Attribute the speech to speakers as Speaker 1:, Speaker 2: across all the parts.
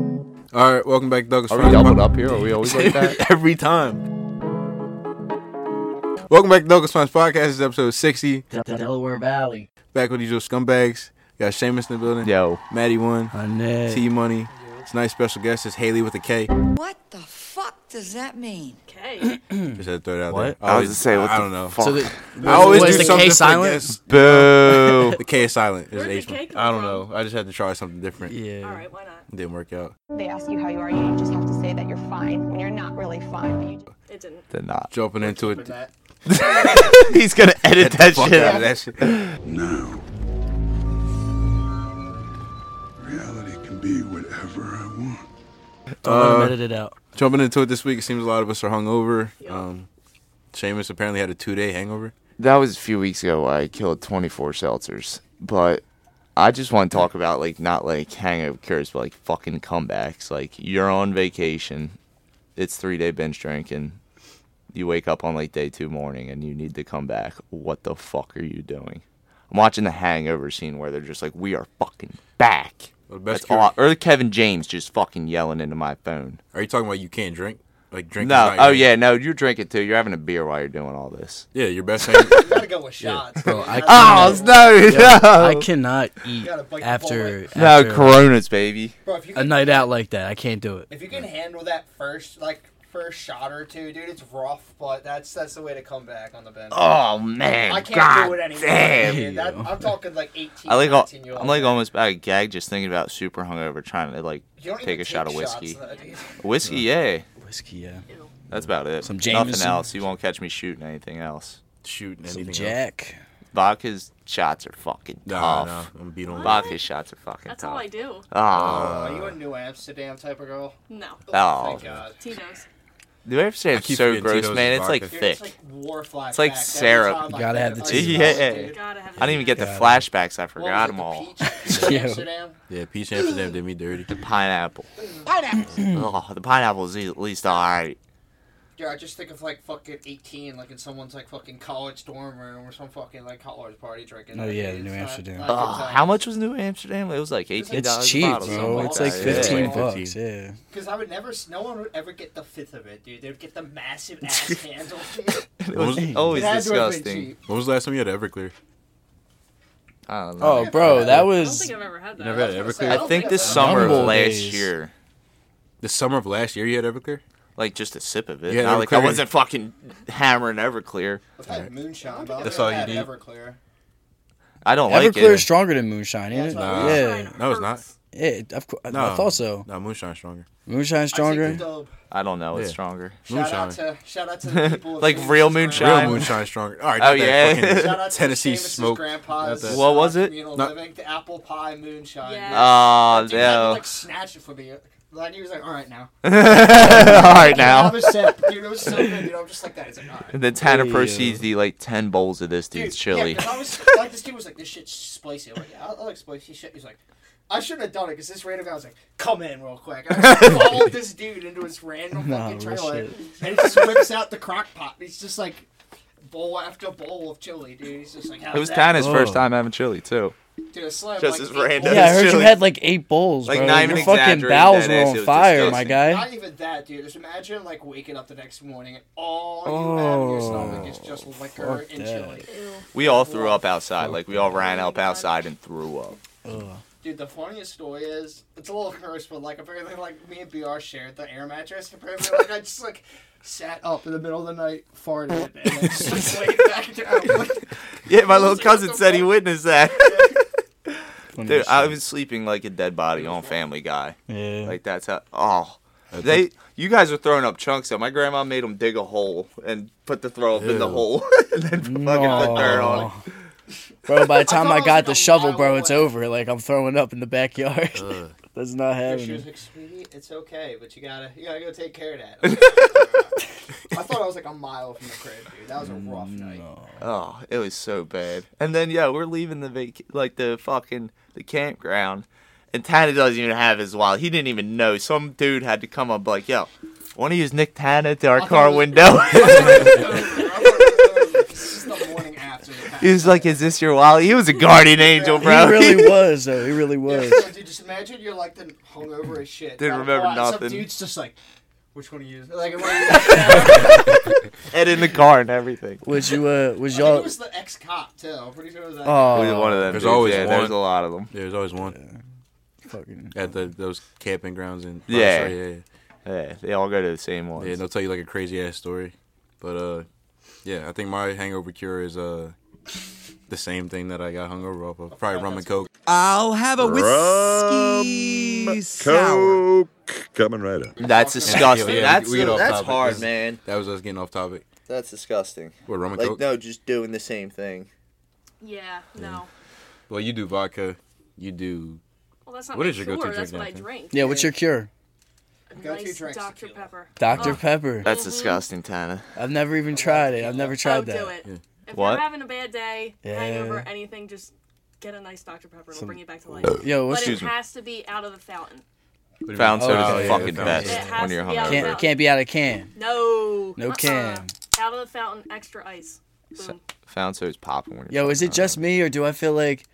Speaker 1: All right, welcome back, Douglas.
Speaker 2: Are we
Speaker 1: Fine
Speaker 2: doubled
Speaker 1: Pod-
Speaker 2: up here? Are we always like that?
Speaker 1: every time. Welcome back to Douglas Fun's podcast. This is episode 60.
Speaker 3: Del- Delaware Valley.
Speaker 1: Back with these little scumbags. We got Seamus in the building.
Speaker 2: Yo,
Speaker 1: Maddie One.
Speaker 3: I
Speaker 1: T Money. Tonight's special guest is Haley with a K.
Speaker 4: What the fuck does that mean?
Speaker 1: Just had to throw it out
Speaker 2: What?
Speaker 1: there.
Speaker 5: I was gonna say, what
Speaker 1: I
Speaker 5: the
Speaker 1: don't know.
Speaker 5: fuck?
Speaker 6: So the,
Speaker 1: I always
Speaker 6: was
Speaker 1: do
Speaker 6: the
Speaker 1: something
Speaker 6: K
Speaker 1: for
Speaker 6: silent?
Speaker 1: guests.
Speaker 2: boo.
Speaker 1: The K is silent. It's
Speaker 7: Where'd the
Speaker 1: H-
Speaker 7: K come
Speaker 1: I don't know.
Speaker 7: from?
Speaker 1: I just had to try something different.
Speaker 7: All
Speaker 6: yeah.
Speaker 7: right, why not?
Speaker 1: Didn't work out.
Speaker 8: They ask you how you are, you just have to say that you're fine when you're not really fine. But you just...
Speaker 7: It didn't.
Speaker 2: Did not.
Speaker 1: Jumping into it. Get
Speaker 2: He's gonna edit
Speaker 1: the
Speaker 2: that
Speaker 1: fuck
Speaker 2: shit.
Speaker 1: out of
Speaker 2: out.
Speaker 1: that shit.
Speaker 9: Now, reality can be whatever I want.
Speaker 6: Don't let him edit it out.
Speaker 1: Jumping into it this week, it seems a lot of us are hungover. Um, Seamus apparently had a two day hangover.
Speaker 5: that was a few weeks ago. I killed 24 seltzers, but I just want to talk about like not like hangover cures, but like fucking comebacks. Like you're on vacation, it's three day binge drinking. You wake up on like day two morning and you need to come back. What the fuck are you doing? I'm watching the Hangover scene where they're just like, "We are fucking back."
Speaker 1: Well, the best
Speaker 5: That's all-
Speaker 1: cure-
Speaker 5: or Kevin James just fucking yelling into my phone.
Speaker 1: Are you talking about you can't drink? Like drink?
Speaker 5: No, oh yeah, no, you're drinking too. You're having a beer while you're doing all this.
Speaker 1: yeah. Your best hangover.
Speaker 10: Gotta go with shots.
Speaker 6: Bro, I
Speaker 5: Oh
Speaker 6: cannot,
Speaker 5: no,
Speaker 6: I
Speaker 5: no,
Speaker 6: cannot eat
Speaker 10: gotta bite the
Speaker 6: after,
Speaker 5: no,
Speaker 6: after
Speaker 5: Coronas, baby.
Speaker 10: Bro, if you
Speaker 6: a
Speaker 10: can,
Speaker 6: night out like that. I can't do it.
Speaker 10: if you can handle that first like first shot or two, dude, it's rough, but that's that's the way to come back on the bench.
Speaker 5: Oh man,
Speaker 10: I can't
Speaker 5: God
Speaker 10: do it anymore.
Speaker 5: damn.
Speaker 10: dude. That, I'm talking like 18.
Speaker 5: I like al-
Speaker 10: 19 year old.
Speaker 5: I'm like almost about to gag just thinking about super hungover trying to like
Speaker 10: You don't even
Speaker 5: take a shot of
Speaker 10: shots
Speaker 5: whiskey.
Speaker 10: that, dude.
Speaker 5: Whiskey, yeah,
Speaker 6: Whiskey, yeah.
Speaker 5: that's about it.
Speaker 6: Some
Speaker 5: Nothing
Speaker 6: Jameson.
Speaker 5: else. You won't catch me shooting anything else.
Speaker 1: Shooting
Speaker 6: Some
Speaker 1: anything. else.
Speaker 6: Jack.
Speaker 5: Vodka's shots are fucking
Speaker 1: Nah,
Speaker 5: tough.
Speaker 1: nah, I'm beat on that.
Speaker 5: Vodka shots are fucking
Speaker 7: That's
Speaker 5: tough.
Speaker 7: all I do.
Speaker 5: Ah,
Speaker 10: Are you a New Amsterdam type of girl?
Speaker 7: No.
Speaker 5: Oh.
Speaker 10: thank God.
Speaker 7: Tino's.
Speaker 5: do I ever say
Speaker 1: I
Speaker 5: it's
Speaker 1: keep
Speaker 5: so
Speaker 1: forgetting
Speaker 5: gross,
Speaker 1: Tito's
Speaker 5: man?
Speaker 1: is
Speaker 5: It's like
Speaker 1: vodka.
Speaker 10: Dude,
Speaker 5: thick.
Speaker 10: It's like war flashbacks.
Speaker 5: like
Speaker 10: Every
Speaker 5: syrup.
Speaker 10: time
Speaker 6: You
Speaker 10: I
Speaker 6: gotta
Speaker 10: think
Speaker 6: have the
Speaker 10: of
Speaker 6: tea.
Speaker 10: Amsterdam,
Speaker 5: Yeah.
Speaker 10: dude.
Speaker 7: Gotta have.
Speaker 5: I didn't even get the
Speaker 6: Yeah.
Speaker 5: flashbacks. I
Speaker 10: What was
Speaker 5: forgot
Speaker 10: it,
Speaker 5: them
Speaker 10: the
Speaker 5: all.
Speaker 10: peach? New
Speaker 6: Yeah.
Speaker 10: Amsterdam.
Speaker 1: Yeah, Peach Amsterdam did me dirty.
Speaker 5: Pineapple. Pineapple. oh, the pineapple is at least all right.
Speaker 10: Yeah, I just think of like fucking 18, like in someone's like fucking college dorm room or some fucking like college party drinking.
Speaker 6: Oh,
Speaker 10: Like,
Speaker 6: yeah,
Speaker 10: it's
Speaker 6: New
Speaker 10: not-
Speaker 6: Amsterdam.
Speaker 10: not a good
Speaker 5: Oh,
Speaker 10: time.
Speaker 5: how much was New Amsterdam? It was like eighteen dollars.
Speaker 6: It's cheap,
Speaker 5: bottle,
Speaker 6: bro.
Speaker 5: something
Speaker 6: It's like
Speaker 5: that,
Speaker 10: yeah.
Speaker 6: 15
Speaker 5: Yeah.
Speaker 6: bucks, yeah.
Speaker 10: Because I would never, no one would ever get the fifth of it, dude. They would get the massive ass handle. It
Speaker 5: It was
Speaker 10: had
Speaker 5: always
Speaker 10: to have been
Speaker 5: disgusting.
Speaker 10: cheap.
Speaker 1: When was the last time you had Everclear?
Speaker 5: I don't know.
Speaker 6: Oh, bro, that
Speaker 7: I don't
Speaker 6: was.
Speaker 7: think I've ever had that.
Speaker 1: Never had
Speaker 10: I
Speaker 1: Everclear.
Speaker 10: was gonna
Speaker 5: I
Speaker 10: say,
Speaker 5: think this
Speaker 10: I've
Speaker 5: summer of
Speaker 6: Humble
Speaker 5: last
Speaker 6: days.
Speaker 5: year,
Speaker 1: The summer of last year, you had Everclear.
Speaker 5: like just a sip of it.
Speaker 1: Yeah,
Speaker 5: Yeah, like I
Speaker 1: Everclear.
Speaker 5: wasn't fucking hammering Everclear.
Speaker 10: I've had moonshine, but
Speaker 1: That's
Speaker 10: That's
Speaker 1: all
Speaker 10: all
Speaker 1: you need.
Speaker 10: Everclear.
Speaker 5: I don't like
Speaker 6: Everclear
Speaker 5: it.
Speaker 6: is stronger than Moonshine, ain't it?
Speaker 10: Nah.
Speaker 6: Yeah.
Speaker 1: No, it's not.
Speaker 6: yeah of course, I-
Speaker 1: No.
Speaker 6: I thought so.
Speaker 1: No, Moonshine's stronger.
Speaker 6: Moonshine's
Speaker 10: I
Speaker 6: stronger?
Speaker 10: think dope.
Speaker 5: I don't know. It's
Speaker 1: Yeah.
Speaker 5: stronger.
Speaker 10: Shout out
Speaker 1: Moonshine.
Speaker 10: to shout out to the people. of
Speaker 5: Like
Speaker 10: Seamus'
Speaker 5: real
Speaker 10: grandpa.
Speaker 5: moonshine?
Speaker 1: Real
Speaker 5: Shine.
Speaker 1: Moonshine's stronger. All right.
Speaker 5: Oh,
Speaker 1: not that
Speaker 5: yeah.
Speaker 1: fucking-
Speaker 10: Shout out to
Speaker 1: Tennessee
Speaker 10: Seamus'
Speaker 1: smoke.
Speaker 10: grandpa's,
Speaker 1: Not that-
Speaker 5: What was it?
Speaker 10: uh, communal
Speaker 1: No.
Speaker 10: living, the apple pie moonshine.
Speaker 7: Yeah.
Speaker 10: dude.
Speaker 1: Uh,
Speaker 5: Oh
Speaker 10: Dude, had to,
Speaker 5: no!
Speaker 10: like snatch it for me. Like he was like, "All right now."
Speaker 5: all right now.
Speaker 10: Have a sip, dude. It was so good, dude. I'm just like that. It's like, all right.
Speaker 5: And then Tanner
Speaker 6: Ew.
Speaker 5: proceeds the like ten bowls of this
Speaker 10: Dude,
Speaker 5: dude's chili.
Speaker 10: Yeah, 'cause I was like, this dude was like, "This shit's spicy." I'm like, yeah, I, I like spicy shit. He's like, "I shouldn't have done it," because this random guy was like, "Come in real quick." And I just followed this dude into his random
Speaker 6: Nah,
Speaker 10: fucking
Speaker 6: real
Speaker 10: trailer,
Speaker 6: shit.
Speaker 10: and he just whips out the crock pot. And he's just like, bowl after bowl of chili, dude. He's just like, "How's
Speaker 5: It was
Speaker 10: that?"
Speaker 5: Tanner's first
Speaker 6: Oh.
Speaker 5: time having chili too.
Speaker 10: Dude, a slam,
Speaker 5: Just
Speaker 10: like,
Speaker 5: as
Speaker 10: eight
Speaker 5: random.
Speaker 10: bowls.
Speaker 6: Yeah, I heard you
Speaker 5: Chili.
Speaker 6: had like eight bowls,
Speaker 5: Like,
Speaker 6: bro.
Speaker 5: not even
Speaker 6: Your fucking
Speaker 5: exaggerating,
Speaker 6: bowls
Speaker 5: that
Speaker 6: were
Speaker 5: is,
Speaker 6: on
Speaker 5: it was
Speaker 6: fire,
Speaker 5: disgusting.
Speaker 6: my guy.
Speaker 10: Not even that, dude. Just imagine like waking up the next morning and all you have in your stomach is just liquor
Speaker 6: Oh, fuck
Speaker 10: and
Speaker 6: that.
Speaker 10: chili.
Speaker 5: We all threw up outside. Like we all ran up outside and threw up.
Speaker 10: Dude, the funniest story is it's a little cursed, but like apparently like me and BR shared the air mattress. Apparently, like I just like sat up in the middle of the night, farted, and like, just laid back down. Like,
Speaker 5: Yeah, my
Speaker 10: little cousin said he
Speaker 5: witnessed that.
Speaker 6: Funny
Speaker 5: Dude,
Speaker 6: as
Speaker 5: I
Speaker 6: shit.
Speaker 5: was sleeping like a dead body on Family Guy.
Speaker 6: Yeah.
Speaker 5: Like that's how. Oh, they. You guys are throwing up chunks. Up. My grandma made them dig a hole and put the throw up in the
Speaker 1: Ew.
Speaker 5: hole, and then fucking put dirt on it.
Speaker 6: No. Bro, by the time
Speaker 10: thought
Speaker 6: I,
Speaker 10: it was
Speaker 6: got
Speaker 10: like
Speaker 6: the
Speaker 10: a
Speaker 6: shovel,
Speaker 10: mile
Speaker 6: bro, it's
Speaker 10: away.
Speaker 6: over. Like I'm throwing up in the backyard.
Speaker 5: Uh.
Speaker 6: That's not
Speaker 10: she was
Speaker 6: happening.
Speaker 10: like, "Sweetie, it's okay, but you gotta you gotta go take care of that." I, was like, "Alright." I thought I was like a mile from the crib, dude. That was a rough
Speaker 5: Mm,
Speaker 10: night.
Speaker 5: Oh, it was so bad. And then yeah, we're leaving the vac- like the fucking the campground, and Tana doesn't even have his wallet. He didn't even know. Some dude had to come up like, yo, want to use Nick Tana to our
Speaker 10: thought
Speaker 5: car
Speaker 10: it was-
Speaker 5: window?
Speaker 10: I thought it was over. I thought it was over. It's just the morning after. the
Speaker 5: He was like, "Is this your wallet?" He was a guardian angel,
Speaker 10: He
Speaker 5: bro.
Speaker 6: He really was, though. He really was.
Speaker 10: Yeah, dude, just imagine you're like then hungover as shit.
Speaker 5: Didn't
Speaker 10: Like,
Speaker 5: remember
Speaker 10: wow,
Speaker 5: nothing.
Speaker 10: Some dude's just like, which one are you? Like, what are you-
Speaker 5: and in the car and everything.
Speaker 6: Was you, uh, was
Speaker 10: I think
Speaker 6: y'all.
Speaker 10: it was the ex cop too. I'm pretty sure it was that.
Speaker 5: We were
Speaker 6: Oh,
Speaker 5: one of them.
Speaker 1: There's
Speaker 5: dudes,
Speaker 1: always
Speaker 5: yeah, There's
Speaker 1: one.
Speaker 5: a lot of them.
Speaker 1: There's always one
Speaker 6: fucking.
Speaker 1: at the those camping grounds in.
Speaker 5: Yeah.
Speaker 1: yeah, yeah.
Speaker 5: Yeah, they all go to the same ones.
Speaker 1: Yeah, and they'll tell you like a crazy ass story. But uh yeah, I think my hangover cure is uh the same thing that I got hungover off of. Probably rum and coke.
Speaker 3: I'll have a whiskey sour.
Speaker 7: Coke coming right up.
Speaker 5: That's disgusting.
Speaker 1: Yeah, yeah,
Speaker 11: that's
Speaker 1: we get off
Speaker 11: that's
Speaker 1: topic.
Speaker 11: hard,
Speaker 1: This-
Speaker 11: man.
Speaker 1: That was us getting off topic.
Speaker 11: That's disgusting.
Speaker 1: What rum and
Speaker 11: Like
Speaker 1: coke?
Speaker 11: no, just doing the same thing.
Speaker 8: Yeah, no.
Speaker 1: Well, you do vodka. You do.
Speaker 8: Well, that's not
Speaker 1: What
Speaker 8: my
Speaker 1: is your go-to
Speaker 8: cure,
Speaker 1: drink
Speaker 8: That's what
Speaker 1: now,
Speaker 8: I
Speaker 1: Fran?
Speaker 8: drink.
Speaker 6: Yeah, what's your cure?
Speaker 10: Go-to
Speaker 8: nice
Speaker 10: drink's
Speaker 8: Dr.
Speaker 10: tequila.
Speaker 8: Pepper.
Speaker 10: Oh.
Speaker 6: Dr. Pepper.
Speaker 5: That's disgusting, Tana.
Speaker 6: I've never even tried it. I've never tried
Speaker 8: oh,
Speaker 6: that.
Speaker 8: do it. If
Speaker 5: What?
Speaker 8: you're having a bad day, hangover,
Speaker 6: Yeah.
Speaker 8: anything, just get a nice Dr. Pepper. It'll bring you back to life.
Speaker 6: Yo,
Speaker 8: But
Speaker 6: what's
Speaker 8: it
Speaker 5: Excuse me.
Speaker 8: has to be out of the fountain.
Speaker 5: Found soda's
Speaker 1: Oh,
Speaker 5: the
Speaker 1: yeah,
Speaker 5: fucking
Speaker 1: found
Speaker 5: best
Speaker 1: soda.
Speaker 8: It has
Speaker 5: when you're
Speaker 8: to be out
Speaker 5: hungover.
Speaker 8: of the
Speaker 6: can't,
Speaker 8: fountain.
Speaker 6: can't be out of can.
Speaker 8: No.
Speaker 6: No
Speaker 8: Uh-uh.
Speaker 6: can.
Speaker 8: Out of the fountain, extra ice. Boom.
Speaker 5: Found soda's popping when you're
Speaker 6: Yo, is it
Speaker 5: fucking
Speaker 6: just me or do I feel like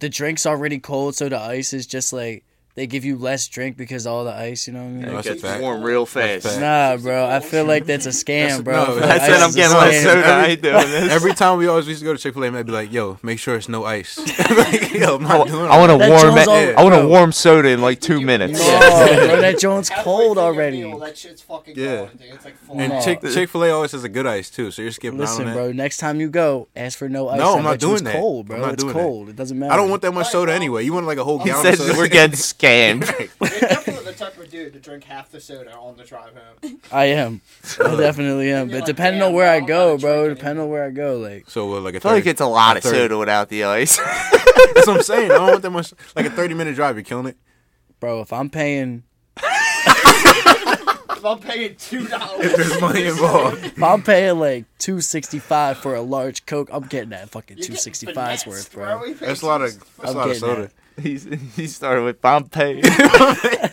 Speaker 6: the drink's already cold, so the ice is just like they give you less drink because of all the ice? You know what I mean?
Speaker 1: No, that's a
Speaker 5: Gets
Speaker 1: fact.
Speaker 5: warm real fast.
Speaker 1: fact.
Speaker 6: Nah, bro. I feel like that's a scam, bro.
Speaker 1: no,
Speaker 6: I feel like
Speaker 5: I
Speaker 6: ice
Speaker 5: said I'm
Speaker 6: is
Speaker 5: getting
Speaker 6: a
Speaker 5: less
Speaker 6: scam.
Speaker 5: soda. I ain't doing this.
Speaker 1: Every time we always used to go to Chick Fil A, I'd be like, "Yo, make sure it's no ice." Like, yo, I'm not doing
Speaker 5: I want a
Speaker 6: That
Speaker 5: warm.
Speaker 6: Jones
Speaker 5: I
Speaker 6: always-
Speaker 5: want a
Speaker 6: Yo.
Speaker 5: warm soda in like two minutes.
Speaker 6: No, bro, that Jones
Speaker 10: Halfway
Speaker 6: cold
Speaker 10: through your
Speaker 6: already.
Speaker 10: meal, that shit's fucking
Speaker 1: Yeah.
Speaker 10: gone, dude. It's like full
Speaker 1: And
Speaker 10: on.
Speaker 1: Chick Chick Fil A always has a good ice too, so you're skipping out
Speaker 6: Listen,
Speaker 1: on
Speaker 6: bro. Next time you go, ask for no ice.
Speaker 1: No,
Speaker 6: I
Speaker 1: I'm not
Speaker 6: bet you it's
Speaker 1: doing that.
Speaker 6: Cold, bro.
Speaker 1: I'm not
Speaker 6: it's
Speaker 1: doing that.
Speaker 6: cold. It doesn't
Speaker 1: that.
Speaker 6: matter.
Speaker 1: I don't want that much soda anyway. You want like a whole gallon. of
Speaker 5: Says
Speaker 1: soda.
Speaker 5: we're getting scammed.
Speaker 10: You're definitely the type of dude to drink half the soda on the drive home.
Speaker 6: I am. I definitely am. But
Speaker 10: you're like,
Speaker 6: depending
Speaker 10: "Damn,
Speaker 6: on where
Speaker 10: bro,
Speaker 6: I
Speaker 10: I'm
Speaker 6: go,
Speaker 10: not
Speaker 6: bro.
Speaker 10: drinking
Speaker 6: Depending on where I go, like
Speaker 1: so uh, like a
Speaker 5: I feel like
Speaker 1: thirty-
Speaker 5: it's a lot
Speaker 1: a
Speaker 5: of
Speaker 1: thirty-
Speaker 5: soda without the ice.
Speaker 1: That's what I'm saying. I don't want that much. Like a 30 minute drive, you're killing it.
Speaker 6: bro, if I'm paying,
Speaker 10: If I'm paying two dollars,
Speaker 1: There's money involved.
Speaker 6: if I'm paying like two sixty five for a large coke, I'm getting that fucking two sixty five's worth, bro.
Speaker 1: That's a lot of that's
Speaker 6: I'm
Speaker 1: a lot of
Speaker 6: getting
Speaker 1: soda.
Speaker 5: He's, he started with Pompeii.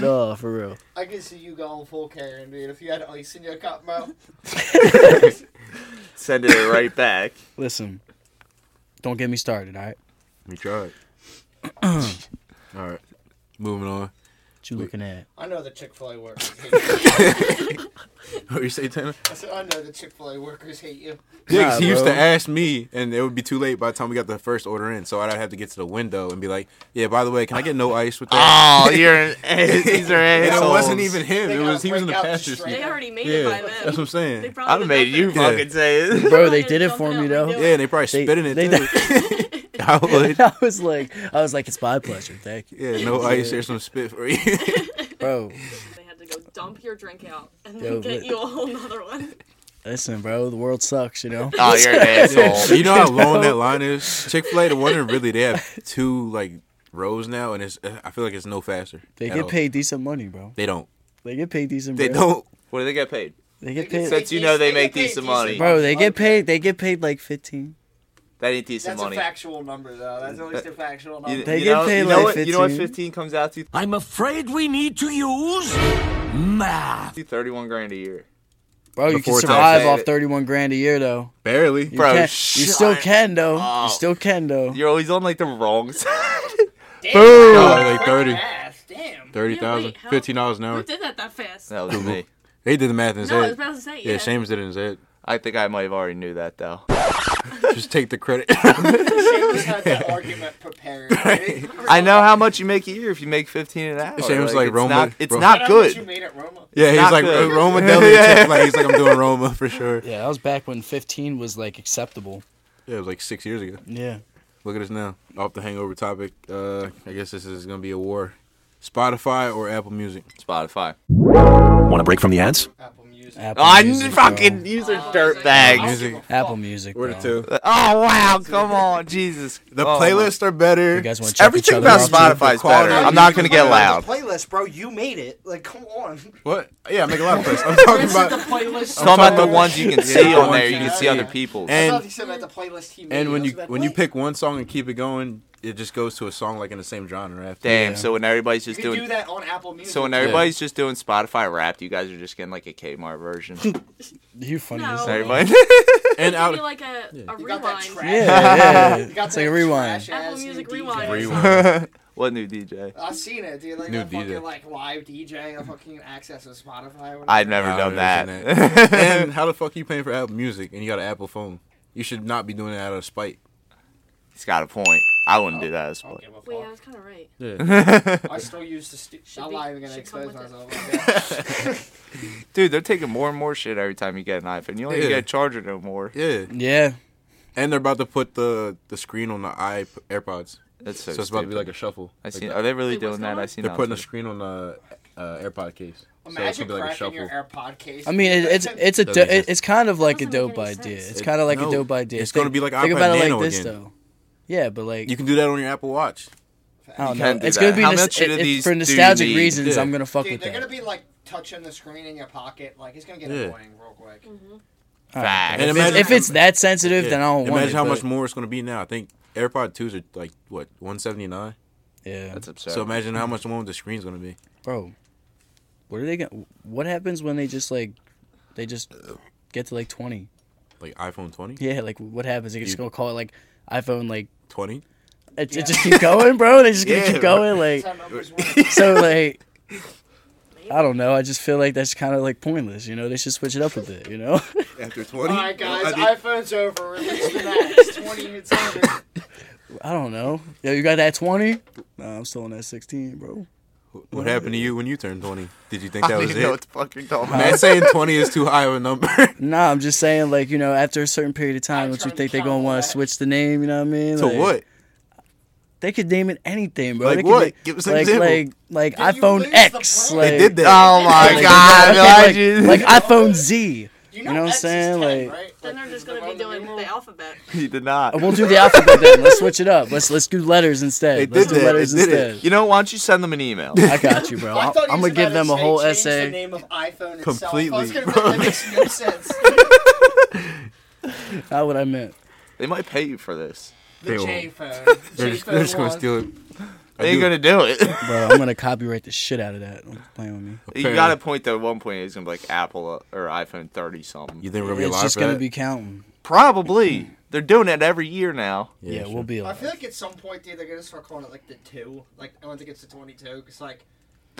Speaker 6: No, for real.
Speaker 10: I can see you going full Karen, dude. If you had ice in your cup, bro.
Speaker 5: Sending it right back.
Speaker 6: Listen, don't get me started. All right,
Speaker 1: We tried. All right, moving on.
Speaker 6: what you looking at?
Speaker 10: I know the Chick Fil A workers. Hate
Speaker 1: What you say, Tanner?
Speaker 10: I said, I know the Chick Fil A workers hate you.
Speaker 1: Yeah, 'cause
Speaker 6: Nah,
Speaker 1: he used
Speaker 6: bro.
Speaker 1: to ask me, and it would be too late by the time we got the first order in. So I'd have to get to the window and be like, "Yeah, by the way, can I get no ice with that?"
Speaker 5: Oh, you're an ass. These are
Speaker 1: and it
Speaker 5: assholes.
Speaker 1: wasn't even him.
Speaker 10: They
Speaker 1: It
Speaker 10: gotta
Speaker 1: was he was in the
Speaker 10: break out
Speaker 1: passenger
Speaker 10: straight.
Speaker 1: seat.
Speaker 8: They already made it by
Speaker 1: Yeah, that's what
Speaker 8: then. They
Speaker 1: I'm saying.
Speaker 8: probably
Speaker 5: I
Speaker 8: done
Speaker 5: made you
Speaker 8: that.
Speaker 5: fucking say it.
Speaker 6: Bro, they did it for me though.
Speaker 1: Yeah, and they probably spitting it.
Speaker 6: they-
Speaker 1: too. I would.
Speaker 6: I was like, I was like, it's my pleasure. Thank you,
Speaker 1: Yeah, no ice. Here's some spit for you.
Speaker 6: bro.
Speaker 8: They had to go dump your drink out and then
Speaker 6: Yo,
Speaker 8: get
Speaker 6: but-
Speaker 8: you a whole nother one.
Speaker 6: Listen, bro, the world sucks. You know.
Speaker 5: Oh, you're an asshole.
Speaker 1: you know how long that line is? Chick Fil A, the one in really they have two like rows now, and it's I feel like it's no faster.
Speaker 6: They
Speaker 1: at
Speaker 6: get
Speaker 1: all.
Speaker 6: paid decent money, bro.
Speaker 1: They don't.
Speaker 6: They get paid decent.
Speaker 1: They
Speaker 6: bro.
Speaker 1: don't.
Speaker 5: What do they get paid?
Speaker 6: They get
Speaker 10: They get
Speaker 6: paid.
Speaker 5: Since you know they make decent money,
Speaker 6: Bro, they get paid. They get paid like fifteen.
Speaker 5: that ain't decent
Speaker 10: That's
Speaker 5: money.
Speaker 10: a factual number, though. That's at least a factual number.
Speaker 5: You,
Speaker 6: Um, They
Speaker 5: you
Speaker 6: get
Speaker 5: know,
Speaker 6: paid
Speaker 5: you know
Speaker 6: like
Speaker 5: what, You know what
Speaker 6: 15.
Speaker 5: 15 comes out to?
Speaker 3: I'm afraid we need to use math.
Speaker 5: 31 grand a year.
Speaker 6: Bro, you can
Speaker 1: Before
Speaker 6: survive
Speaker 5: taxes.
Speaker 6: off thirty-one grand a year though.
Speaker 1: Barely.
Speaker 6: You
Speaker 5: Bro,
Speaker 6: can- you
Speaker 5: shut
Speaker 6: still can though. You
Speaker 1: Oh.
Speaker 5: up.
Speaker 6: still can though.
Speaker 5: You're always on like the wrong side.
Speaker 1: Probably like 30.
Speaker 10: Ass, damn.
Speaker 8: Yeah,
Speaker 1: 30000
Speaker 8: wait, how-
Speaker 1: $15 an
Speaker 8: Who
Speaker 1: hour.
Speaker 8: did that that fast?
Speaker 5: that was me.
Speaker 1: They did the math in his
Speaker 8: No, I was
Speaker 1: head.
Speaker 8: about to say,
Speaker 1: yeah,
Speaker 8: yeah.
Speaker 1: Seamus did it in his head.
Speaker 5: I think I might have already knew that though.
Speaker 1: Just take the credit.
Speaker 10: Seamus had that argument prepared. Right?
Speaker 5: I know how much you make a year if you make 15 an hour.
Speaker 1: Same as, like,
Speaker 5: it's
Speaker 1: Roma-
Speaker 5: Not, it's
Speaker 1: Roma-
Speaker 5: not
Speaker 10: You
Speaker 5: good.
Speaker 10: made it, Roma.
Speaker 1: yeah, he's
Speaker 5: Not
Speaker 1: like
Speaker 5: good.
Speaker 1: "Uh, Roma Deli. Like, he's like, I'm doing Roma for sure.
Speaker 6: Yeah, that was back when fifteen was like acceptable.
Speaker 1: Yeah, it was like six years ago.
Speaker 6: Yeah.
Speaker 1: Look at us now. Off the hangover topic. Uh, I guess this is going to be a war. Spotify or Apple Music?
Speaker 5: Spotify.
Speaker 3: Want a break from the ads?
Speaker 10: Apple Music.
Speaker 6: Apple
Speaker 5: Oh, I
Speaker 6: Music, bro.
Speaker 5: fucking user dirt bags.
Speaker 1: Music.
Speaker 6: Apple Music. bro.
Speaker 5: Oh wow, come on, Jesus.
Speaker 1: The
Speaker 5: Oh,
Speaker 1: playlists are better.
Speaker 6: You guys want to
Speaker 5: Everything about Spotify is better. I'm not gonna get loud.
Speaker 10: Playlist, bro. You made it. Like, come on.
Speaker 1: What? Yeah, I make a lot of plays. I'm talking about.
Speaker 10: playlist.
Speaker 5: Some of the ones you can see
Speaker 1: the
Speaker 5: on
Speaker 1: ones
Speaker 5: there, you
Speaker 1: you
Speaker 5: can
Speaker 1: can
Speaker 5: see other
Speaker 1: see.
Speaker 5: people's.
Speaker 10: I
Speaker 1: And
Speaker 10: thought he said about the playlist he made.
Speaker 1: and when
Speaker 10: I
Speaker 1: you
Speaker 10: was like,
Speaker 1: when you
Speaker 10: wait.
Speaker 1: pick one song and keep it going, it just goes to a song like in the same genre after.
Speaker 5: Damn.
Speaker 6: Yeah.
Speaker 5: So when everybody's
Speaker 10: You
Speaker 5: just
Speaker 10: can
Speaker 5: doing
Speaker 10: do that on Apple Music.
Speaker 5: so when everybody's just doing Spotify Wrapped, you guys are just getting like a Kmart version.
Speaker 6: You funny
Speaker 7: No.
Speaker 6: as hell.
Speaker 5: Everybody.
Speaker 1: And
Speaker 7: Give
Speaker 1: out
Speaker 7: me like a, a
Speaker 10: you got that
Speaker 7: rewind.
Speaker 10: trash.
Speaker 6: Yeah, yeah.
Speaker 10: You got
Speaker 6: It's
Speaker 10: that
Speaker 6: like a rewind.
Speaker 10: trash-ass
Speaker 7: Apple
Speaker 10: new
Speaker 7: Music
Speaker 10: DJ.
Speaker 7: rewind.
Speaker 1: Rewind.
Speaker 5: what new DJ?
Speaker 10: I've seen it, dude. Like
Speaker 1: New
Speaker 10: that fucking
Speaker 1: DJ.
Speaker 10: like live DJ, a fucking access to Spotify. or
Speaker 5: I've
Speaker 10: whatever.
Speaker 5: never
Speaker 1: I've
Speaker 5: done
Speaker 1: never seen
Speaker 5: that.
Speaker 1: and how the fuck you paying for Apple Music and you got an Apple phone? You should not be doing it out of spite.
Speaker 5: He's got a point. I wouldn't do that. as
Speaker 10: I
Speaker 5: well.
Speaker 10: don't give a
Speaker 7: Wait, I
Speaker 10: fuck.
Speaker 7: was kind of right.
Speaker 10: I still use the. Stu-
Speaker 7: Should
Speaker 10: I'm
Speaker 7: be-
Speaker 10: not even gonna
Speaker 7: should come
Speaker 10: expose
Speaker 7: with it.
Speaker 10: myself. like that.
Speaker 5: Dude, they're taking more and more shit every time you get an iPhone. You don't even
Speaker 1: Yeah.
Speaker 5: get a charger no more.
Speaker 1: Yeah.
Speaker 6: Yeah.
Speaker 1: And they're about to put the the screen on the i AirPods,
Speaker 5: That's so,
Speaker 1: so, it's about to be
Speaker 5: stupid.
Speaker 1: like a shuffle.
Speaker 5: I
Speaker 1: Like
Speaker 5: seen.
Speaker 1: the-
Speaker 5: Are they really
Speaker 7: Wait, what's
Speaker 5: doing that?
Speaker 7: going
Speaker 5: I
Speaker 7: on?
Speaker 5: seen.
Speaker 1: they're
Speaker 5: that
Speaker 1: putting a
Speaker 5: too.
Speaker 1: screen on the uh, AirPod case. So it's
Speaker 10: Imagine
Speaker 1: gonna be like a
Speaker 10: cracking
Speaker 1: shuffle.
Speaker 10: your AirPod case.
Speaker 6: I mean, it, it's it's a do,
Speaker 1: Doesn't
Speaker 6: it,
Speaker 1: exist.
Speaker 6: it's kind of like a
Speaker 7: Doesn't make
Speaker 6: dope
Speaker 7: any
Speaker 6: idea.
Speaker 7: sense.
Speaker 6: It's
Speaker 1: It-
Speaker 6: kind of like a
Speaker 1: no.
Speaker 6: dope idea.
Speaker 1: It's gonna be like
Speaker 6: think
Speaker 1: iPod
Speaker 6: about it
Speaker 1: Nano
Speaker 6: like this
Speaker 1: again.
Speaker 6: though. Yeah, but like
Speaker 1: you can do that on your Apple Watch.
Speaker 6: I don't
Speaker 5: you
Speaker 6: know.
Speaker 5: can do
Speaker 6: It's gonna
Speaker 5: that.
Speaker 6: be
Speaker 5: How
Speaker 6: nos-
Speaker 5: much
Speaker 6: it-
Speaker 5: of
Speaker 6: it-
Speaker 5: these
Speaker 6: for
Speaker 5: do you
Speaker 6: nostalgic
Speaker 5: need?
Speaker 6: reasons.
Speaker 1: Yeah.
Speaker 6: I'm gonna fuck
Speaker 10: Dude,
Speaker 6: with
Speaker 10: they're
Speaker 6: that.
Speaker 10: gonna be like touching the screen in your pocket. Like it's gonna get
Speaker 1: Yeah.
Speaker 10: annoying real quick.
Speaker 7: Mm-hmm.
Speaker 5: Facts.
Speaker 1: And
Speaker 6: If it's-
Speaker 1: imagine-
Speaker 6: if it's that sensitive,
Speaker 1: Yeah.
Speaker 6: then I don't
Speaker 1: Imagine
Speaker 6: want it.
Speaker 1: how
Speaker 6: but-
Speaker 1: much more it's gonna be now. I think AirPod twos are like what 179.
Speaker 6: Yeah,
Speaker 5: That's absurd.
Speaker 1: So imagine how much more the screen's gonna be.
Speaker 6: bro. What are they gonna? What happens when they just like, they just get to like twenty?
Speaker 1: Like iPhone 20,
Speaker 6: Yeah, like what happens? They're just gonna call it like iPhone. Like
Speaker 1: 20.
Speaker 6: it, it just keep going, bro. They just gonna
Speaker 5: Yeah,
Speaker 6: keep going. Like
Speaker 10: That's how numbers work.
Speaker 6: so, like I don't know. I just feel like that's kind of like pointless. You know, they should switch it up a bit. You know,
Speaker 1: After 20.
Speaker 10: All right, guys, iPhone's over. Release the next. Twenty minutes under.
Speaker 6: I don't know. Yo, you got that twenty? Nah, I'm still on that sixteen, bro.
Speaker 1: What happened to you when you turned 20? Did you think that
Speaker 5: I
Speaker 1: was
Speaker 5: don't even know what
Speaker 1: it?
Speaker 5: the fuck you're talking about.
Speaker 1: Man, saying 20 is too high of a number.
Speaker 6: Nah, I'm just saying, like you know, after a certain period of time,
Speaker 10: I'm
Speaker 6: don't you
Speaker 10: trying to
Speaker 6: think they're
Speaker 10: count
Speaker 6: gonna
Speaker 10: all
Speaker 6: want
Speaker 10: that.
Speaker 6: to switch the name? You know what I mean?
Speaker 1: to
Speaker 6: Like,
Speaker 1: what?
Speaker 6: They could name it anything, bro.
Speaker 1: Like
Speaker 6: They could
Speaker 1: what?
Speaker 6: name-
Speaker 1: Give us an
Speaker 6: like,
Speaker 1: example.
Speaker 6: Like, like
Speaker 10: Did you
Speaker 6: iPhone
Speaker 10: lose the
Speaker 6: X.
Speaker 10: brand?
Speaker 6: Like,
Speaker 1: They did that.
Speaker 5: Oh my
Speaker 6: like,
Speaker 5: god,
Speaker 6: okay, like-
Speaker 5: Elijah.
Speaker 6: like, iPhone Z.
Speaker 10: You
Speaker 6: know what I'm
Speaker 10: X is
Speaker 6: saying?
Speaker 10: 10,
Speaker 6: Like- oh,
Speaker 10: right?
Speaker 7: Then they're
Speaker 10: Like,
Speaker 7: just
Speaker 10: the
Speaker 7: gonna be
Speaker 10: one that
Speaker 7: doing
Speaker 10: they
Speaker 7: the
Speaker 10: roll.
Speaker 7: alphabet.
Speaker 5: he did not.
Speaker 6: We'll do the alphabet then. Let's switch it up. Let's let's do letters instead.
Speaker 1: They
Speaker 6: let's
Speaker 1: did
Speaker 6: do
Speaker 1: that.
Speaker 6: letters
Speaker 1: They did it.
Speaker 6: instead.
Speaker 5: You know, why don't you send them an email?
Speaker 6: I got you, bro.
Speaker 10: I
Speaker 6: I'm,
Speaker 10: thought he
Speaker 6: I'm
Speaker 10: was
Speaker 6: gonna give
Speaker 10: about
Speaker 6: them
Speaker 10: to
Speaker 6: a
Speaker 10: say
Speaker 6: whole
Speaker 10: change The
Speaker 6: essay.
Speaker 10: name of iPhone
Speaker 1: Completely,
Speaker 10: Itself. I was
Speaker 1: bro.
Speaker 10: gonna be like, that makes no sense.
Speaker 6: Not what I meant.
Speaker 5: they might pay you for this.
Speaker 10: The
Speaker 1: They won't.
Speaker 10: J phone.
Speaker 1: They're just, they're just gonna steal it. I
Speaker 5: They ain't
Speaker 1: do-
Speaker 5: gonna do it.
Speaker 6: Bro, I'm gonna copyright the shit out of that. Don't play with me.
Speaker 5: you got a point though. At one point, it's gonna be like Apple or iPhone 30 something.
Speaker 1: You think we're gonna be
Speaker 6: It's
Speaker 1: alive
Speaker 6: just
Speaker 1: for
Speaker 6: gonna
Speaker 1: that?
Speaker 6: be counting.
Speaker 5: Probably. They're doing it every year now.
Speaker 6: Yeah,
Speaker 1: sure.
Speaker 6: we'll be
Speaker 10: I
Speaker 6: alive.
Speaker 10: feel like at some point, dude, they're gonna start calling it like the two. Like I don't think it's the twenty-two because like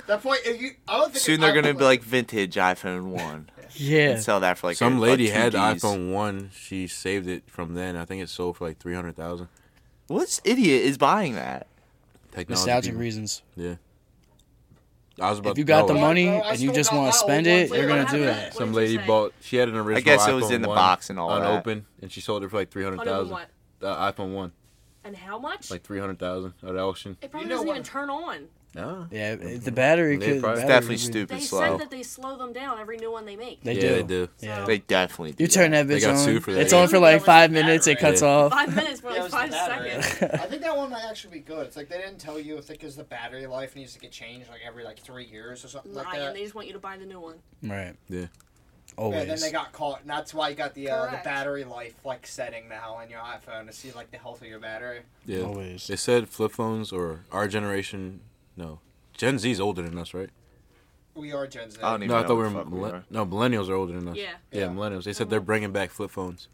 Speaker 10: that point, if you, I don't think
Speaker 5: Soon
Speaker 10: it-
Speaker 5: they're
Speaker 10: I
Speaker 5: gonna
Speaker 10: don't-
Speaker 5: be like vintage iPhone one
Speaker 6: Yeah.
Speaker 5: and sell that for like
Speaker 1: Some
Speaker 5: a- a
Speaker 1: lady
Speaker 5: two
Speaker 1: had
Speaker 5: Gs.
Speaker 1: iPhone one. She saved it from then. I think it sold for like three hundred thousand.
Speaker 5: What idiot is buying that?
Speaker 6: Nostalgic reasons.
Speaker 1: I was about
Speaker 6: If you
Speaker 1: to
Speaker 6: got the
Speaker 1: tell her.
Speaker 6: money
Speaker 10: Bro, I
Speaker 6: and you
Speaker 10: still
Speaker 6: just
Speaker 10: got
Speaker 6: want
Speaker 10: that
Speaker 6: to spend
Speaker 10: old
Speaker 6: it,
Speaker 10: one
Speaker 6: you're
Speaker 10: too.
Speaker 6: gonna
Speaker 7: What
Speaker 6: do
Speaker 7: happened?
Speaker 6: it.
Speaker 1: some
Speaker 7: What did you
Speaker 1: lady
Speaker 7: say?
Speaker 1: bought. She had an original.
Speaker 5: guess it was
Speaker 1: iPhone
Speaker 5: in the
Speaker 1: 1
Speaker 5: box and all that.
Speaker 1: unopened, and she sold it for like three hundred
Speaker 7: Unopened
Speaker 1: thousand.
Speaker 7: what?
Speaker 1: Uh, iPhone one,
Speaker 7: And how much?
Speaker 1: like three hundred thousand at auction.
Speaker 7: it probably
Speaker 10: You know
Speaker 7: doesn't
Speaker 10: what-
Speaker 7: even turn on.
Speaker 1: No.
Speaker 5: Oh.
Speaker 6: Yeah, the battery
Speaker 1: They
Speaker 6: could. the
Speaker 1: probably-
Speaker 6: battery
Speaker 5: Definitely
Speaker 6: could be-
Speaker 5: stupid
Speaker 7: They
Speaker 5: slow.
Speaker 7: said that they slow them down every new one they make.
Speaker 6: They
Speaker 1: yeah,
Speaker 6: do.
Speaker 1: they do.
Speaker 6: Yeah.
Speaker 5: They definitely. Do
Speaker 6: You turn
Speaker 5: that.
Speaker 6: that
Speaker 1: They
Speaker 6: bitch
Speaker 1: got
Speaker 6: on.
Speaker 1: sued for that.
Speaker 6: It's on for like five minutes. It cuts
Speaker 1: Yeah.
Speaker 6: off.
Speaker 7: Five minutes for
Speaker 10: Yeah, it
Speaker 7: like
Speaker 10: was the
Speaker 7: five
Speaker 10: battery.
Speaker 7: seconds.
Speaker 10: I think that one might actually be good. It's like they didn't tell you if because the battery life needs to get changed like every like three years or something like
Speaker 7: Lying.
Speaker 10: that.
Speaker 7: They just want you to buy the new one.
Speaker 6: Right.
Speaker 1: Yeah.
Speaker 10: Yeah, then
Speaker 6: Always.
Speaker 10: they got caught, and that's why you got the uh, the
Speaker 7: Correct.
Speaker 10: battery life like setting now on your iPhone to see like the health of your battery.
Speaker 1: Yeah.
Speaker 6: Always.
Speaker 1: They said flip phones or our generation. No, Gen Z's older than us, right?
Speaker 10: We are Gen Z.
Speaker 5: I don't even
Speaker 1: No, I
Speaker 5: know
Speaker 1: thought we
Speaker 5: what
Speaker 1: were,
Speaker 5: the fuck we
Speaker 1: millen-
Speaker 5: are.
Speaker 1: no millennials are older than us.
Speaker 7: Yeah.
Speaker 1: yeah,
Speaker 10: Yeah.
Speaker 1: millennials. They said they're bringing back flip phones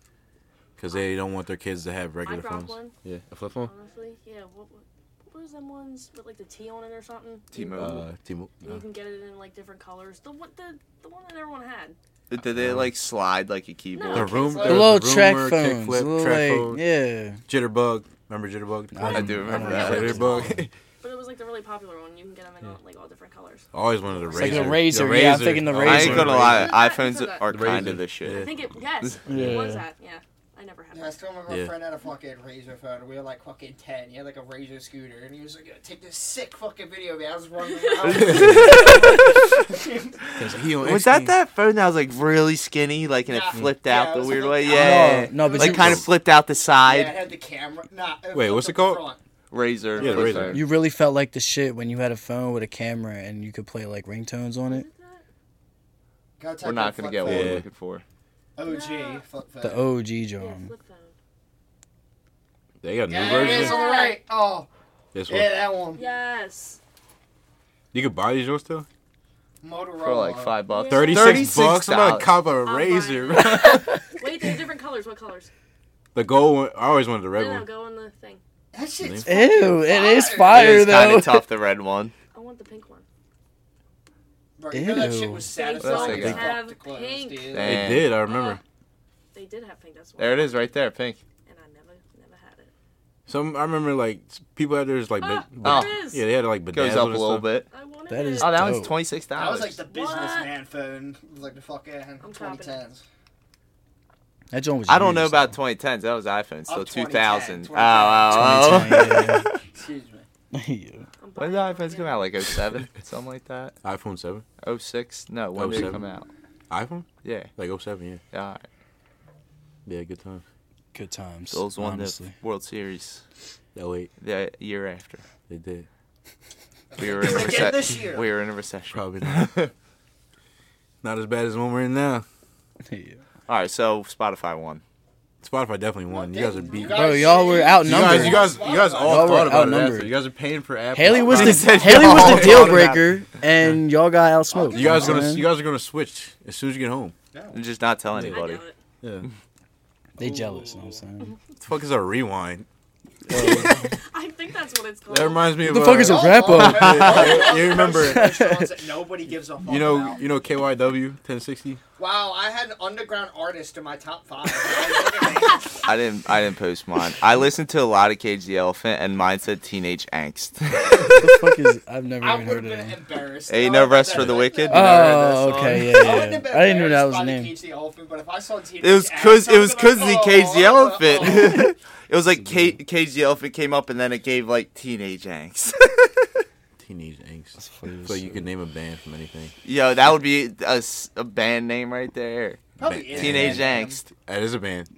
Speaker 1: because they don't want their kids to have regular
Speaker 7: brought
Speaker 1: phones.
Speaker 7: one.
Speaker 1: Yeah, a flip phone.
Speaker 7: Honestly, yeah. What, what was them ones with like the T on it or something?
Speaker 5: T-Mobile.
Speaker 1: Uh, T-Mobile.
Speaker 7: And you can get it in like different colors. The one, the, the one that everyone had.
Speaker 5: Did they like slide like a keyboard?
Speaker 1: The room,
Speaker 10: The
Speaker 1: there
Speaker 6: the
Speaker 1: was
Speaker 6: little
Speaker 1: a
Speaker 6: track
Speaker 1: rumor,
Speaker 6: phones.
Speaker 1: kickflip,
Speaker 6: the little,
Speaker 1: track
Speaker 6: like,
Speaker 1: phone,
Speaker 6: yeah.
Speaker 1: jitterbug. Remember jitterbug?
Speaker 5: I do remember
Speaker 7: Yeah.
Speaker 5: that.
Speaker 1: Jitterbug.
Speaker 7: But it was like the really popular one. You can get them in all, like all different colors.
Speaker 1: I always wanted a razor.
Speaker 6: like a razor, yeah, I'm thinking the
Speaker 1: I
Speaker 5: I
Speaker 1: always
Speaker 5: ain't
Speaker 6: razor.
Speaker 1: wanted
Speaker 5: gonna
Speaker 1: a
Speaker 5: lie,
Speaker 7: Razor.
Speaker 5: iPhones are
Speaker 1: Razor.
Speaker 5: kind of the shit.
Speaker 7: I think it. Yes. It was that. Yeah. I never had
Speaker 10: Yeah, I
Speaker 7: that.
Speaker 10: still remember
Speaker 1: Yeah.
Speaker 10: a friend had a fucking Razor phone. We were like fucking ten. He had like a Razor scooter, and he was like, "Take this sick fucking video of me." I was running around.
Speaker 1: razor. He on
Speaker 5: Was that
Speaker 1: X-Games.
Speaker 5: that phone that was like really skinny, like and it
Speaker 10: Yeah.
Speaker 5: flipped
Speaker 10: Yeah,
Speaker 5: out
Speaker 10: it
Speaker 5: the
Speaker 10: was
Speaker 5: weird
Speaker 10: like-
Speaker 5: way?
Speaker 10: No,
Speaker 5: Yeah,
Speaker 6: No, but
Speaker 5: like
Speaker 6: you,
Speaker 5: kind of flipped out the
Speaker 10: yeah,
Speaker 5: side.
Speaker 10: it had the camera. Nah, it
Speaker 1: Wait,
Speaker 10: flipped
Speaker 1: what's
Speaker 10: up
Speaker 1: it called?
Speaker 10: the front.
Speaker 5: Razor.
Speaker 1: Yeah, the
Speaker 5: flip
Speaker 1: Razor.
Speaker 5: phone.
Speaker 6: you really felt like the shit when you had a phone with a camera and you could play like ringtones on it.
Speaker 10: Go type
Speaker 5: We're
Speaker 10: in
Speaker 5: not gonna
Speaker 10: flip
Speaker 5: get what
Speaker 10: phone.
Speaker 1: Yeah.
Speaker 5: we're looking for.
Speaker 10: OG flip phone.
Speaker 6: The OG
Speaker 7: Yeah,
Speaker 6: John.
Speaker 7: flip phone.
Speaker 1: They got new
Speaker 10: Yeah, it is
Speaker 1: versions.
Speaker 10: on the right. Oh,
Speaker 1: This one.
Speaker 10: yeah, that one.
Speaker 7: Yes.
Speaker 1: You could buy these yours still.
Speaker 10: Motorola.
Speaker 5: for like five bucks.
Speaker 1: Thirty-six bucks. I'm gonna
Speaker 5: $36.
Speaker 1: cop a
Speaker 7: buying
Speaker 1: razor.
Speaker 7: Wait, they're different colors. What colors?
Speaker 1: the gold one. I always wanted the red
Speaker 7: no, no,
Speaker 1: one.
Speaker 7: go on the thing.
Speaker 10: That shit's
Speaker 6: Ew, it is
Speaker 5: It
Speaker 6: fire
Speaker 5: is kind
Speaker 6: though.
Speaker 5: of tough. The red one.
Speaker 7: I want the pink one.
Speaker 10: Bro, you know that
Speaker 6: Ew.
Speaker 10: shit was
Speaker 7: They
Speaker 10: satisfying.
Speaker 5: That's like
Speaker 7: don't
Speaker 10: as
Speaker 5: a-
Speaker 10: fuck
Speaker 7: have
Speaker 10: to close,
Speaker 7: pink.
Speaker 10: dude.
Speaker 5: Damn.
Speaker 1: It did. I remember.
Speaker 7: Ah. They did have pink. That's why.
Speaker 5: There it is, right there, pink.
Speaker 7: And I never, never had it.
Speaker 1: Some I remember like people out there just like
Speaker 7: Ah,
Speaker 1: be-
Speaker 5: Oh.
Speaker 7: there it is.
Speaker 1: yeah they had like bedazzled
Speaker 5: Goes up a
Speaker 1: and
Speaker 5: little
Speaker 1: stuff.
Speaker 5: bit.
Speaker 7: I wanted
Speaker 6: That
Speaker 7: it.
Speaker 6: is-
Speaker 5: Oh, that one's
Speaker 6: Dope.
Speaker 5: twenty six
Speaker 10: That was
Speaker 5: dollars.
Speaker 10: like the businessman phone, like the fucking
Speaker 7: copping it.
Speaker 10: 2010s.
Speaker 6: That joint was
Speaker 5: I don't know
Speaker 6: used.
Speaker 5: about 2010s. That was iPhone. So
Speaker 10: Oh,
Speaker 5: 2000.
Speaker 10: 2010,
Speaker 5: Oh, oh, oh.
Speaker 6: 2010,
Speaker 10: Excuse me.
Speaker 6: yeah.
Speaker 7: I'm
Speaker 5: When
Speaker 7: buying
Speaker 5: did the
Speaker 7: it.
Speaker 5: iPhones come out? Like 07? Something like that?
Speaker 1: iPhone seven.
Speaker 5: 06? No, when did it
Speaker 1: 07.
Speaker 5: come out?
Speaker 1: iPhone
Speaker 5: Yeah.
Speaker 1: like 07, Yeah,
Speaker 5: All right.
Speaker 1: yeah, good time.
Speaker 6: Good times.
Speaker 5: Bills won the
Speaker 6: honestly.
Speaker 5: World Series
Speaker 1: Oh wait,
Speaker 5: the year after.
Speaker 1: they did
Speaker 5: We were in a
Speaker 10: Again this
Speaker 5: recession.
Speaker 10: year.
Speaker 5: We were in a recession.
Speaker 1: probably not. not as bad as the one we're in now.
Speaker 6: Yeah.
Speaker 5: All right, so Spotify won.
Speaker 1: Spotify definitely won. You guys are beat.
Speaker 6: Bro, y'all were
Speaker 1: You guys,
Speaker 6: outnumbered.
Speaker 1: you guys, you guys all
Speaker 6: Y'all were
Speaker 1: thought about it.
Speaker 6: outnumbered.
Speaker 1: after. You guys are paying for Apple.
Speaker 6: Haley was
Speaker 5: He
Speaker 6: the
Speaker 5: said
Speaker 6: Haley was
Speaker 5: y'all
Speaker 6: the deal
Speaker 5: were
Speaker 6: breaker, and y'all got outsmoked.
Speaker 1: You guys are gonna,
Speaker 6: man.
Speaker 1: you guys are gonna switch as soon as you get home.
Speaker 5: I'm just not telling
Speaker 7: I
Speaker 5: anybody.
Speaker 7: doubt it.
Speaker 1: Yeah.
Speaker 6: they jealous. You know what I'm saying?
Speaker 1: the fuck is a rewind?
Speaker 7: I think that's what it's called.
Speaker 1: That reminds me of
Speaker 6: the
Speaker 1: uh,
Speaker 6: fuck is a wrap up?
Speaker 1: you, you remember?
Speaker 10: Oh, Restaurants that nobody gives a fuck
Speaker 1: You know,
Speaker 10: about.
Speaker 1: you know KYW 1060.
Speaker 10: Wow, I had an underground artist in my top five.
Speaker 5: I didn't. I didn't post mine. I listened to a lot of Cage the Elephant, and mine said teenage angst.
Speaker 6: the fuck is? I've never
Speaker 10: I
Speaker 6: even heard
Speaker 10: would have
Speaker 6: of
Speaker 10: been
Speaker 6: that.
Speaker 10: embarrassed.
Speaker 5: Ain't
Speaker 10: I
Speaker 5: no
Speaker 10: would've
Speaker 5: rest
Speaker 10: been
Speaker 5: for the
Speaker 10: like,
Speaker 5: wicked.
Speaker 10: "Look,
Speaker 5: Never heard
Speaker 6: Oh,
Speaker 5: that
Speaker 6: okay,
Speaker 5: song.
Speaker 10: I
Speaker 6: yeah,
Speaker 10: wouldn't
Speaker 6: yeah.
Speaker 10: have been
Speaker 6: I didn't know that
Speaker 10: embarrassed
Speaker 6: was the
Speaker 10: by the
Speaker 6: name.
Speaker 10: Cage the Elephant, but if I saw Teenage
Speaker 5: It was
Speaker 10: Axe,
Speaker 5: cause
Speaker 10: I
Speaker 5: it
Speaker 10: would've
Speaker 5: was
Speaker 10: been
Speaker 5: cause the
Speaker 10: like,
Speaker 5: Cage the
Speaker 10: "Oh, oh, oh, oh."
Speaker 5: Elephant. It was like Ca- Cage the Elephant came up, and then it gave like teenage angst.
Speaker 1: Teenage angst. So you could name a band from anything.
Speaker 5: Yo, that would be a, s- a band name right there.
Speaker 10: Probably is.
Speaker 5: Teenage
Speaker 10: Man.
Speaker 5: angst.
Speaker 1: That is a band.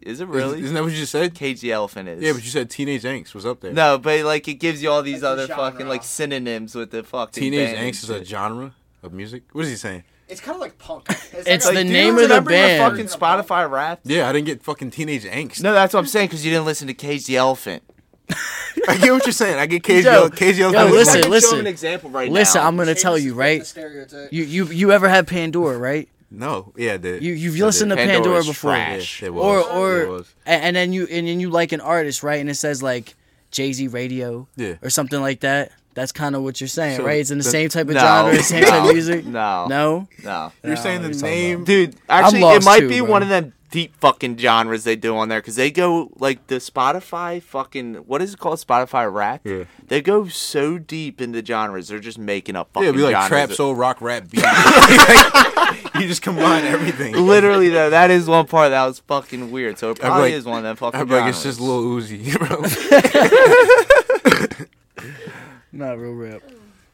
Speaker 5: Is it
Speaker 1: Really?
Speaker 5: really?
Speaker 1: Isn't that what you just said?
Speaker 5: Cage the Elephant is.
Speaker 1: Yeah, but you said teenage angst was up there.
Speaker 5: no, but like it gives you all these
Speaker 10: That's a
Speaker 5: other
Speaker 10: genre.
Speaker 5: fucking like synonyms with the fucking
Speaker 1: Teenage
Speaker 5: band and
Speaker 1: angst is a
Speaker 5: shit.
Speaker 1: genre of music. What is he saying?
Speaker 10: It's kind of like punk.
Speaker 6: It's
Speaker 10: like
Speaker 6: the
Speaker 5: do you
Speaker 6: name of the
Speaker 5: remember
Speaker 6: band.
Speaker 5: fucking Spotify rap.
Speaker 1: Yeah, I didn't get fucking teenage angst.
Speaker 5: No, that's what I'm saying because you didn't listen to Cage the Elephant.
Speaker 1: I get what you're saying. I get KGL.
Speaker 6: Yo,
Speaker 1: KGL.
Speaker 6: yo, listen,
Speaker 5: I can show
Speaker 6: listen.
Speaker 5: him an example right
Speaker 6: Listen,
Speaker 5: now.
Speaker 6: I'm gonna tell you right. You you you ever had Pandora right?
Speaker 1: No, yeah, the,
Speaker 6: You you've listened to
Speaker 5: Pandora
Speaker 6: Pandora
Speaker 5: is
Speaker 6: before.
Speaker 5: trash.
Speaker 1: it
Speaker 6: or
Speaker 1: was. It
Speaker 6: or
Speaker 1: was.
Speaker 6: a- and then you and then you like an artist, right? And it says like Jay Z Radio
Speaker 1: Yeah.
Speaker 6: or something like that. That's kind of what you're saying,
Speaker 1: So
Speaker 6: right? It's in the
Speaker 1: the-
Speaker 6: same type of
Speaker 5: No,
Speaker 6: genre, same type
Speaker 5: no,
Speaker 6: of music.
Speaker 5: no.
Speaker 6: no.
Speaker 5: No.
Speaker 1: you're saying the name.
Speaker 5: Dude, actually, it
Speaker 6: lost
Speaker 5: might
Speaker 6: too,
Speaker 5: be
Speaker 6: bro.
Speaker 5: one of them deep fucking genres they do on there because they go like the Spotify fucking what is it called Spotify rap?
Speaker 1: Yeah.
Speaker 5: They go so deep into genres they're just making up
Speaker 1: Yeah,
Speaker 5: fucking
Speaker 1: it'd be like
Speaker 5: genres.
Speaker 1: trap, soul, rock, rap, beat. Like, you just combine everything.
Speaker 5: Literally though, that is one part that was fucking weird. So it
Speaker 1: I'm
Speaker 5: probably
Speaker 1: like-
Speaker 5: is one of them fucking.
Speaker 1: I'm like, it's
Speaker 5: genres.
Speaker 1: just Lil Uzi, bro.
Speaker 6: Not real rap.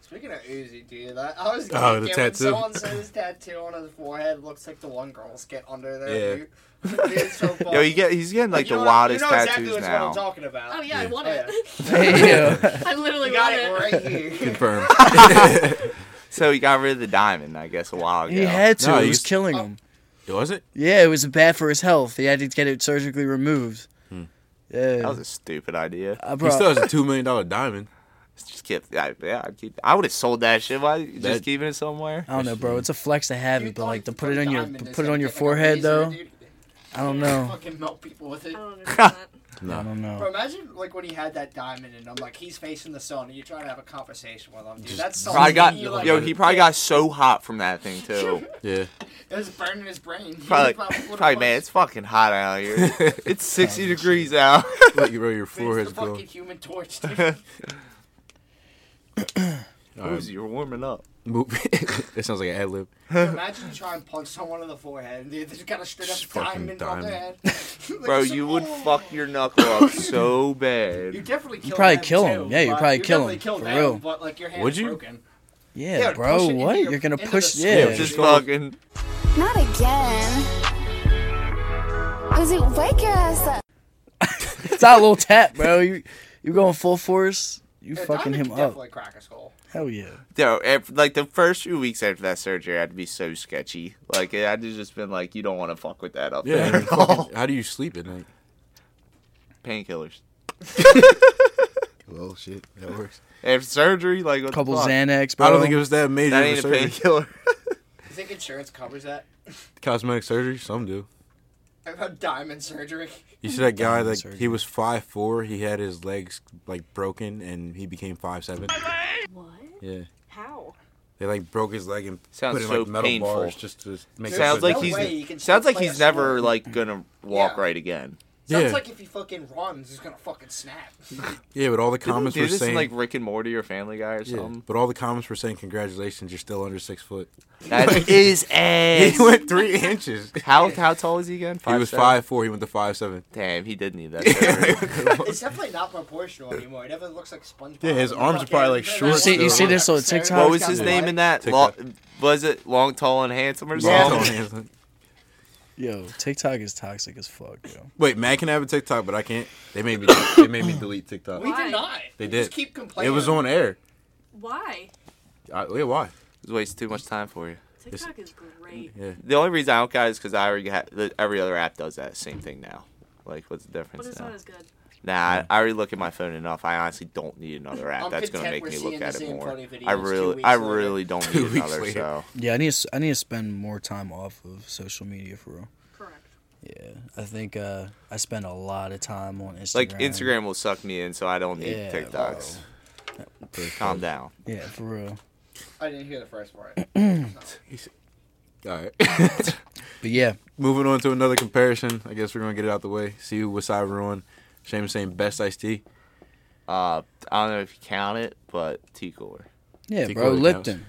Speaker 10: Speaking of Uzi, dude, I, I was
Speaker 1: Oh,
Speaker 10: thinking
Speaker 1: the
Speaker 10: when
Speaker 1: tattoo.
Speaker 10: someone said his tattoo on his forehead looks like the one girls get under there.
Speaker 1: Yeah.
Speaker 10: dude. Dude, it's so funny.
Speaker 5: Yo, he get, he's getting like
Speaker 10: You
Speaker 5: the
Speaker 10: know what-
Speaker 5: wildest
Speaker 10: you know
Speaker 5: tattoos
Speaker 10: exactly which one I'm
Speaker 5: now.
Speaker 10: talking about.
Speaker 7: Oh yeah, I want
Speaker 10: Oh,
Speaker 7: it. I literally
Speaker 10: You got
Speaker 7: want it.
Speaker 10: it right here.
Speaker 1: Confirmed.
Speaker 5: So he got rid of the diamond, I guess, a while ago.
Speaker 6: He had to.
Speaker 1: No,
Speaker 6: it
Speaker 1: you
Speaker 6: was
Speaker 1: s-
Speaker 6: killing him.
Speaker 1: Was it?
Speaker 6: Yeah, it was bad for his health. He had to get it surgically removed.
Speaker 5: That
Speaker 6: Yeah. Uh,
Speaker 5: was a stupid idea.
Speaker 6: I
Speaker 1: He
Speaker 6: brought,
Speaker 1: still has a two million dollar diamond.
Speaker 5: Just keep, I, yeah, I'd keep. I would have sold that shit. Why just
Speaker 1: That-
Speaker 5: keeping it somewhere?
Speaker 6: I don't know, bro. It's a flex to have
Speaker 10: You
Speaker 6: it, but
Speaker 10: thought
Speaker 6: like to
Speaker 10: the
Speaker 6: put it on your
Speaker 10: diamond is
Speaker 6: put it
Speaker 10: like
Speaker 6: on your
Speaker 10: getting a
Speaker 6: forehead
Speaker 10: razor,
Speaker 6: though.
Speaker 10: dude.
Speaker 6: I don't know.
Speaker 10: Fucking melt people with it.
Speaker 7: I don't understand that.
Speaker 6: I don't
Speaker 10: Bro,
Speaker 6: know.
Speaker 10: imagine like when he had that diamond, and I'm like, he's facing the sun, and you're trying to have a conversation with him. Dude, that's something.
Speaker 5: Probably got
Speaker 10: you, like,
Speaker 5: yo. He probably got so hot from that thing too.
Speaker 1: Yeah.
Speaker 10: It was burning his brain. He
Speaker 5: Probably,
Speaker 10: was what the
Speaker 5: probably
Speaker 10: fuck?
Speaker 5: man, it's fucking hot out here. It's
Speaker 1: Oh,
Speaker 5: sixty degrees out.
Speaker 1: Like, bro, your
Speaker 10: Dude, it's
Speaker 1: forehead's
Speaker 10: the fucking
Speaker 1: glowing.
Speaker 10: human torch. Dude.
Speaker 5: Uzi, you're warming up.
Speaker 1: Move- it sounds like an ad lib.
Speaker 10: Imagine you try and punch someone in the forehead, and they just got a straight
Speaker 1: Just
Speaker 10: up
Speaker 1: fucking
Speaker 10: diamond, on their head.
Speaker 1: diamond.
Speaker 10: Like,
Speaker 5: Bro,
Speaker 10: it's
Speaker 5: you
Speaker 10: like,
Speaker 5: would
Speaker 10: oh.
Speaker 5: fuck your knuckle up so
Speaker 10: You
Speaker 5: bad.
Speaker 10: definitely kill
Speaker 6: probably
Speaker 10: them,
Speaker 6: kill
Speaker 10: too,
Speaker 6: 'em. Yeah, you'd
Speaker 10: but
Speaker 6: probably
Speaker 10: you
Speaker 6: kill
Speaker 10: definitely
Speaker 6: 'em,
Speaker 10: kill
Speaker 6: for
Speaker 10: them,
Speaker 6: real.
Speaker 10: But like your hand
Speaker 1: Would
Speaker 10: is
Speaker 1: you?
Speaker 10: broken.
Speaker 6: Yeah,
Speaker 10: Yeah,
Speaker 6: bro.
Speaker 10: push it into
Speaker 6: What?
Speaker 10: your-
Speaker 6: You're gonna
Speaker 10: into the
Speaker 6: push?
Speaker 10: skin.
Speaker 6: Yeah.
Speaker 1: Yeah,
Speaker 5: Just
Speaker 1: Just go-
Speaker 5: fucking.
Speaker 12: Not again. Uzi, wake your ass up.
Speaker 6: It's not a little tap, bro. You you going full force? You
Speaker 10: Yeah,
Speaker 6: fucking
Speaker 10: diamond
Speaker 6: him
Speaker 10: can
Speaker 6: up.
Speaker 10: Definitely crack a skull.
Speaker 6: Hell yeah.
Speaker 5: Yo, ev- like the first few weeks after that surgery, I'd be so sketchy. Like I'd just been like, you don't want to fuck with that up
Speaker 1: Yeah.
Speaker 5: there
Speaker 1: and
Speaker 5: at all.
Speaker 1: fucking- how do you sleep at night?
Speaker 5: painkillers.
Speaker 1: well, shit, that works.
Speaker 5: After surgery, like what the
Speaker 6: Couple
Speaker 5: fuck?
Speaker 6: Xanax, I don't bro. think it
Speaker 1: was that major
Speaker 5: That
Speaker 1: of a
Speaker 5: ain't a
Speaker 1: surgery.
Speaker 5: painkiller.
Speaker 10: You think insurance covers that?
Speaker 1: Cosmetic surgery, some do.
Speaker 10: I've had diamond surgery.
Speaker 1: You see that guy
Speaker 6: Diamond
Speaker 1: that
Speaker 6: surgery.
Speaker 1: he was five four. He had his legs like broken, and he became five seven.
Speaker 7: What?
Speaker 1: Yeah,
Speaker 7: How?
Speaker 1: they like broke his leg and
Speaker 5: Sounds
Speaker 1: put in
Speaker 5: so
Speaker 1: like metal
Speaker 5: painful.
Speaker 1: bars just to make. it
Speaker 5: sounds
Speaker 1: look
Speaker 5: like
Speaker 10: no
Speaker 5: he's
Speaker 10: way you can
Speaker 5: sounds
Speaker 10: still
Speaker 5: like
Speaker 10: play
Speaker 5: he's
Speaker 10: a
Speaker 5: never
Speaker 10: sport.
Speaker 5: like gonna walk
Speaker 10: Yeah.
Speaker 5: right again.
Speaker 10: Sounds
Speaker 1: Yeah.
Speaker 10: like if he fucking runs, he's gonna fucking snap.
Speaker 1: Yeah, but all the
Speaker 5: Didn't
Speaker 1: comments
Speaker 5: they do
Speaker 1: were
Speaker 5: this in,
Speaker 1: saying
Speaker 5: like um, Rick and Morty or Family Guy or
Speaker 1: Yeah,
Speaker 5: something.
Speaker 1: but all the comments were saying congratulations, you're still under six foot.
Speaker 5: That is ass.
Speaker 1: He went three inches.
Speaker 5: How how tall is he again?
Speaker 1: he was
Speaker 5: seven?
Speaker 1: five four. He went to five seven.
Speaker 5: Damn, he did need that. surgery.
Speaker 10: it's definitely not proportional anymore. It definitely looks like SpongeBob.
Speaker 1: Yeah, his
Speaker 10: You
Speaker 1: arms are
Speaker 10: fucking-
Speaker 1: probably, like,
Speaker 10: that
Speaker 1: short
Speaker 10: one
Speaker 1: still. You see- you see
Speaker 6: this on
Speaker 10: Sarah
Speaker 6: TikTok?
Speaker 5: what was
Speaker 10: got
Speaker 5: his
Speaker 10: the
Speaker 5: name
Speaker 10: butt.
Speaker 5: in that? Lo-
Speaker 1: TikTok.
Speaker 5: was it long, tall, and handsome or
Speaker 1: Yeah.
Speaker 5: something?
Speaker 6: Yo, TikTok is toxic as fuck, yo.
Speaker 1: Wait, Matt can have a TikTok, but I can't. They made me. they made me delete TikTok.
Speaker 10: We did not.
Speaker 1: They
Speaker 10: We
Speaker 1: did.
Speaker 10: Just keep
Speaker 1: It
Speaker 10: complaining.
Speaker 1: was on air.
Speaker 7: Why?
Speaker 1: I, yeah, why?
Speaker 5: It wastes too much time for you.
Speaker 7: TikTok is great.
Speaker 1: Yeah.
Speaker 5: The only reason I don't got it is because I already got the- every other app does that same thing now. Like, what's the
Speaker 7: But
Speaker 5: difference
Speaker 7: it's
Speaker 5: now?
Speaker 7: not as good.
Speaker 5: Nah, I, I already look at my phone enough. I honestly don't need another app.
Speaker 10: I'm
Speaker 5: That's gonna make
Speaker 10: content we're
Speaker 5: me look
Speaker 10: seeing
Speaker 5: at
Speaker 10: the
Speaker 5: it
Speaker 10: same
Speaker 5: more.
Speaker 10: funny videos
Speaker 5: I
Speaker 10: two
Speaker 5: really,
Speaker 10: weeks
Speaker 5: I
Speaker 10: later.
Speaker 5: really don't
Speaker 1: Two
Speaker 5: need
Speaker 1: weeks
Speaker 5: another.
Speaker 1: later.
Speaker 5: So
Speaker 6: Yeah, I need to, s- I need to spend more time off of social media for real.
Speaker 7: Correct.
Speaker 6: Yeah, I think uh, I spend a lot of time on Instagram.
Speaker 5: like Instagram will suck me in, so I don't need
Speaker 6: Yeah,
Speaker 5: TikToks. Calm down.
Speaker 6: Yeah, for real.
Speaker 10: I didn't hear the first part. So,
Speaker 1: All right.
Speaker 6: But yeah,
Speaker 1: Moving on to another comparison. I guess we're gonna get it out the way. See what side we're on. Shame saying best iced tea.
Speaker 5: Uh, I don't know if you count it, but tea cooler.
Speaker 6: yeah,
Speaker 1: Take
Speaker 6: bro.
Speaker 1: all the counts.
Speaker 6: Lipton.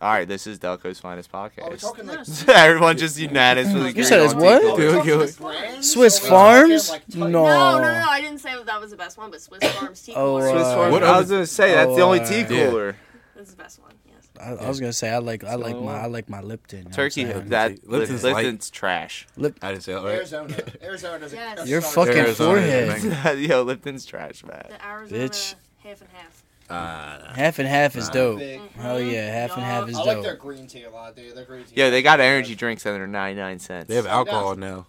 Speaker 5: All right, this is Delco's finest
Speaker 10: are Oh, we
Speaker 5: podcast.
Speaker 10: talking like?
Speaker 5: Everyone just unanimously. agreed
Speaker 6: said
Speaker 5: on
Speaker 6: it's
Speaker 5: tea
Speaker 6: what?
Speaker 5: cooler.
Speaker 10: are we
Speaker 1: Dude,
Speaker 10: talking
Speaker 1: yo-
Speaker 10: like brands?
Speaker 6: Swiss
Speaker 10: Are we talking
Speaker 6: Farms?
Speaker 10: like type-
Speaker 6: No.
Speaker 7: No, no, no. I didn't say that was the best one, but Swiss Farms Tea
Speaker 6: Oh,
Speaker 7: Cooler.
Speaker 6: uh,
Speaker 5: That's what
Speaker 1: What
Speaker 5: I
Speaker 1: other-
Speaker 5: was gonna say. That's the
Speaker 6: Oh,
Speaker 5: only tea
Speaker 6: alright.
Speaker 1: Yeah.
Speaker 5: cooler.
Speaker 7: That's the best one. Yes.
Speaker 6: I, I was gonna say I like I like
Speaker 5: So-
Speaker 6: my I like my Lipton. you know what I'm
Speaker 5: Turkey.
Speaker 6: saying?
Speaker 5: That
Speaker 1: Lipton's
Speaker 5: Lipton's,
Speaker 1: light.
Speaker 5: Lipton's trash.
Speaker 1: I didn't say that right.
Speaker 10: Arizona. Arizona's
Speaker 7: Yes.
Speaker 10: a
Speaker 6: Your
Speaker 10: sorry.
Speaker 6: fucking
Speaker 1: Arizona is
Speaker 6: forehead.
Speaker 1: amazing.
Speaker 5: Yo, Lipton's trash, man.
Speaker 7: The Arizona
Speaker 6: Bitch.
Speaker 7: half and half.
Speaker 1: Uh,
Speaker 6: Half and half is dope.
Speaker 10: Big.
Speaker 6: Hell yeah, half and half is
Speaker 10: I like their
Speaker 6: dope.
Speaker 10: green tea a lot, dude. Their green tea.
Speaker 5: Yo, they got energy drinks that are ninety nine cents.
Speaker 1: They have alcohol now.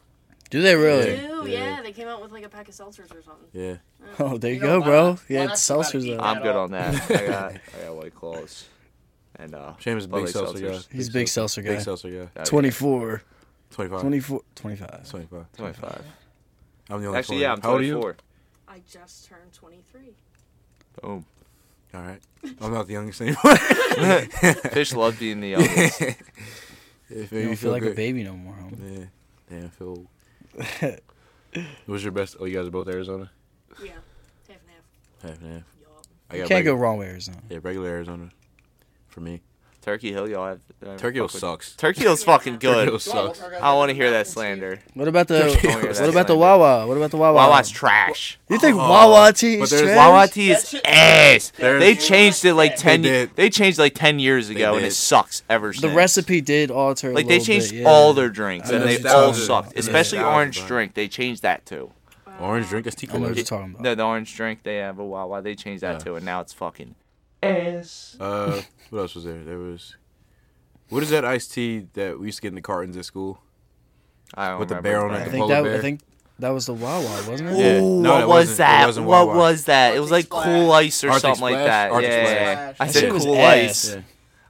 Speaker 6: Do they really?
Speaker 7: Ew,
Speaker 1: Yeah.
Speaker 7: yeah. they came out with like a pack of seltzers or something.
Speaker 1: Yeah.
Speaker 6: Oh, there you,
Speaker 10: You
Speaker 6: go,
Speaker 10: know why
Speaker 6: bro.
Speaker 10: not?
Speaker 6: Yeah,
Speaker 10: Why
Speaker 6: it's
Speaker 10: not somebody
Speaker 6: seltzers
Speaker 10: eat
Speaker 6: though.
Speaker 5: I'm
Speaker 10: at
Speaker 5: good
Speaker 10: all.
Speaker 5: on that. I got, I got white claws, and uh,
Speaker 1: Shame is a
Speaker 5: Bud
Speaker 1: big
Speaker 5: Light
Speaker 1: seltzer guy.
Speaker 5: seltzers.
Speaker 6: He's a big seltzer guy.
Speaker 1: Big seltzer guy.
Speaker 5: Oh, yeah.
Speaker 6: 24,
Speaker 1: 25.
Speaker 6: 24, 25.
Speaker 1: 25.
Speaker 5: 25.
Speaker 1: I'm the only
Speaker 5: Actually, yeah, I'm
Speaker 1: 20. How old are you?
Speaker 5: 24.
Speaker 7: I just turned 23.
Speaker 5: Boom.
Speaker 1: All right. I'm not the youngest anymore.
Speaker 5: Fish love being the youngest.
Speaker 1: It made
Speaker 6: You
Speaker 1: me
Speaker 6: don't feel like a
Speaker 1: good.
Speaker 6: baby no more, homie.
Speaker 1: Yeah. Damn, I feel. old. What was your best? Oh, you guys are both Arizona.
Speaker 7: Yeah, half and half.
Speaker 1: Half and half.
Speaker 7: Yup.
Speaker 1: I
Speaker 6: You
Speaker 1: got
Speaker 6: can't go
Speaker 1: regu-
Speaker 6: wrong with Arizona.
Speaker 1: Yeah, regular Arizona. For me,
Speaker 5: Turkey Hill, y'all have. uh,
Speaker 1: Turkey Hill
Speaker 5: fuck with-
Speaker 1: sucks.
Speaker 5: Turkey Hill's fucking
Speaker 1: Turkey Hill
Speaker 5: good.
Speaker 1: sucks.
Speaker 5: I want to hear that slander.
Speaker 6: What about the
Speaker 5: Don't hear
Speaker 6: What
Speaker 5: that
Speaker 6: about the
Speaker 5: slander.
Speaker 6: Wawa? What about the Wawa?
Speaker 5: Wawa's trash.
Speaker 6: You think Wawa tea
Speaker 1: but
Speaker 6: is
Speaker 1: there's
Speaker 6: trash?
Speaker 5: Oh, Wawa tea is
Speaker 10: shit-
Speaker 5: ass.
Speaker 1: There's-
Speaker 5: They changed it like
Speaker 10: They
Speaker 5: ten. They,
Speaker 1: did.
Speaker 5: they changed like ten years ago, and
Speaker 1: did.
Speaker 5: it sucks ever
Speaker 6: the
Speaker 5: since.
Speaker 6: recipe did alter. a
Speaker 5: Like they
Speaker 6: little
Speaker 5: changed
Speaker 6: bit, yeah.
Speaker 5: all their drinks,
Speaker 1: And
Speaker 5: and they
Speaker 1: nostalgia.
Speaker 5: all sucked.
Speaker 1: And
Speaker 5: Especially
Speaker 1: nostalgia.
Speaker 5: orange drink. They changed that too.
Speaker 1: orange drink is tea
Speaker 6: I know
Speaker 1: color.
Speaker 6: what you're talking about.
Speaker 5: No, the orange drink they have a Wawa. They changed that too, and now it's fucking.
Speaker 1: Uh, what else was there? There was. What is that iced tea that we used to get in the cartons at school?
Speaker 5: I don't
Speaker 1: With the
Speaker 5: remember
Speaker 1: barrel
Speaker 5: his
Speaker 1: neck.
Speaker 6: I
Speaker 5: name.
Speaker 6: think
Speaker 1: Polar
Speaker 6: that I
Speaker 1: bear.
Speaker 6: think that was the Wawa, wasn't it?
Speaker 1: Yeah.
Speaker 5: Ooh,
Speaker 1: No,
Speaker 5: what
Speaker 1: it
Speaker 5: was
Speaker 1: wasn't- it
Speaker 5: that?
Speaker 1: wasn't
Speaker 5: What
Speaker 1: Wawa.
Speaker 5: was that? It was like
Speaker 10: Arctic
Speaker 5: cool
Speaker 10: Splash.
Speaker 5: ice or
Speaker 1: Arctic
Speaker 5: something like
Speaker 1: Splash,
Speaker 5: that.
Speaker 1: Arctic
Speaker 5: yeah,
Speaker 10: Splash.
Speaker 5: I
Speaker 10: That
Speaker 5: said
Speaker 6: shit was
Speaker 5: cool
Speaker 6: ass.
Speaker 5: ice.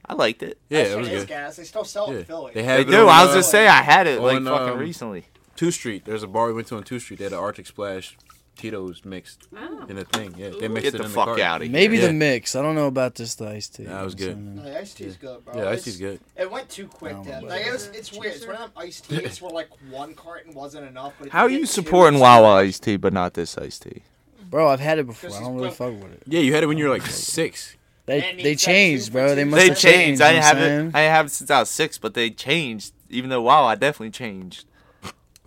Speaker 5: I liked it.
Speaker 1: Yeah,
Speaker 10: That
Speaker 1: it was
Speaker 10: shit is
Speaker 1: good.
Speaker 10: gas. They still sell it
Speaker 1: Yeah.
Speaker 10: in Philly.
Speaker 1: They
Speaker 5: They
Speaker 1: had it
Speaker 5: do.
Speaker 1: on,
Speaker 5: I was
Speaker 1: uh,
Speaker 5: gonna say I had it like
Speaker 1: on,
Speaker 5: fucking
Speaker 1: um,
Speaker 5: recently.
Speaker 1: Two Street. There's a bar we went to on Two Street. They had an Arctic Splash Tito's mixed
Speaker 7: Oh.
Speaker 1: in a thing. Yeah, they mixed
Speaker 5: Get
Speaker 1: it
Speaker 5: the
Speaker 1: in
Speaker 5: fuck
Speaker 1: carton.
Speaker 5: out of here.
Speaker 6: Maybe
Speaker 1: Yeah.
Speaker 6: the mix. I don't know about this the iced tea.
Speaker 1: Nah, it was
Speaker 6: you know what
Speaker 1: I'm
Speaker 6: I'm saying?
Speaker 10: Like, iced tea's good, bro.
Speaker 1: Yeah, iced
Speaker 10: It's-
Speaker 1: tea's good.
Speaker 10: It went too quick,
Speaker 6: No,
Speaker 10: then.
Speaker 6: but-
Speaker 10: Like, it was, it's weird. It's one of them iced teas where, like, one carton wasn't enough. But if
Speaker 5: How are
Speaker 10: get
Speaker 5: you
Speaker 10: two,
Speaker 5: supporting
Speaker 10: it's-
Speaker 5: Wawa iced tea but not this iced tea?
Speaker 6: Bro, I've had it before.
Speaker 10: This
Speaker 6: I
Speaker 10: is
Speaker 6: don't really
Speaker 10: broke.
Speaker 6: fuck with it.
Speaker 1: Yeah, you had it when you were like six.
Speaker 6: They
Speaker 10: And
Speaker 6: they
Speaker 10: he's got
Speaker 6: changed,
Speaker 10: two
Speaker 6: bro.
Speaker 10: for
Speaker 6: They
Speaker 10: two.
Speaker 6: must
Speaker 5: They
Speaker 6: have
Speaker 5: changed. I
Speaker 6: you know
Speaker 5: didn't
Speaker 6: what I'm
Speaker 5: have it. I
Speaker 6: saying?
Speaker 5: didn't have it since I was six, but they changed. Even though Wawa definitely changed.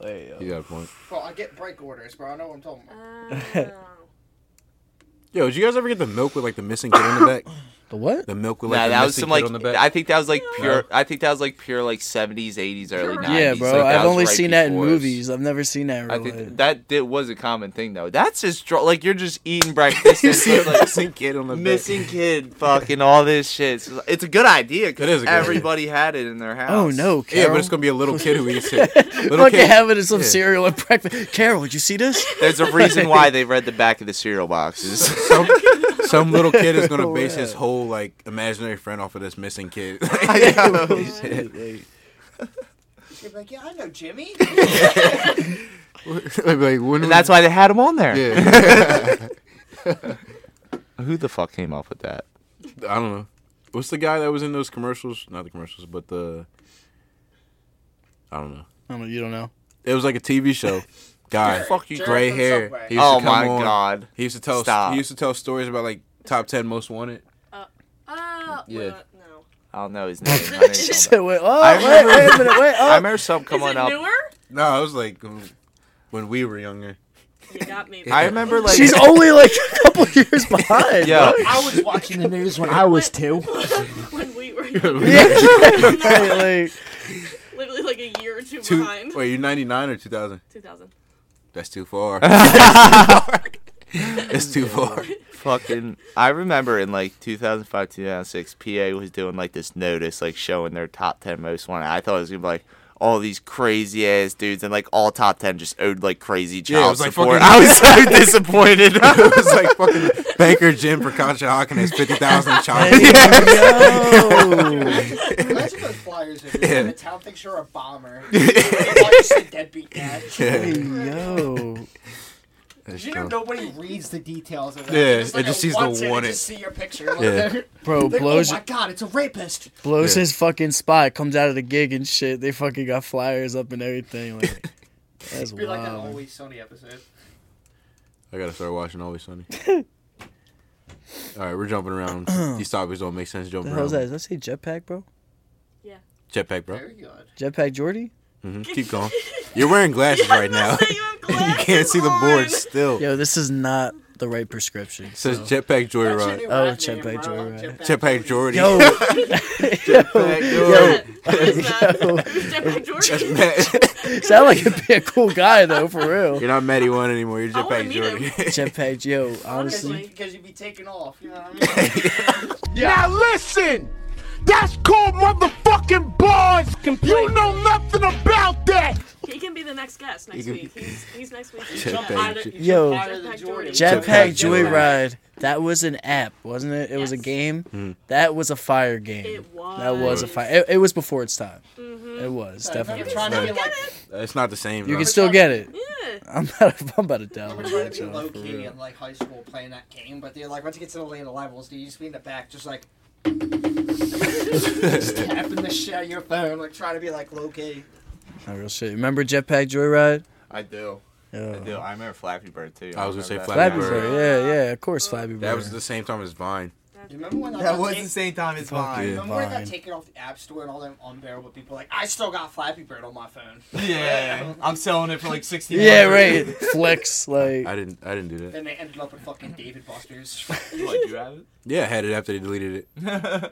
Speaker 1: You got a point.
Speaker 10: Bro, I get break orders, bro. I know what I'm talking about.
Speaker 7: Oh.
Speaker 1: Yo, did you guys ever get the milk with like the missing kid on the back?
Speaker 6: The what?
Speaker 1: The milk with
Speaker 5: Nah,
Speaker 1: like the
Speaker 5: that was
Speaker 1: misty
Speaker 5: some
Speaker 1: kid
Speaker 5: like.
Speaker 1: on the back.
Speaker 5: I think that was like pure.
Speaker 1: No?
Speaker 5: I think that was like pure like seventies, eighties, early nineties.
Speaker 6: yeah, bro. I've only seen that in movies. I've never seen that. in
Speaker 5: I
Speaker 6: real life.
Speaker 5: think that did, was a common thing though. That's just dr- like you're just eating breakfast. you see like,
Speaker 1: missing kid on the back.
Speaker 5: missing kid, fucking all this shit. It's, just- it's a good idea
Speaker 1: It is
Speaker 5: because
Speaker 1: a good idea.
Speaker 5: everybody had it in their house.
Speaker 6: Oh no, Carol.
Speaker 1: Yeah, but it's gonna be a little kid who eats it. Little
Speaker 6: Fucking
Speaker 1: kid.
Speaker 6: having some
Speaker 1: Yeah.
Speaker 6: cereal at breakfast. Carol, did you see this?
Speaker 5: There's a reason why they read the back of the cereal boxes.
Speaker 1: Some, some little kid is gonna base his whole like imaginary friend off of this missing kid.
Speaker 10: She'd be like, yeah, I know Jimmy.
Speaker 5: And that's why they had him on there.
Speaker 1: Yeah.
Speaker 5: Who the fuck came up with that?
Speaker 1: I don't know. What's the guy that was in those commercials? Not the commercials, but the I don't know.
Speaker 6: I don't know. You don't know.
Speaker 1: It was like a TV show. Guy,
Speaker 5: Fuck you,
Speaker 1: gray
Speaker 5: Jared from
Speaker 1: hair.
Speaker 5: Subway.
Speaker 1: He used to
Speaker 5: Oh
Speaker 1: come
Speaker 5: my
Speaker 1: on.
Speaker 5: God.
Speaker 1: He used to tell.
Speaker 5: Stop.
Speaker 1: He used to tell stories about like top ten most wanted.
Speaker 7: Uh,
Speaker 1: Yeah.
Speaker 7: wait, no.
Speaker 5: I don't know his name. I didn't
Speaker 6: She
Speaker 5: know
Speaker 6: said, "Wait, oh,
Speaker 5: I
Speaker 6: wait,
Speaker 5: remember-
Speaker 6: wait a minute, wait,
Speaker 5: I
Speaker 6: oh."
Speaker 5: remember some coming
Speaker 7: Is it
Speaker 5: up.
Speaker 7: newer?
Speaker 1: No, I was like mm, when we were younger.
Speaker 7: You got me.
Speaker 5: I remember like
Speaker 6: She's only like a couple years behind.
Speaker 5: Yo,
Speaker 10: I was watching the news when I was two.
Speaker 7: when we were
Speaker 6: Like,
Speaker 7: literally like a year or two,
Speaker 1: Two,
Speaker 7: behind.
Speaker 1: wait, you ninety nine or two thousand?
Speaker 7: 2000.
Speaker 1: That's too far. That's too far.
Speaker 5: fucking. I remember in like 2005, 2006, PA was doing like this notice, like showing their top 10 most wanted. I thought it was gonna be like all these crazy ass dudes, and like all top 10 just owed like crazy
Speaker 1: Yeah, it
Speaker 5: child
Speaker 1: was, like,
Speaker 5: support.
Speaker 1: fucking-
Speaker 5: I was so disappointed.
Speaker 1: it was like fucking banker Jim for Concha Hawkins fifty thousand child.
Speaker 6: yo.
Speaker 10: Imagine those flyers if you're
Speaker 1: Yeah.
Speaker 10: in a town thinks you're a bomber. Watch the deadbeat dad.
Speaker 1: Yeah.
Speaker 6: yo.
Speaker 10: Did you know nobody reads the details of that?
Speaker 1: Yeah,
Speaker 10: It's
Speaker 1: it just
Speaker 10: a
Speaker 1: sees the
Speaker 10: once in,
Speaker 1: one
Speaker 10: It
Speaker 1: it-
Speaker 10: just see your picture.
Speaker 1: Yeah.
Speaker 10: Yeah.
Speaker 6: Bro,
Speaker 10: Like,
Speaker 6: blows
Speaker 10: oh my god, it's a rapist.
Speaker 6: blows
Speaker 1: Yeah.
Speaker 6: his fucking spot, comes out of the gig and shit. They fucking got flyers up and everything. Like, that's
Speaker 10: It'd be like an
Speaker 6: wild.
Speaker 10: Always Sunny episode.
Speaker 1: I gotta start watching Always Sunny. All right, we're jumping around. These topics don't make sense.
Speaker 6: the
Speaker 1: Jumping
Speaker 6: hell's
Speaker 1: around.
Speaker 6: that? Does that say jetpack, bro?
Speaker 1: Jetpack, bro.
Speaker 10: Very good.
Speaker 6: Jetpack Jordy?
Speaker 1: hmm Keep going. You're wearing glasses right now.
Speaker 7: Say you have
Speaker 1: you
Speaker 7: glasses
Speaker 1: can't see the
Speaker 7: on.
Speaker 1: board still.
Speaker 6: Yo, this is not the right prescription.
Speaker 1: It says
Speaker 6: so-
Speaker 1: Jetpack
Speaker 10: That's your
Speaker 1: Joyride.
Speaker 10: new
Speaker 6: Oh,
Speaker 10: rap
Speaker 6: Jetpack
Speaker 10: name, bro.
Speaker 6: Joyride.
Speaker 1: Jetpack Jordy.
Speaker 6: Yo,
Speaker 7: Yo, who's that? Who's Jetpack
Speaker 1: That's
Speaker 7: Jordan?
Speaker 1: Matt.
Speaker 6: sound like you'd be a cool guy though, for real.
Speaker 1: You're not Matty One anymore. You're
Speaker 7: I wanna
Speaker 1: Jetpack
Speaker 7: meet
Speaker 1: Jordy.
Speaker 6: Jetpack, yo,
Speaker 10: Because
Speaker 6: honestly,
Speaker 10: you- because you'd be taking off. You know what I mean?
Speaker 3: Now listen! That's called motherfucking bars! You know nothing about that!
Speaker 7: He can be the next guest next
Speaker 1: can
Speaker 7: week. He's, he's next week.
Speaker 1: Jetpack
Speaker 7: Jetpack.
Speaker 1: Jordy.
Speaker 6: Yo. Jetpack
Speaker 1: Jetpack
Speaker 6: Joyride. That was an app, wasn't it? It was a
Speaker 7: Yes.
Speaker 6: game.
Speaker 5: Hmm.
Speaker 6: That was a fire game.
Speaker 7: It was. Mm-hmm.
Speaker 6: That was a fire. It, it was before its time. It was
Speaker 10: Remember
Speaker 6: definitely.
Speaker 10: trying to be like,
Speaker 1: It's not the same.
Speaker 6: You
Speaker 1: though.
Speaker 6: can still get it.
Speaker 7: Yeah.
Speaker 6: I'm about to, I'm about to
Speaker 10: remember
Speaker 6: download
Speaker 10: trying
Speaker 6: that.
Speaker 10: to be
Speaker 6: y'all.
Speaker 10: low key in like high school playing that game, but then like once you get to the later levels, dude, you just be in the back, just like just tapping the shit out of your phone, like trying to be like low key.
Speaker 6: No, real shit. Remember Jetpack Joyride?
Speaker 5: I do. I
Speaker 6: Yo.
Speaker 5: do. I remember Flappy Bird too.
Speaker 1: I was gonna say
Speaker 5: remember
Speaker 1: Flappy
Speaker 5: that.
Speaker 6: Flappy
Speaker 1: Bird.
Speaker 6: Bird. Yeah, yeah. Of course, Flappy Bird.
Speaker 1: That was the same time as Vine.
Speaker 10: You remember when like,
Speaker 5: That
Speaker 10: I
Speaker 5: was
Speaker 10: take-
Speaker 5: the same time as
Speaker 6: Fuck
Speaker 5: mine.
Speaker 6: yeah.
Speaker 10: Remember when I got
Speaker 6: Vine.
Speaker 10: taken off the app store and all them unbearable people like I still got Flappy Bird on my phone.
Speaker 5: Yeah, I'm selling it for like sixty.
Speaker 6: yeah, right. Flex like.
Speaker 1: I didn't. I didn't do that.
Speaker 10: Then they ended up in fucking David Buster's.
Speaker 5: What, you have it?
Speaker 1: Yeah, I had it after they deleted it.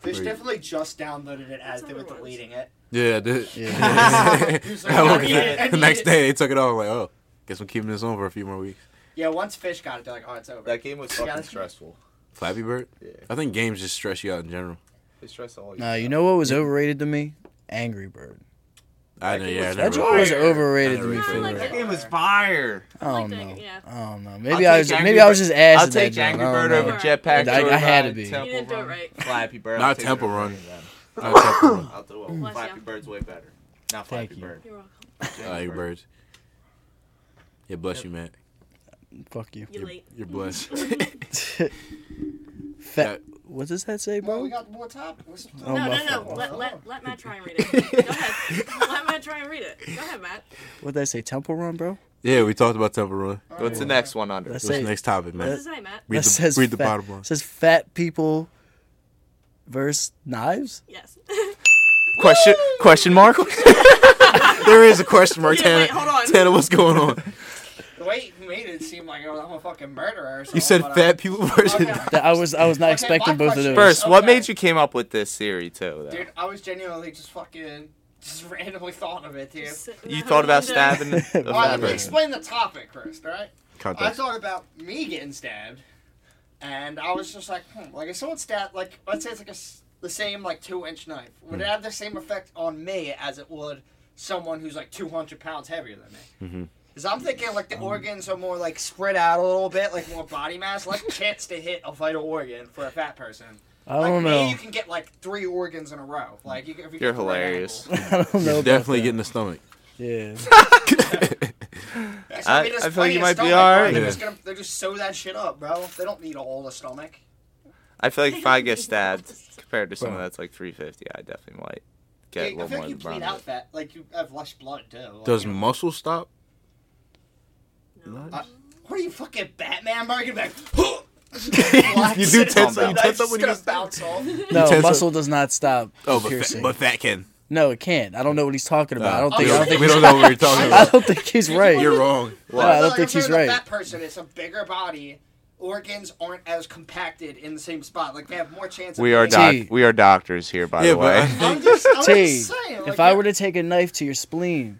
Speaker 10: Fish
Speaker 1: Wait.
Speaker 10: definitely just downloaded it as they were
Speaker 7: what it was.
Speaker 10: deleting it.
Speaker 1: Yeah, I did.
Speaker 6: Yeah.
Speaker 10: He was like,
Speaker 1: I
Speaker 10: "I
Speaker 1: woke
Speaker 10: need it, I
Speaker 1: up the
Speaker 10: need
Speaker 1: next
Speaker 10: it."
Speaker 1: day. They took it off. I'm like, oh, guess I'm keeping this on for a few more weeks.
Speaker 10: Yeah, once Fish got it, they're like, oh, it's over.
Speaker 5: That game was
Speaker 10: Yeah.
Speaker 5: fucking stressful.
Speaker 1: Flappy Bird.
Speaker 5: Yeah.
Speaker 1: I think games just stress you out in general.
Speaker 5: They stress all.
Speaker 6: Nah, you know what was overrated to me? Angry Bird.
Speaker 1: I know. Yeah, I
Speaker 6: That
Speaker 1: never.
Speaker 6: joint was overrated
Speaker 1: I
Speaker 6: to
Speaker 1: never
Speaker 6: me.
Speaker 1: really
Speaker 6: For
Speaker 1: figured
Speaker 6: real.
Speaker 1: it
Speaker 5: That game was fire.
Speaker 6: I don't
Speaker 7: Like the-
Speaker 6: know.
Speaker 7: yeah.
Speaker 6: I don't know. Maybe I
Speaker 5: take
Speaker 6: was just,
Speaker 5: Angry
Speaker 6: maybe I was just ass.
Speaker 5: I'll take Angry Bird over
Speaker 7: Alright.
Speaker 5: Jetpack.
Speaker 6: I- I
Speaker 5: Joyride,
Speaker 6: had to be. You
Speaker 5: Temple
Speaker 7: didn't do it
Speaker 5: Run,
Speaker 7: right.
Speaker 5: Flappy Bird.
Speaker 1: Not
Speaker 5: I'll take
Speaker 1: Temple
Speaker 5: it over
Speaker 1: Run.
Speaker 5: then.
Speaker 1: I was happy with
Speaker 5: I'll do
Speaker 7: Bless
Speaker 5: it. Flappy
Speaker 7: you.
Speaker 5: Bird's way better. Not
Speaker 6: Thank
Speaker 5: Flappy
Speaker 6: you.
Speaker 5: Bird.
Speaker 7: You're welcome.
Speaker 1: it. I like birds. Yeah, bless you, Matt.
Speaker 6: Fuck you.
Speaker 7: You're late.
Speaker 1: You're blessed.
Speaker 6: Fat. What does that say,
Speaker 10: Well, we
Speaker 6: bro?
Speaker 10: got more top. Let's-
Speaker 6: Oh,
Speaker 7: No,
Speaker 6: my
Speaker 7: no, no.
Speaker 10: fault.
Speaker 7: Let, let, let Matt try and read it. Go ahead. Let Matt try and read it. Go ahead, Matt.
Speaker 6: What did I say? Temple Run, bro.
Speaker 1: yeah, we talked about Temple Run.
Speaker 5: What's the next one under?
Speaker 6: That's
Speaker 1: What's the
Speaker 6: Say-
Speaker 1: next topic,
Speaker 7: What
Speaker 1: man?
Speaker 7: does it say, Matt?
Speaker 1: Read
Speaker 6: that
Speaker 1: the, read the
Speaker 6: fat-
Speaker 1: bottom line.
Speaker 6: Says fat people versus knives.
Speaker 7: Yes.
Speaker 5: Question? Question mark?
Speaker 1: There is a question mark.
Speaker 7: Yeah, wait,
Speaker 1: Tana.
Speaker 7: hold on.
Speaker 1: Tana, what's going on?
Speaker 10: The weight made it seem like "Oh, I'm a fucking murderer. Or something,
Speaker 1: You said
Speaker 10: but
Speaker 1: fat people version.
Speaker 6: That I was I was not
Speaker 10: Okay,
Speaker 6: expecting
Speaker 10: my
Speaker 6: both of
Speaker 10: question
Speaker 6: those.
Speaker 10: is-
Speaker 5: First, what
Speaker 10: Okay.
Speaker 5: made you came up with this theory too?
Speaker 10: I,
Speaker 5: Though?
Speaker 10: dude, I was genuinely just fucking just randomly thought of it, dude.
Speaker 5: You thought about stabbing the
Speaker 10: All right,
Speaker 5: fat person.
Speaker 10: explain the topic first, all right? I
Speaker 5: Context.
Speaker 10: thought about me getting stabbed, and I was just like, hmm, like if someone stabbed, like let's say it's like a s the same like two inch knife, would it have the same effect on me as it would someone who's like two hundred pounds heavier than me? Because I'm thinking like the organs are more like spread out a little bit, like more body mass, less chance to hit a vital organ for a fat person.
Speaker 6: I
Speaker 10: like
Speaker 6: don't
Speaker 10: me,
Speaker 6: know.
Speaker 10: you can get like three organs in a row. Like you, can- if you
Speaker 5: You're
Speaker 10: get three-
Speaker 5: hilarious.
Speaker 6: I don't know.
Speaker 1: You're
Speaker 6: about
Speaker 1: definitely
Speaker 6: that.
Speaker 1: getting the stomach.
Speaker 6: Yeah.
Speaker 10: That's-
Speaker 5: I,
Speaker 10: mean, there's
Speaker 5: I feel like
Speaker 10: plenty
Speaker 5: you
Speaker 10: of
Speaker 5: might be
Speaker 10: stomach, bro.
Speaker 5: alright.
Speaker 10: They're, just gonna, they're just sew that shit up, bro. They don't need all the stomach.
Speaker 5: I feel like if I get stabbed compared to someone
Speaker 6: Bro.
Speaker 5: that's like 350, I definitely might get
Speaker 10: Yeah,
Speaker 5: a
Speaker 10: I
Speaker 5: little
Speaker 10: feel
Speaker 5: more
Speaker 10: like you
Speaker 5: than
Speaker 10: bleed out fat. Like you have less blood too. Like,
Speaker 1: Does
Speaker 10: you know,
Speaker 1: muscle stop?
Speaker 10: uh, what are you fucking Batman, bro? You're gonna be like,
Speaker 1: you do tense up. You tense up when
Speaker 10: when
Speaker 1: you
Speaker 10: you bounce off.
Speaker 1: You
Speaker 6: No,
Speaker 1: tense
Speaker 6: muscle does not stop
Speaker 1: Oh, but
Speaker 6: piercing.
Speaker 1: fat, but Oh, fat can.
Speaker 6: no, it can't. I don't know what he's talking about. I don't
Speaker 10: Uh,
Speaker 6: think.
Speaker 1: we
Speaker 6: I
Speaker 1: don't,
Speaker 6: don't think.
Speaker 1: we don't know what you're talking
Speaker 6: I
Speaker 1: about.
Speaker 6: don't think he's right.
Speaker 1: You're wrong.
Speaker 6: No, I don't
Speaker 10: Like,
Speaker 6: think
Speaker 10: if
Speaker 6: he's
Speaker 10: you're the
Speaker 6: right.
Speaker 10: fat person, it's a bigger body. Organs aren't as compacted in the same spot. Like they have more chance. of
Speaker 5: We are
Speaker 10: being-
Speaker 5: doc-
Speaker 6: T.
Speaker 5: we are doctors here, by
Speaker 1: Yeah,
Speaker 5: the
Speaker 1: but
Speaker 5: way.
Speaker 1: I
Speaker 10: I'm
Speaker 1: think
Speaker 10: just, I'm
Speaker 6: T,
Speaker 10: just saying.
Speaker 6: if
Speaker 10: like,
Speaker 6: I
Speaker 10: you're-
Speaker 6: were to take a knife to your spleen,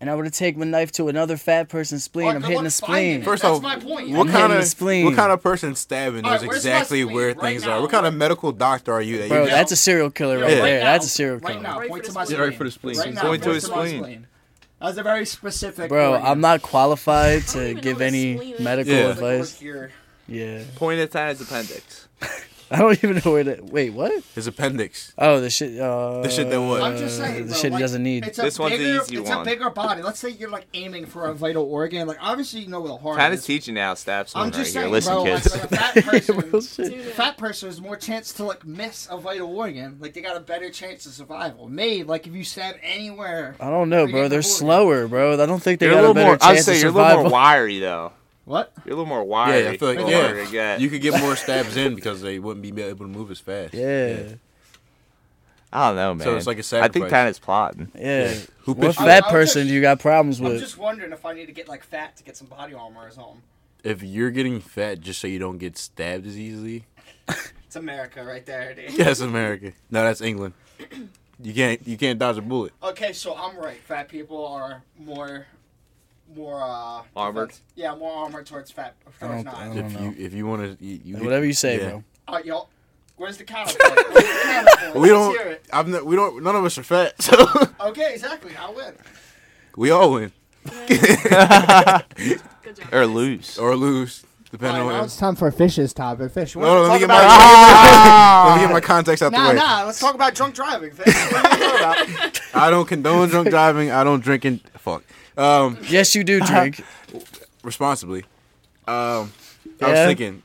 Speaker 6: and I were to take my knife to another fat person's spleen,
Speaker 10: Or
Speaker 6: I'm
Speaker 10: good
Speaker 6: hitting
Speaker 10: luck
Speaker 6: the
Speaker 10: finding
Speaker 6: spleen.
Speaker 10: it.
Speaker 1: First
Speaker 10: That's
Speaker 1: off,
Speaker 10: my point.
Speaker 1: What
Speaker 6: I'm
Speaker 1: kind
Speaker 6: hitting the
Speaker 1: of
Speaker 6: spleen.
Speaker 1: what kind of person stabbing
Speaker 10: All right,
Speaker 1: knows
Speaker 10: where's my
Speaker 1: exactly
Speaker 10: spleen?
Speaker 1: where
Speaker 10: Right
Speaker 1: things
Speaker 10: now.
Speaker 1: are? What kind of medical doctor are you? That
Speaker 6: Bro,
Speaker 1: you
Speaker 6: that's a serial killer right
Speaker 1: Yeah.
Speaker 6: there.
Speaker 10: Right now,
Speaker 6: that's a serial killer.
Speaker 10: Right now,
Speaker 7: Right
Speaker 10: point
Speaker 7: for
Speaker 10: to
Speaker 7: the
Speaker 10: my
Speaker 7: spleen.
Speaker 10: spleen.
Speaker 7: Yeah,
Speaker 1: right for the spleen.
Speaker 10: Right now,
Speaker 5: Point to
Speaker 10: point
Speaker 5: his
Speaker 10: to my
Speaker 5: spleen.
Speaker 10: That was a very specific.
Speaker 6: Bro,
Speaker 10: organ.
Speaker 6: I'm not qualified to
Speaker 7: even
Speaker 6: give
Speaker 7: know what a
Speaker 6: any
Speaker 7: spleen is.
Speaker 6: medical
Speaker 1: Yeah.
Speaker 10: Like,
Speaker 6: advice.
Speaker 10: look, you're-
Speaker 6: Yeah.
Speaker 5: Point at that as appendix.
Speaker 6: I don't even know where to. Wait, what?
Speaker 1: his appendix.
Speaker 6: Oh, the shit. Uh,
Speaker 1: The shit that what?
Speaker 10: I'm just
Speaker 6: the
Speaker 10: saying, bro,
Speaker 6: Uh, shit he
Speaker 10: like,
Speaker 6: doesn't need.
Speaker 10: It's a
Speaker 5: This one's the
Speaker 10: bigger,
Speaker 5: easy
Speaker 10: it's
Speaker 5: one.
Speaker 10: a bigger body. Let's say you're like aiming for a vital organ. Like obviously you know where the heart
Speaker 5: Pat
Speaker 10: is.
Speaker 5: is teaching now. Stab someone
Speaker 10: I'm
Speaker 5: right
Speaker 10: just
Speaker 5: here.
Speaker 10: saying,
Speaker 5: Listen,
Speaker 10: bro.
Speaker 5: kids.
Speaker 10: Like, like, a fat
Speaker 6: Real
Speaker 10: person,
Speaker 6: shit.
Speaker 10: a fat person has more chance to like miss a vital organ. Like they got a better chance of survival. Me, like if you stab anywhere.
Speaker 6: I don't know,
Speaker 10: Freaking
Speaker 6: bro. They're
Speaker 10: organ.
Speaker 6: slower, bro. I don't think they
Speaker 5: You're a
Speaker 6: got a
Speaker 5: little
Speaker 6: better
Speaker 5: more. I'd
Speaker 6: chance of
Speaker 5: say you're a little more
Speaker 6: survival.
Speaker 5: wiry though.
Speaker 10: What?
Speaker 5: You're a little more
Speaker 1: Yeah,
Speaker 5: wiry.
Speaker 1: I feel like
Speaker 5: the harder it
Speaker 1: yeah,
Speaker 5: get.
Speaker 1: you could get more stabs in because they wouldn't be able to move as fast.
Speaker 6: Yeah,
Speaker 5: I don't know, man.
Speaker 1: So it's like a
Speaker 5: I think
Speaker 1: sacrifice.
Speaker 5: Pat is plotting.
Speaker 6: yeah.
Speaker 1: Who
Speaker 6: What
Speaker 1: pitched you?
Speaker 6: fat
Speaker 10: I'm
Speaker 6: person
Speaker 10: just-
Speaker 6: do you got problems
Speaker 10: I'm
Speaker 6: with?
Speaker 10: just wondering if I need to get like fat to get some body armor or something.
Speaker 1: If you're getting fat just so you don't get stabbed as easily,
Speaker 10: It's America right there, dude.
Speaker 1: yes, America. No, that's England. You can't you can't dodge a bullet.
Speaker 10: Okay, so I'm right. Fat people are more, more uh
Speaker 5: Armored.
Speaker 10: defense- Yeah, more armored towards fat. Towards
Speaker 6: don't-
Speaker 10: not.
Speaker 6: I don't-
Speaker 1: If you if you want to, you, you
Speaker 6: Whatever you say,
Speaker 1: yeah.
Speaker 6: bro.
Speaker 10: All right, y'all. Where's the counterpoint? Where's the counterpoint?
Speaker 1: We
Speaker 10: Let's hear
Speaker 1: don't.
Speaker 10: it.
Speaker 1: I'm not, we don't. None of us are fat, so
Speaker 10: Okay, exactly. I win.
Speaker 1: we all win
Speaker 7: Good job.
Speaker 5: Or loose.
Speaker 1: or lose, depending
Speaker 10: All right,
Speaker 1: on.
Speaker 10: now
Speaker 1: What
Speaker 10: it's time for fish's topic. Fish.
Speaker 1: no, no, let me
Speaker 10: talk
Speaker 1: get
Speaker 10: about
Speaker 1: my
Speaker 5: Ah!
Speaker 1: let me get my context out
Speaker 10: Nah,
Speaker 1: the way.
Speaker 10: nah. Let's talk about drunk driving. Fish. What are you talking about?
Speaker 1: I don't condone drunk driving. I don't drink and fuck um,
Speaker 6: Yes, you do drink.
Speaker 1: responsibly. Um, I was
Speaker 6: Yeah.
Speaker 1: thinking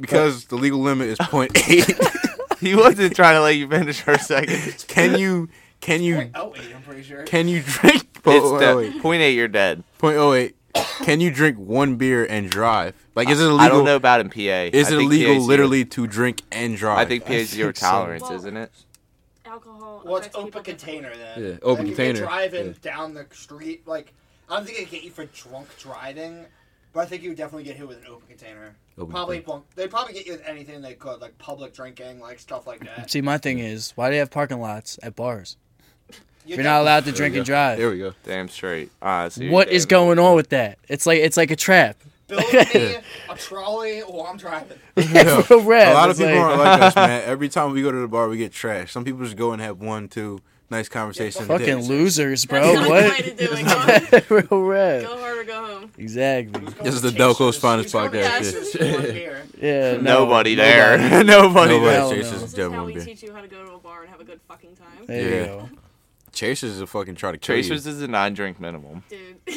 Speaker 1: because the legal limit is point eight.
Speaker 5: He wasn't trying to let you finish for a second.
Speaker 1: can you can you
Speaker 10: Oh wait, I'm pretty sure.
Speaker 1: can you drink
Speaker 5: It's
Speaker 1: oh,
Speaker 5: de-
Speaker 1: oh, wait.
Speaker 5: point eight. You're dead.
Speaker 1: Point oh eight. Can you drink one beer and drive? Like, is it illegal?
Speaker 5: I don't know about in PA.
Speaker 1: Is
Speaker 5: I
Speaker 1: it
Speaker 5: think
Speaker 1: illegal
Speaker 5: PA 's
Speaker 1: literally to drink and drive?
Speaker 5: I think PA is zero
Speaker 6: think so.
Speaker 5: tolerance, isn't it?
Speaker 7: Alcohol.
Speaker 10: Well, it's
Speaker 7: affects people
Speaker 10: open container then.
Speaker 1: Yeah, open
Speaker 10: like, if
Speaker 1: container,
Speaker 10: You're driving
Speaker 1: yeah.
Speaker 10: down the street, like I don't think they get you for drunk driving, but I think you would definitely get hit with an open container.
Speaker 1: Open
Speaker 10: probably bunk. They probably get you with anything they could, like public drinking, like stuff like that.
Speaker 6: See, my thing is, why do they have parking lots at bars?
Speaker 10: You
Speaker 6: If you're not allowed to drink and
Speaker 1: There
Speaker 6: drive.
Speaker 1: we go.
Speaker 5: Damn straight. Honestly,
Speaker 6: What is going on with that? It's like it's like a trap.
Speaker 10: build me a trolley or I'm driving.
Speaker 1: Yeah.
Speaker 6: For real,
Speaker 1: A lot of
Speaker 6: it's
Speaker 1: people
Speaker 6: like-
Speaker 1: aren't like us, man. Every time we go to the bar, we get trash. Some people just go and have one, two, nice conversation. and
Speaker 6: Fucking
Speaker 1: dip.
Speaker 6: losers,
Speaker 7: That's
Speaker 6: bro.
Speaker 7: not the way
Speaker 6: What?
Speaker 7: to do it. Go, hard-
Speaker 6: Real rap.
Speaker 7: go hard or go home.
Speaker 6: Exactly.
Speaker 1: This is the Delco's finest
Speaker 7: Yeah,
Speaker 1: podcast.
Speaker 7: it's
Speaker 1: yeah.
Speaker 10: podcast.
Speaker 6: Yeah. no,
Speaker 5: Nobody there. Nobody
Speaker 1: Nobody
Speaker 5: there.
Speaker 6: Hell
Speaker 1: chases
Speaker 6: no.
Speaker 1: is
Speaker 7: This
Speaker 1: dead
Speaker 7: is how
Speaker 1: one
Speaker 7: we
Speaker 1: beer.
Speaker 7: teach you how to go to a bar and have a good fucking time,
Speaker 6: There
Speaker 1: Yeah.
Speaker 6: you go.
Speaker 1: Chasers is a fucking try to kill you.
Speaker 5: Tracers is a non-drink minimum.
Speaker 7: dude.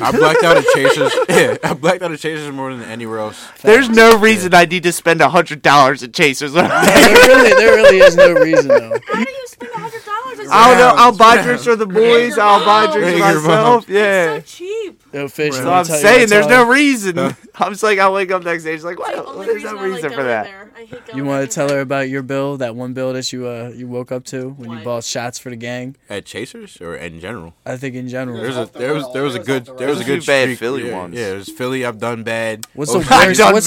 Speaker 1: I blacked out at Chasers. Yeah, I blacked out at Chasers more than anywhere else.
Speaker 5: There's no reason I need to spend a hundred dollars at Chasers. I
Speaker 6: there really, there really is no reason though.
Speaker 7: how do you spend a hundred dollars?
Speaker 5: don't
Speaker 7: on
Speaker 5: know. I'll buy
Speaker 1: Rounds,
Speaker 5: drinks for the
Speaker 7: rounds.
Speaker 5: boys. I'll buy drinks
Speaker 1: Round
Speaker 5: for
Speaker 1: your mouth.
Speaker 5: myself. Yeah.
Speaker 7: So cheap.
Speaker 6: No fish.
Speaker 5: So
Speaker 6: let me
Speaker 5: I'm
Speaker 6: tell you
Speaker 5: saying
Speaker 6: what's
Speaker 5: there's no
Speaker 6: hard.
Speaker 5: reason. I'm just like I wake up next day, just like
Speaker 7: It's
Speaker 5: what?
Speaker 7: the only
Speaker 5: There's
Speaker 7: reason
Speaker 5: no
Speaker 7: I like
Speaker 5: reason
Speaker 7: going
Speaker 5: for that.
Speaker 7: There. I
Speaker 6: You want to tell her about your bill, that one bill that you uh you woke up to when you bought shots for the gang?
Speaker 1: At Chasers or in general?
Speaker 6: I think in general.
Speaker 1: There's a there was there was a good there was a good streak. yeah, Yeah, there's Philly. I've done bad. Oh,
Speaker 6: What's the worst? What's,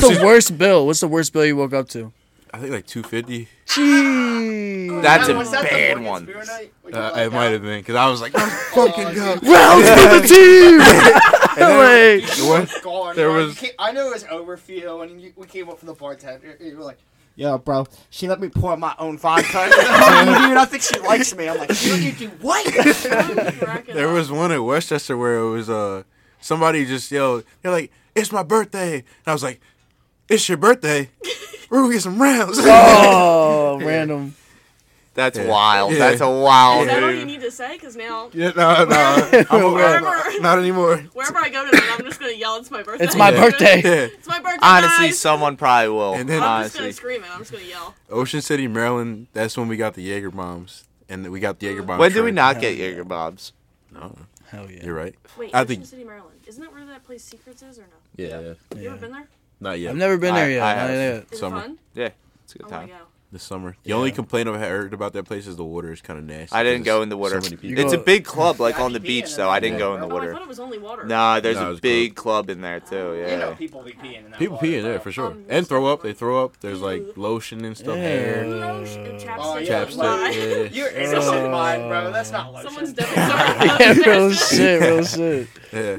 Speaker 6: the worst bill? What's the worst bill you woke up to?
Speaker 1: I think like 250.
Speaker 6: Jeez.
Speaker 1: That's a
Speaker 6: Was that the
Speaker 1: bad
Speaker 6: Morgan's
Speaker 1: one. Uh, it might have been because I was like, oh, fucking go.
Speaker 6: Round for the team!
Speaker 1: And then-
Speaker 6: Like-
Speaker 1: the one-
Speaker 10: Gone.
Speaker 1: there
Speaker 10: Like, you
Speaker 1: was
Speaker 10: came- I know it was overfield, and you, we came up from the bartender. You were like,
Speaker 13: Yo, bro, she let me pour my own vodka.
Speaker 10: dude, I think she likes me. I'm like, "What did you do what?
Speaker 1: there was one at Westchester where it was uh somebody just yelled, they're like, it's my birthday, and I was like, it's your birthday. We're gonna get some rounds.
Speaker 6: Oh, random.
Speaker 5: That's
Speaker 1: Yeah.
Speaker 5: wild.
Speaker 1: Yeah.
Speaker 5: That's a
Speaker 7: Is
Speaker 5: wild
Speaker 7: that all
Speaker 5: move.
Speaker 7: you need to say? Because now,
Speaker 1: Yeah, no, no, I'm over that.
Speaker 7: Wherever-
Speaker 1: Not anymore.
Speaker 7: wherever I go tonight, I'm just gonna yell, "It's my birthday."
Speaker 1: my birthday.
Speaker 7: It's my birthday.
Speaker 5: Honestly,
Speaker 7: guys.
Speaker 5: someone probably will.
Speaker 1: And then-
Speaker 7: I'm
Speaker 1: Honestly.
Speaker 7: just gonna scream it. I'm just gonna yell.
Speaker 1: Ocean City, Maryland. That's when we got the Jaeger bombs, and we got the Jaeger bombs.
Speaker 5: When did we not get Jaeger bombs?
Speaker 1: No.
Speaker 6: Hell yeah.
Speaker 1: You're right.
Speaker 7: Wait,
Speaker 1: I
Speaker 7: Ocean
Speaker 1: think.
Speaker 7: City, Maryland. Isn't that where that place Secrets is, or no?
Speaker 1: Yeah.
Speaker 7: You ever been there?
Speaker 1: Not yet.
Speaker 6: I've never been there yet,
Speaker 1: I
Speaker 6: not
Speaker 1: have.
Speaker 6: yet. Is
Speaker 7: it
Speaker 1: Summer.
Speaker 7: fun?
Speaker 5: Yeah, it's a good
Speaker 7: Oh my
Speaker 5: time.
Speaker 7: God.
Speaker 1: This summer. The only complaint I've heard about that place is the water is kind of nasty.
Speaker 5: I didn't
Speaker 1: 'cause
Speaker 5: go in the water.
Speaker 1: so many people-
Speaker 5: it's a big club, like on the beach, though. I didn't go in the
Speaker 7: Oh, I
Speaker 5: water.
Speaker 7: thought it was only water.
Speaker 5: Nah, there's
Speaker 1: No, it
Speaker 5: a
Speaker 1: was
Speaker 5: big club in there too. Yeah.
Speaker 10: You know, people be peeing in that.
Speaker 1: People pee in there for sure, and throw up. They throw up. There's like lotion and stuff. Hair.
Speaker 10: Oh,
Speaker 1: Chapstick.
Speaker 10: yeah,
Speaker 1: Chapstick, yeah.
Speaker 10: You're innocent mind,
Speaker 1: Uh,
Speaker 10: bro. That's not lotion. Someone's
Speaker 6: Yeah, real shit, real shit.
Speaker 1: Yeah.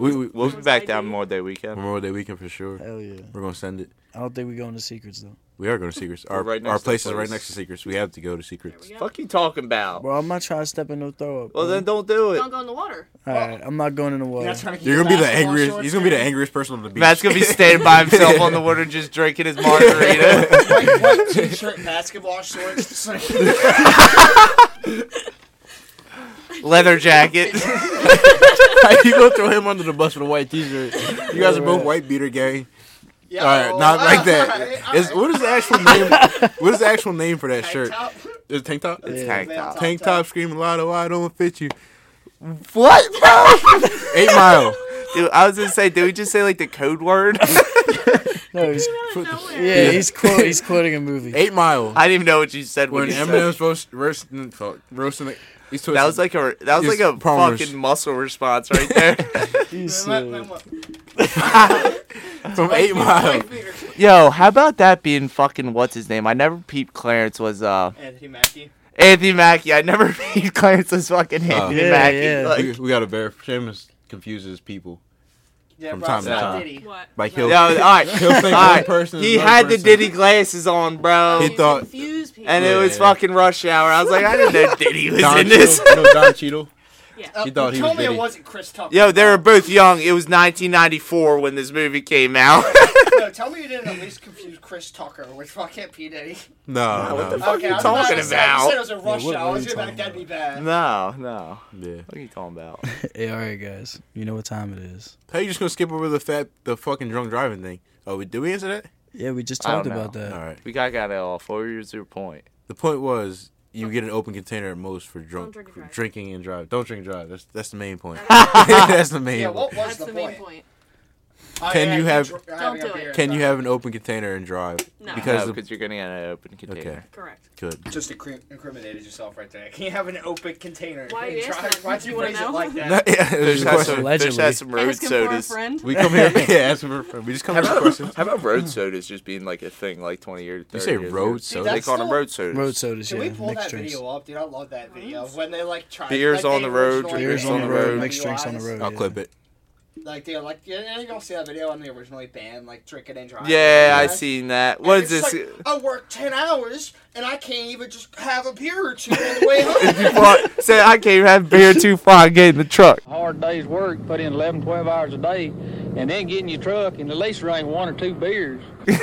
Speaker 5: We,
Speaker 1: we,
Speaker 5: will be back down Memorial Day weekend.
Speaker 1: Memorial Day weekend for sure.
Speaker 6: Hell yeah.
Speaker 1: We're gonna send it.
Speaker 6: I don't think we go into secrets though.
Speaker 1: We are going to Secrets.
Speaker 5: We're
Speaker 1: Our
Speaker 5: right next
Speaker 1: our
Speaker 5: to the
Speaker 1: place is right
Speaker 5: place.
Speaker 1: next to Secrets. We have to go to Secrets.
Speaker 5: Fuck you talking about?
Speaker 6: Bro, I'm not trying to step in no throw up.
Speaker 5: Well,
Speaker 6: bro.
Speaker 5: then don't do it.
Speaker 7: Don't go in the water.
Speaker 6: All right, I'm not going in the water.
Speaker 1: You're gonna be the angriest. He's gonna be the angriest person on the beach.
Speaker 5: Matt's gonna be standing by himself on the water, just drinking his margarita.
Speaker 10: White t-shirt, basketball shorts. just like-
Speaker 5: leather jacket.
Speaker 1: you gonna throw him under the bus with a white T-shirt? You guys are both white beater gang.
Speaker 10: Yeah,
Speaker 1: all right, not
Speaker 10: well,
Speaker 1: like that.
Speaker 10: all right, all
Speaker 1: It's- what is the actual name? what is the actual name for that shirt?
Speaker 10: top?
Speaker 1: Is it tank top?
Speaker 5: It's Yeah. tank top.
Speaker 1: Tank top screaming lotto. I don't fit you.
Speaker 5: What, bro?
Speaker 1: Eight Mile.
Speaker 5: Dude, I was gonna say, did we just say like the code word?
Speaker 6: No, he's, yeah, he's quote, he's quoting a movie.
Speaker 1: Eight Mile.
Speaker 5: I didn't even know what you said when,
Speaker 1: When
Speaker 5: you said
Speaker 1: Eminem's roast, roasting, fuck, roasting, the- he's
Speaker 5: That was like a that was like a
Speaker 1: Palmer's.
Speaker 5: fucking muscle response right there.
Speaker 1: From Eight Mile.
Speaker 5: Yo, how about that being fucking what's his name? I never peeped Clarence was uh
Speaker 10: Anthony Mackie.
Speaker 5: Anthony Mackie. I never peeped Clarence was fucking
Speaker 1: Uh,
Speaker 5: Anthony Mackie.
Speaker 1: we,
Speaker 5: Like,
Speaker 1: we got a bear. Seamus confuses people
Speaker 10: Yeah,
Speaker 1: from
Speaker 10: bro,
Speaker 1: time to
Speaker 10: it's not
Speaker 1: time.
Speaker 10: Diddy. What?
Speaker 1: Like
Speaker 5: Yo,
Speaker 1: he'll,
Speaker 5: all right,
Speaker 1: he'll think
Speaker 5: all
Speaker 1: one
Speaker 5: right.
Speaker 1: person. is
Speaker 5: He
Speaker 1: another
Speaker 5: had the
Speaker 1: person.
Speaker 5: Diddy glasses on, bro.
Speaker 1: He thought-
Speaker 5: and it was
Speaker 1: Yeah.
Speaker 5: fucking rush hour. I was like, I didn't know Diddy was
Speaker 1: Don
Speaker 5: in this.
Speaker 1: Cheadle- no, Don Cheadle.
Speaker 10: Uh,
Speaker 1: He thought he
Speaker 10: tell
Speaker 1: was
Speaker 10: me
Speaker 1: Diddy.
Speaker 10: it wasn't Chris Tucker.
Speaker 5: Yo, they were both young. It was 1994 when this movie came out.
Speaker 10: no, tell me you didn't at least confuse Chris Tucker with fucking P Diddy.
Speaker 1: No, no.
Speaker 5: What the fuck
Speaker 10: Okay,
Speaker 5: are
Speaker 10: I
Speaker 5: you
Speaker 10: was about
Speaker 5: talking
Speaker 10: to say- you
Speaker 5: about?
Speaker 10: said it was a rush hour. I was gonna be like, that'd be bad.
Speaker 5: No, no.
Speaker 1: Yeah.
Speaker 5: What are you talking about?
Speaker 6: Hey, all right, guys, you know what time it is.
Speaker 1: How you just gonna skip over the fat, the fucking drunk driving thing? Oh, we did we answer that?
Speaker 6: Yeah, we just
Speaker 5: I
Speaker 6: talked
Speaker 5: don't
Speaker 6: about
Speaker 5: know.
Speaker 6: that.
Speaker 1: All right.
Speaker 5: We got got it off. What was your point?
Speaker 1: The point was you get an open container at most for drunk for drinking and drive. Don't drink and drive. That's that's the main point. that's the main.
Speaker 10: Yeah, what
Speaker 1: point.
Speaker 10: was the, point? I
Speaker 1: Can
Speaker 10: am
Speaker 1: you have-
Speaker 10: dr-
Speaker 7: Don't
Speaker 10: having a
Speaker 7: do it.
Speaker 10: beer.
Speaker 1: Can you have an open container and drive?
Speaker 7: No.
Speaker 1: Because
Speaker 5: No,
Speaker 1: the,
Speaker 5: 'cause you're gonna get an open container.
Speaker 1: okay.
Speaker 7: Correct.
Speaker 1: Good.
Speaker 10: Just incrim- incriminated yourself right there. Can you have an open container?
Speaker 7: Why
Speaker 10: And
Speaker 7: you
Speaker 10: try-
Speaker 7: asking?
Speaker 10: Why'd you
Speaker 7: You wanna
Speaker 10: phrase
Speaker 7: know?
Speaker 10: it like that?
Speaker 1: No, yeah, it was
Speaker 5: Fish
Speaker 1: a
Speaker 5: has,
Speaker 1: question.
Speaker 5: some, Fish has some road
Speaker 7: Asking for a
Speaker 5: sodas.
Speaker 7: friend?
Speaker 1: We come here, yeah, ask for a friend. We just come here for questions.
Speaker 5: How about road sodas just being like a thing like 20 years?
Speaker 1: You say
Speaker 5: 30 years
Speaker 1: road
Speaker 5: ago?
Speaker 1: sodas?
Speaker 5: They call them road sodas.
Speaker 6: Road sodas,
Speaker 10: Can
Speaker 6: yeah,
Speaker 10: we pull
Speaker 6: mixed
Speaker 10: that
Speaker 6: drinks.
Speaker 10: video up, dude? I love that video of when they like try.
Speaker 5: Beers
Speaker 10: like, they
Speaker 5: on the road,
Speaker 10: originally
Speaker 5: Beers
Speaker 10: banned
Speaker 5: on the
Speaker 10: it
Speaker 5: road,
Speaker 10: from
Speaker 6: mixed drinks on the
Speaker 10: DUIs.
Speaker 6: road.
Speaker 1: I'll clip it.
Speaker 10: Like they like you know you gonna see that video when they originally banned like drinking and driving.
Speaker 5: Yeah, I
Speaker 10: right?
Speaker 5: seen that.
Speaker 10: And
Speaker 5: What is
Speaker 10: it's
Speaker 5: this?
Speaker 10: like, I work ten hours and I can't even just have a beer or two on the way home.
Speaker 5: Fuck, Say I can't have beer too far. Get in the truck.
Speaker 14: hard day's work, put in 11, 12 hours a day, and then get in your truck and at least drink one or two beers.
Speaker 5: And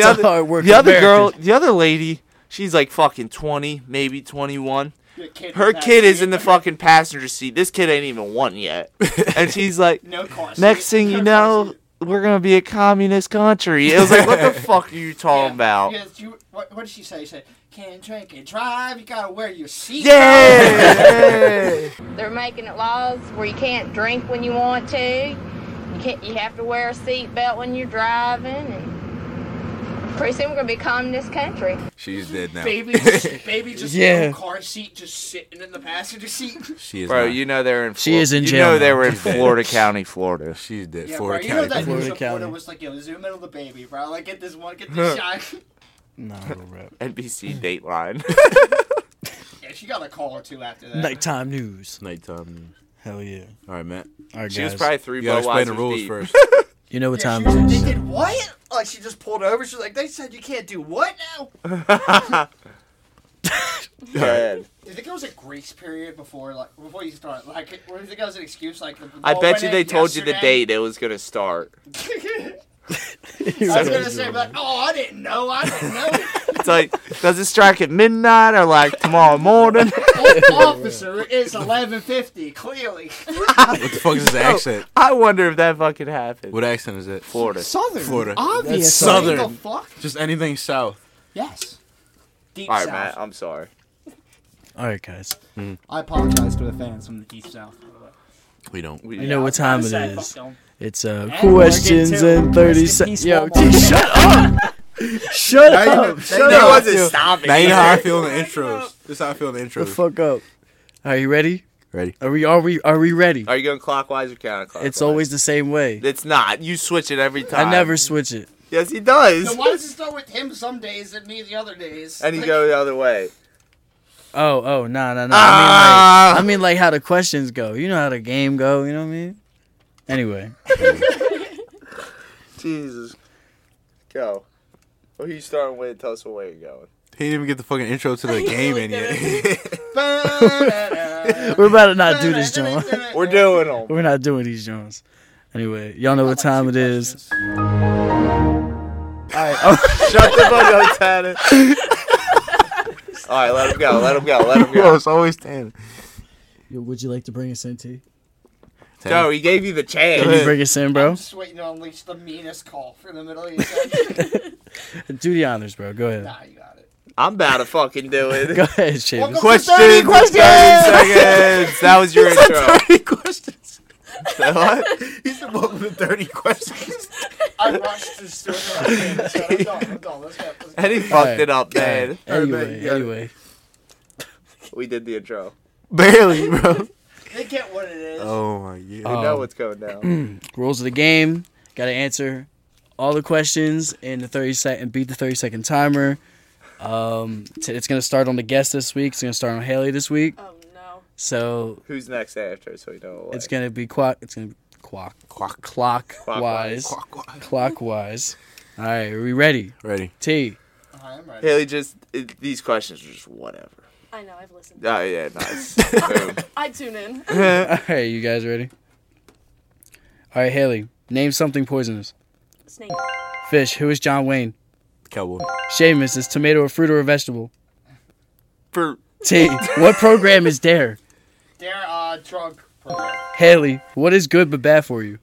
Speaker 5: the other, the other girl, the other lady, she's like fucking 20, maybe 21.
Speaker 10: kid
Speaker 5: Her
Speaker 10: in the
Speaker 5: kid is in the fucking passenger seat. This kid ain't even one yet. And she's like,
Speaker 10: No car
Speaker 5: next
Speaker 10: seat.
Speaker 5: thing
Speaker 10: No
Speaker 5: you
Speaker 10: car
Speaker 5: know, we're going to be a communist country. It was like, what the fuck are you talking about?
Speaker 10: Yes, you. What, what did she say? She said, "Can't drink and drive. You gotta wear your seat."
Speaker 5: Yeah.
Speaker 15: They're making it laws where you can't drink when you want to. You can't. You have to wear a seatbelt when you're driving. And Pretty soon we're gonna be calm this country.
Speaker 1: She's dead now.
Speaker 10: Baby, just, baby, just
Speaker 1: Yeah.
Speaker 10: in the car seat, just sitting in the passenger seat.
Speaker 1: She is
Speaker 5: bro,
Speaker 1: not.
Speaker 5: you know they're in.
Speaker 1: She
Speaker 5: Flor-
Speaker 1: is in
Speaker 5: you
Speaker 1: jail
Speaker 5: know
Speaker 1: now.
Speaker 5: they were in
Speaker 1: She's dead.
Speaker 5: Florida County, Florida.
Speaker 1: She's dead.
Speaker 10: Yeah, bro, you know that news reporter was like, "Yo, zoom in on the baby, bro. Like, get this one, get this shot."
Speaker 6: No,
Speaker 5: NBC Dateline.
Speaker 10: yeah, she got a call or two after that.
Speaker 6: Nighttime news.
Speaker 1: Nighttime news.
Speaker 6: Hell yeah.
Speaker 1: All right, Matt.
Speaker 6: All right,
Speaker 5: She was
Speaker 6: guys.
Speaker 5: probably three
Speaker 1: You gotta explain the
Speaker 5: Budweiser's
Speaker 1: rules
Speaker 5: deep.
Speaker 1: first.
Speaker 6: You know what
Speaker 10: Yeah,
Speaker 6: time
Speaker 10: she was-
Speaker 6: it is?
Speaker 10: They did what? Like, she just pulled over. She's like, "They said you can't do what now?"
Speaker 5: Dead.
Speaker 10: Do you think it was a grace period before, like, before you start? Like, or do you think it was an excuse? Like, the
Speaker 5: I
Speaker 10: ball
Speaker 5: bet
Speaker 10: went
Speaker 5: you
Speaker 10: in
Speaker 5: they told you the
Speaker 10: yesterday?
Speaker 5: date it was gonna start.
Speaker 10: I was gonna say, like, "Oh, I didn't know. I didn't know."
Speaker 5: It's like, does it strike at midnight or like tomorrow morning?
Speaker 10: Officer is eleven fifty. Clearly.
Speaker 1: What the fuck is his
Speaker 5: Yo,
Speaker 1: accent?
Speaker 5: I wonder if that fucking happened.
Speaker 1: What accent is it?
Speaker 5: Florida.
Speaker 10: Southern,
Speaker 1: Florida.
Speaker 10: obviously.
Speaker 1: That's
Speaker 10: What the
Speaker 1: Southern.
Speaker 10: fuck?
Speaker 1: Just anything south.
Speaker 10: Yes. Deep
Speaker 5: All right,
Speaker 10: South.
Speaker 5: Matt. I'm sorry.
Speaker 6: All right, guys.
Speaker 10: I apologize to the fans from the Deep South.
Speaker 1: We don't.
Speaker 6: You know what time it
Speaker 10: Fuck
Speaker 6: is?
Speaker 10: them.
Speaker 6: It's uh,
Speaker 10: And
Speaker 6: questions
Speaker 10: we're getting
Speaker 6: in
Speaker 10: to-
Speaker 6: 30
Speaker 10: Rest in peace,
Speaker 6: seconds. Yo,
Speaker 10: Walmart.
Speaker 6: T, shut up! Shut
Speaker 1: Now you know-
Speaker 6: up!
Speaker 1: now
Speaker 6: Shut
Speaker 1: you know how I
Speaker 6: up!
Speaker 1: feel-
Speaker 6: yo.
Speaker 1: Now you know how I feel in the intros. This is how I feel in the
Speaker 6: The
Speaker 1: intros.
Speaker 6: fuck up. Are you ready?
Speaker 1: Ready.
Speaker 6: Are we? Are we? Are we ready?
Speaker 5: Are you going clockwise or counterclockwise?
Speaker 6: It's always the same way.
Speaker 5: It's not. You switch it every time.
Speaker 6: I never switch it.
Speaker 5: Yes, he does.
Speaker 10: Then why does it start with him some days and me the other days?
Speaker 5: And you go the other way.
Speaker 6: Oh, oh, no, no, no. I mean, like, I mean, like how the questions go. You know how the game go. You know what I mean? Anyway,
Speaker 5: Jesus. Go. What are you starting with? Tell us where you're going.
Speaker 1: He didn't even get the fucking intro to the game in yet.
Speaker 6: we're about to not do this, John.
Speaker 5: We're doing them.
Speaker 6: We're not doing these Jones. Anyway, y'all know what time it is.
Speaker 5: Alright. Shut the fuck up, Tanner. Alright, let him go. Let him go. Let him go.
Speaker 2: it's always ten.
Speaker 6: Yo, would you like to bring us in, T?
Speaker 5: Joe, he gave you the chance.
Speaker 6: Can you bring us in, bro?
Speaker 10: Just waiting to unleash the meanest call for the middle of the
Speaker 6: Do the honors, bro. Go ahead.
Speaker 5: I'm about to fucking do it.
Speaker 6: Go ahead, Shavis.
Speaker 5: Question.
Speaker 2: Thirty questions.
Speaker 5: seconds. That was your
Speaker 2: He said
Speaker 5: intro.
Speaker 2: Thirty questions.
Speaker 5: What?
Speaker 1: He said, "Welcome to 30 questions."
Speaker 10: I rushed to store. I'm done. I'm done. Let's go. Let's go.
Speaker 5: And he fucked it up, man.
Speaker 6: Anyway, anyway.
Speaker 5: We did the intro.
Speaker 2: Barely, bro.
Speaker 10: They get what it is.
Speaker 6: Uh,
Speaker 1: Oh my god.
Speaker 6: Um,
Speaker 5: We know what's going down.
Speaker 6: Rules of the game. Got to answer all the questions in the 30 second, beat the 30 second timer. Um, t- it's going to start on the guest this week. It's going to start on Haley this week. Oh, no. So
Speaker 5: Who's next after? So we know. What.
Speaker 6: it's going to be quack. It's going to be quack. Quack. Clockwise.
Speaker 5: Clockwise.
Speaker 6: Clockwise. All right, are we ready?
Speaker 1: Ready.
Speaker 6: T.
Speaker 10: I am ready.
Speaker 5: Haley, just it, these questions are just whatever.
Speaker 7: I know. I've listened.
Speaker 5: Oh yeah, nice.
Speaker 7: I tune in.
Speaker 6: All right, you guys ready? All right, Haley, name something poisonous.
Speaker 7: Snake.
Speaker 6: Fish. Who is John Wayne?
Speaker 1: Cowboy.
Speaker 6: Seamus is tomato a fruit or a vegetable?
Speaker 1: Fruit.
Speaker 6: T. What program is Dare?
Speaker 10: They're uh drunk.
Speaker 6: Haley. What is good but bad for you?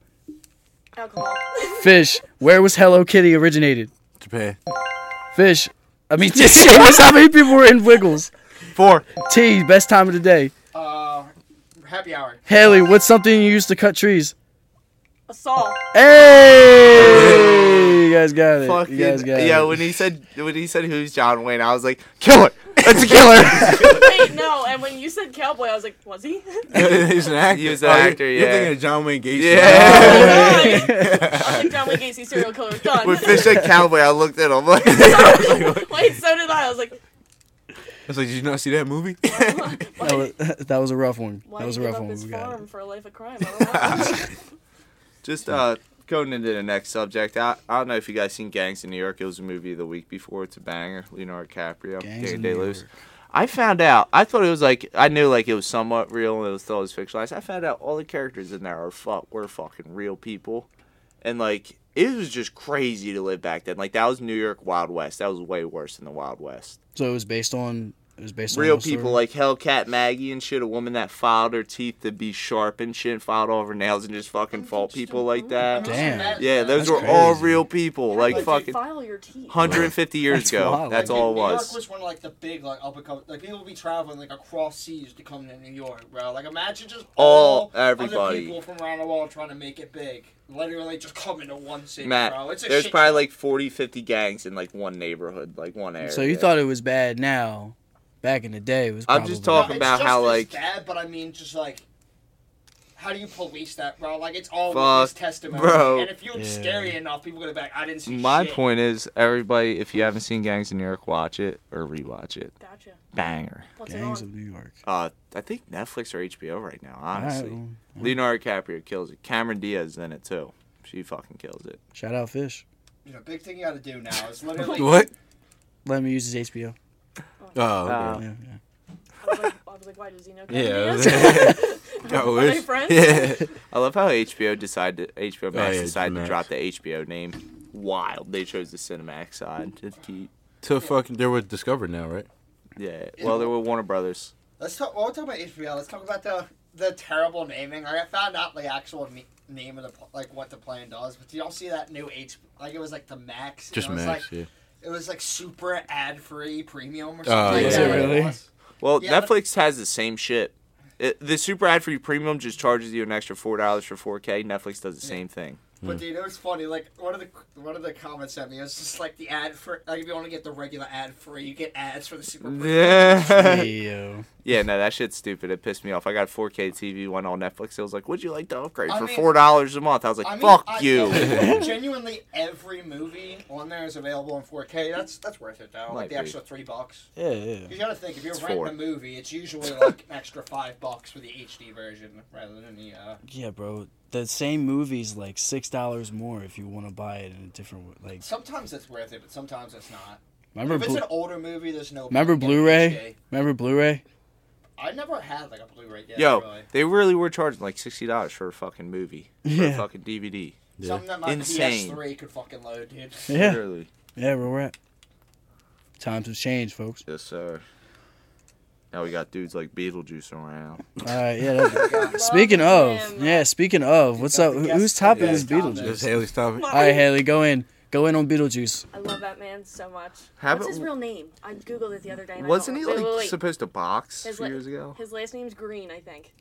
Speaker 6: Alcohol. Fish. Where was Hello Kitty originated?
Speaker 1: Japan.
Speaker 6: Fish. I mean, just Seamus. How many people were in Wiggles?
Speaker 5: Four.
Speaker 6: T. Best time of the day.
Speaker 10: Uh, happy hour.
Speaker 6: Haley. What's something you use to cut trees?
Speaker 7: A saw.
Speaker 6: Hey! You guys got it.
Speaker 5: Fucking
Speaker 6: you guys got
Speaker 5: yeah.
Speaker 6: it.
Speaker 5: When he said when he said who's John Wayne, I was like, killer. That's a killer.
Speaker 7: Wait, no. And when you said cowboy, I was like, was he?
Speaker 1: He's an actor.
Speaker 5: He was an
Speaker 1: Oh, you're-
Speaker 5: actor,
Speaker 1: You're
Speaker 5: yeah.
Speaker 1: thinking of John Wayne Gacy.
Speaker 7: I was like John Wayne Gacy, serial killer. Done.
Speaker 5: when Fish said cowboy, I looked at him like,
Speaker 7: Wait, so did I. I was like,
Speaker 1: I was like, did you not see that movie?
Speaker 6: That was, that was a rough one. that
Speaker 7: why did
Speaker 6: was
Speaker 7: he
Speaker 6: a
Speaker 7: give
Speaker 6: rough
Speaker 7: up
Speaker 6: one.
Speaker 7: his
Speaker 6: We got it.
Speaker 7: farm for a life of crime? I don't know.
Speaker 5: just uh. Going into the next subject, I, I don't know if you guys seen Gangs in New York. It was a movie the week before. It's a banger. Leonardo DiCaprio,
Speaker 6: Gangs
Speaker 5: Daniel
Speaker 6: in
Speaker 5: Day
Speaker 6: New
Speaker 5: Lewis. I found out. I thought it was like I knew like it was somewhat real and it was thought it was fictionalized. I found out all the characters in there are fuck were fucking real people, and like it was just crazy to live back then. Like that was New York Wild West. That was way worse than the Wild West.
Speaker 6: So it was based on It was based on a
Speaker 5: real
Speaker 6: real story.
Speaker 5: people like Hellcat Maggie and shit, a woman that filed her teeth to be sharp and shit, filed all of her nails and just fucking fought people like that.
Speaker 6: Damn.
Speaker 5: Yeah, those
Speaker 6: That's
Speaker 5: were all
Speaker 6: crazy.
Speaker 5: real people. Like
Speaker 10: Like,
Speaker 5: fucking
Speaker 10: file your teeth.
Speaker 5: 150 years
Speaker 6: That's
Speaker 5: ago.
Speaker 6: wild.
Speaker 5: That's all it
Speaker 10: New York
Speaker 5: was.
Speaker 10: was one of like the big like up and coming like people would be traveling like across seas to come to New York, bro. Like imagine just
Speaker 5: All
Speaker 10: other
Speaker 5: everybody.
Speaker 10: people from around the world trying to make it big, literally just come into one city, bro.
Speaker 5: Matt,
Speaker 10: It's a
Speaker 5: there's
Speaker 10: shit
Speaker 5: probably like 40, 50 gangs in like one neighborhood, like one area.
Speaker 6: So you thought it was bad now. Back in the day, it was.
Speaker 5: I'm just talking
Speaker 6: probably-
Speaker 5: about how like
Speaker 10: bad, but I mean just like. How do you police that, bro? Like it's all
Speaker 5: Fuck,
Speaker 10: witness testimony,
Speaker 5: bro.
Speaker 10: and if you're
Speaker 5: Yeah.
Speaker 10: scary enough, people are gonna be like, "I didn't see
Speaker 5: My
Speaker 10: shit."
Speaker 5: point is, everybody, if you haven't seen Gangs of New York, watch it or rewatch it.
Speaker 7: Gotcha.
Speaker 5: Banger.
Speaker 7: What's it Gangs
Speaker 6: of New York.
Speaker 5: Uh, I think Netflix or HBO right now. Honestly,
Speaker 6: well,
Speaker 5: Leonardo DiCaprio kills it. Cameron Diaz is in it too. She fucking kills it.
Speaker 6: Shout out Fish.
Speaker 10: You know, big thing you gotta do now is literally
Speaker 6: Let me use his HBO.
Speaker 1: Oh,
Speaker 5: okay.
Speaker 6: yeah, yeah.
Speaker 7: I was like, I was like, why does he know?
Speaker 5: Yeah.
Speaker 7: Are they friends?
Speaker 5: I love how HBO decided HBO Max
Speaker 1: Oh, yeah,
Speaker 5: decided to
Speaker 1: Max.
Speaker 5: drop the HBO name. Wild. They chose the Cinemax side. Just keep.
Speaker 1: To fucking, they're with Discovery now, right?
Speaker 5: Yeah. Well, they were Warner Brothers.
Speaker 10: Let's talk. While we're talking about HBO, let's talk about the the terrible naming. Like, I found out the actual ne- name of the pl- like what the plan does, but do y'all see that new H? Like it was like the Max. and
Speaker 1: Just
Speaker 10: it was,
Speaker 1: Max,
Speaker 10: Like,
Speaker 1: yeah.
Speaker 10: It was like super ad free premium or something.
Speaker 5: Oh,
Speaker 10: like
Speaker 5: yeah.
Speaker 10: that.
Speaker 5: Well,
Speaker 10: Yeah, but-
Speaker 5: Netflix has the same shit. It, the super ad free premium just charges you an extra four dollars for 4K. Netflix does the same thing.
Speaker 10: But dude, it was funny. Like one of the one of the comments sent me it was just like the ad for like if you want to get the regular ad free, you get ads for the super.
Speaker 5: Yeah.
Speaker 6: Yo.
Speaker 5: yeah, no, that shit's stupid. It pissed me off. I got a 4K TV one on Netflix. It was like, would you like to upgrade
Speaker 10: I
Speaker 5: for
Speaker 10: mean-
Speaker 5: four dollars a month? I was like,
Speaker 10: I mean,
Speaker 5: fuck
Speaker 10: I-
Speaker 5: you.
Speaker 10: genuinely, every movie on there is available in 4K. That's that's worth it though.
Speaker 5: Might
Speaker 10: Like the
Speaker 5: be.
Speaker 10: extra three bucks.
Speaker 6: Yeah, yeah.
Speaker 10: You gotta think if you're
Speaker 5: It's
Speaker 10: renting
Speaker 5: four.
Speaker 10: a movie, it's usually like an extra five bucks for the HD version rather than the. Uh,
Speaker 6: Yeah, bro. The same movie's like six dollars more if you want to buy it in a different way. Like,
Speaker 10: sometimes it's worth it, but sometimes it's not.
Speaker 6: Remember
Speaker 10: if it's
Speaker 6: Blu-
Speaker 10: an older movie, there's no.
Speaker 6: remember
Speaker 10: point getting
Speaker 6: Blu-ray?
Speaker 10: HD.
Speaker 6: Remember Blu-ray?
Speaker 10: I never had like a Blu-ray. Yet,
Speaker 5: Yo,
Speaker 10: really.
Speaker 5: they really were charging like sixty dollars for a fucking movie, for a
Speaker 6: Yeah.
Speaker 5: fucking DVD.
Speaker 10: something that my
Speaker 5: Insane.
Speaker 10: PS3 could fucking load, dude.
Speaker 6: Yeah.
Speaker 5: Literally.
Speaker 6: Yeah, where we're at. Times have changed, folks.
Speaker 5: Yes, sir. Now we got dudes like Beetlejuice around.
Speaker 6: All right, yeah. That, speaking of, yeah, speaking of, what's up? Who, who's topping
Speaker 1: Yeah,
Speaker 6: this
Speaker 1: stop
Speaker 6: Beetlejuice?
Speaker 1: it. This Haley's topping.
Speaker 6: All right, Haley, go in, go in on Beetlejuice.
Speaker 7: I love that man so much.
Speaker 5: How
Speaker 7: What's
Speaker 5: about-
Speaker 7: his real name? I googled it the other day. And I
Speaker 5: Wasn't he
Speaker 7: don't- wait,
Speaker 5: like
Speaker 7: wait, wait.
Speaker 5: supposed to box
Speaker 7: His
Speaker 5: a few
Speaker 7: la-
Speaker 5: years ago?
Speaker 7: His last name's Green, I think.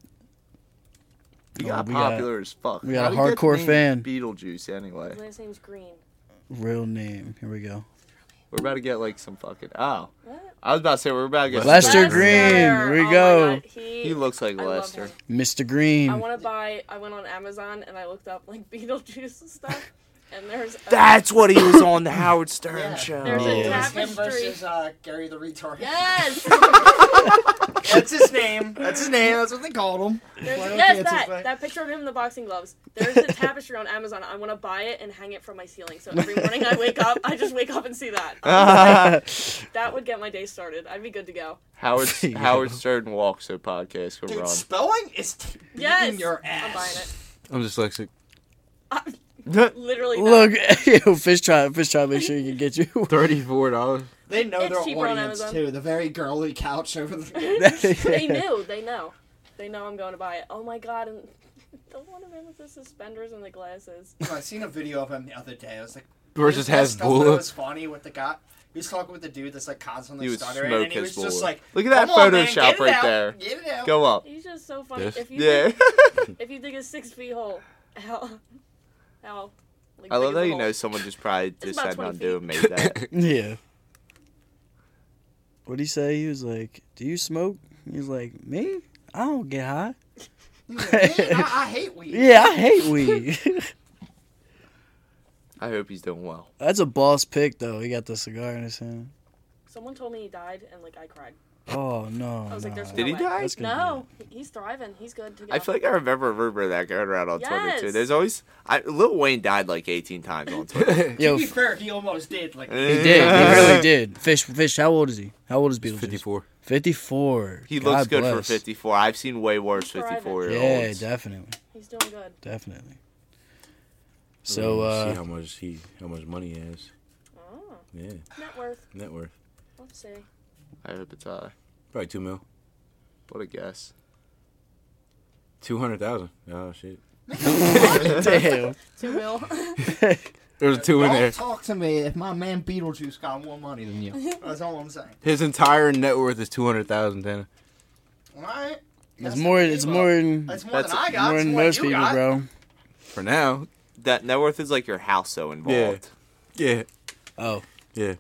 Speaker 5: He
Speaker 6: Oh,
Speaker 5: got
Speaker 6: we got-
Speaker 5: popular as fuck.
Speaker 6: we got a
Speaker 5: How'd he get the
Speaker 6: hardcore
Speaker 5: name
Speaker 6: fan.
Speaker 5: Beetlejuice, anyway.
Speaker 7: His last name's Green.
Speaker 6: Real name. Here we go.
Speaker 5: We're about to get like some fucking. Oh, I was about to say we're about to get some
Speaker 6: Lester
Speaker 5: fucking-
Speaker 6: Green. Here we go.
Speaker 7: Oh He,
Speaker 5: He looks like Lester.
Speaker 6: Mr.
Speaker 7: I
Speaker 6: Green.
Speaker 7: want to buy. I went on Amazon and I looked up like Beetlejuice and stuff. And there's. a-
Speaker 5: That's what he was on the Howard Stern show.
Speaker 7: There's a
Speaker 10: It was
Speaker 7: tap-
Speaker 10: him versus uh, Gary the retard.
Speaker 7: Yes.
Speaker 10: That's his name. That's his name. That's what they called him.
Speaker 7: There's,
Speaker 10: Why don't
Speaker 7: yes,
Speaker 10: you
Speaker 7: that
Speaker 10: answer
Speaker 7: that picture of him in the boxing gloves. There's a tapestry on Amazon. I want to buy it and hang it from my ceiling. So every morning I wake up, I just wake up and see that. I'm like, that would get my day started. I'd be good to go.
Speaker 5: Howard Howard Stern walks so podcast could
Speaker 10: Dude,
Speaker 5: run.
Speaker 10: spelling is t- beating
Speaker 7: Yes,
Speaker 10: your
Speaker 7: I'm buying
Speaker 10: ass.
Speaker 7: it.
Speaker 1: I'm dyslexic.
Speaker 7: Literally.
Speaker 6: Look, yo, fish try, fish try. to Make sure he can get you
Speaker 1: thirty-four dollars.
Speaker 10: They know
Speaker 7: It's
Speaker 10: their
Speaker 7: cheaper on
Speaker 10: audience
Speaker 7: Amazon.
Speaker 10: too. The very girly couch over the.
Speaker 7: they knew. They know. They know I'm going to buy it. Oh my god! And the one of him with the suspenders and the glasses.
Speaker 10: I seen a video of him the other day. I was like,
Speaker 1: Versus
Speaker 10: it was messed up, but
Speaker 1: Hezbollah.
Speaker 10: It was funny with the guy. He was talking with the dude that's like constantly
Speaker 5: He would
Speaker 10: stuttering,
Speaker 5: smoke
Speaker 10: and he was
Speaker 5: Hezbollah.
Speaker 10: just like,
Speaker 5: Look at that
Speaker 10: "Come on, man,
Speaker 5: Photoshop
Speaker 10: get it
Speaker 5: right
Speaker 10: out,
Speaker 5: there.
Speaker 10: Get it out.
Speaker 5: Go up.
Speaker 7: He's just so funny.
Speaker 5: This?
Speaker 7: If you
Speaker 5: Yeah.
Speaker 7: dig- if you dig a six feet hole, how how. Like,
Speaker 5: I love
Speaker 7: big is
Speaker 5: that
Speaker 7: the
Speaker 5: you
Speaker 7: hole?
Speaker 5: know someone just probably
Speaker 7: It's about
Speaker 5: decided not to
Speaker 7: 20
Speaker 5: do and made that.
Speaker 6: Yeah. What did he say? He was like, "Do you smoke?" He was like, "Me? I don't get high."
Speaker 10: I, I hate weed.
Speaker 6: yeah, I hate weed.
Speaker 5: I hope he's doing well.
Speaker 6: That's a boss pick, though. He got the cigar in his hand.
Speaker 7: Someone told me he died, and like I cried.
Speaker 6: Oh no!
Speaker 7: I was like, "There's no
Speaker 5: Did he
Speaker 7: way.
Speaker 5: die? That's
Speaker 6: gonna be
Speaker 7: No, he- he's thriving. He's good to go.
Speaker 5: I feel like I remember a rumor of that going around on Twitter too.
Speaker 7: Yes.
Speaker 5: There's always I, Lil Wayne died like 18 times on Twitter.
Speaker 10: to
Speaker 6: Yo,
Speaker 10: be
Speaker 6: f-
Speaker 10: fair, he almost did. Like
Speaker 5: He
Speaker 6: he did. He really did. Fish, fish. How old is he? How old is Beetlejuice? Fifty-four. Fifty-four.
Speaker 5: he
Speaker 6: God
Speaker 5: looks good for
Speaker 6: bless.
Speaker 5: 54. I've seen way worse
Speaker 7: Thriving.
Speaker 5: 54 year
Speaker 6: Yeah,
Speaker 5: olds.
Speaker 6: definitely,
Speaker 7: he's doing good.
Speaker 6: definitely.
Speaker 1: Let
Speaker 6: So,
Speaker 1: me
Speaker 6: uh,
Speaker 1: see how much he how much money he has.
Speaker 7: Oh,
Speaker 1: Yeah,
Speaker 7: net worth.
Speaker 1: net worth.
Speaker 7: Let's see.
Speaker 5: I hope it's high.
Speaker 1: Probably two mil.
Speaker 5: What a guess.
Speaker 1: Two hundred thousand. Oh shit.
Speaker 10: Damn.
Speaker 7: Two mil.
Speaker 1: There's two in
Speaker 10: Don't
Speaker 1: there.
Speaker 10: Talk to me if my man Beetlejuice got more money than you. That's all I'm saying.
Speaker 1: His entire net worth is two hundred thousand. Then
Speaker 10: All right.
Speaker 6: It's more. It's more than.
Speaker 10: That's more than I got.
Speaker 6: More
Speaker 10: It's
Speaker 6: than
Speaker 10: more than
Speaker 6: most
Speaker 10: you
Speaker 6: people,
Speaker 10: got.
Speaker 6: bro.
Speaker 1: for now,
Speaker 5: That net worth is like your house, though, involved.
Speaker 1: yeah.
Speaker 6: Oh,
Speaker 1: yeah.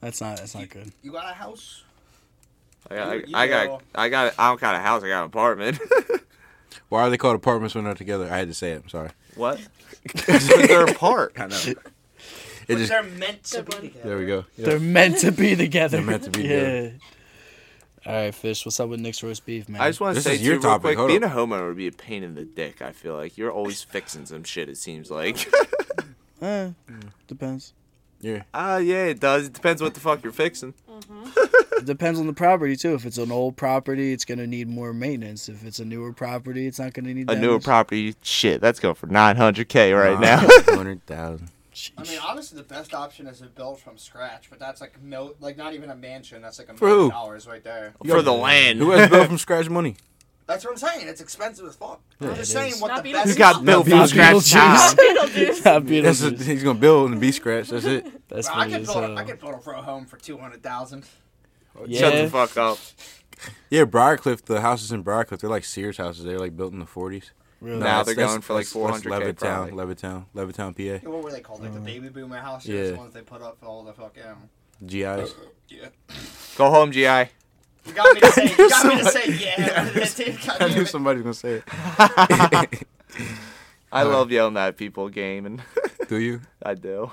Speaker 6: That's not. That's not good.
Speaker 10: You got a house?
Speaker 5: I,
Speaker 10: You-
Speaker 5: got,
Speaker 10: you
Speaker 5: I, got,
Speaker 10: go.
Speaker 5: I got, I don't got a house. I got an apartment.
Speaker 1: Why are they called apartments when they're together? I had to say it. I'm sorry.
Speaker 5: what? they're apart.
Speaker 1: I know. It
Speaker 10: But
Speaker 1: just,
Speaker 10: they're meant to be together.
Speaker 1: there we go. Yeah.
Speaker 6: They're meant to be together.
Speaker 1: They're meant to be together.
Speaker 6: Yeah. All right, fish. What's up with Nick's roast beef, man?
Speaker 5: I just want to
Speaker 1: This
Speaker 5: say
Speaker 1: is
Speaker 5: too,
Speaker 1: your
Speaker 5: real
Speaker 1: topic,
Speaker 5: quick,
Speaker 1: hold
Speaker 5: being a
Speaker 1: up.
Speaker 5: homeowner would be a pain in the dick. I feel like you're always fixing some shit. It seems like.
Speaker 6: Eh,
Speaker 1: Mm.
Speaker 6: depends.
Speaker 1: Yeah.
Speaker 5: Ah, yeah, it does. It depends what the fuck you're fixing.
Speaker 6: It depends on the property too. If it's an old property, it's gonna need more maintenance. If it's a newer property, it's not gonna need
Speaker 5: A
Speaker 6: that
Speaker 5: newer
Speaker 6: much.
Speaker 5: property, shit, that's going for nine hundred k right now.
Speaker 1: Uh, Two hundred thousand.
Speaker 10: I mean, honestly, the best option is to build from scratch, but that's like mil- like not even a mansion. That's like a
Speaker 1: For
Speaker 10: million
Speaker 1: who?
Speaker 10: dollars right there.
Speaker 5: For the land.
Speaker 1: Who has built from scratch money?
Speaker 10: That's what I'm saying. It's expensive as fuck.
Speaker 1: Yeah,
Speaker 10: I'm just
Speaker 1: it
Speaker 10: saying
Speaker 1: is.
Speaker 10: what
Speaker 7: Not
Speaker 10: the
Speaker 7: Beetlejuice.
Speaker 10: best.
Speaker 7: You got
Speaker 10: option-
Speaker 5: built from scratch
Speaker 6: Beetlejuice.
Speaker 7: Beetlejuice.
Speaker 6: Not
Speaker 1: That's a,
Speaker 6: Beetlejuice.
Speaker 1: he's gonna build and be scratched. That's it.
Speaker 6: That's
Speaker 10: Bro, I
Speaker 6: funny
Speaker 10: could
Speaker 6: as
Speaker 10: build. A, I
Speaker 6: hell.
Speaker 10: could build a pro home for two hundred thousand.
Speaker 5: Shut
Speaker 6: Yeah.
Speaker 5: the fuck up.
Speaker 1: Yeah, Briarcliff. The houses in Briarcliff, they're like Sears houses. They're like built in the 40s.
Speaker 6: Really?
Speaker 5: Now
Speaker 1: that's-
Speaker 5: they're
Speaker 1: that's-
Speaker 5: going for, like,
Speaker 1: that's- that's
Speaker 5: 400K
Speaker 1: Levittown,
Speaker 5: probably.
Speaker 1: Levittown, Levittown, PA.
Speaker 10: What were they called? Like the baby boomer houses,
Speaker 1: Yeah.
Speaker 10: the ones they put up for all the fucking.
Speaker 1: GIs.
Speaker 10: Yeah.
Speaker 5: Go home, GI.
Speaker 10: You got me to say. You got me to say
Speaker 1: Somebody-
Speaker 10: yeah.
Speaker 1: I knew-
Speaker 10: God
Speaker 1: I
Speaker 10: damn
Speaker 1: knew
Speaker 10: it.
Speaker 1: somebody was gonna say it.
Speaker 5: I love yelling at people gaming.
Speaker 1: Do you?
Speaker 5: I do.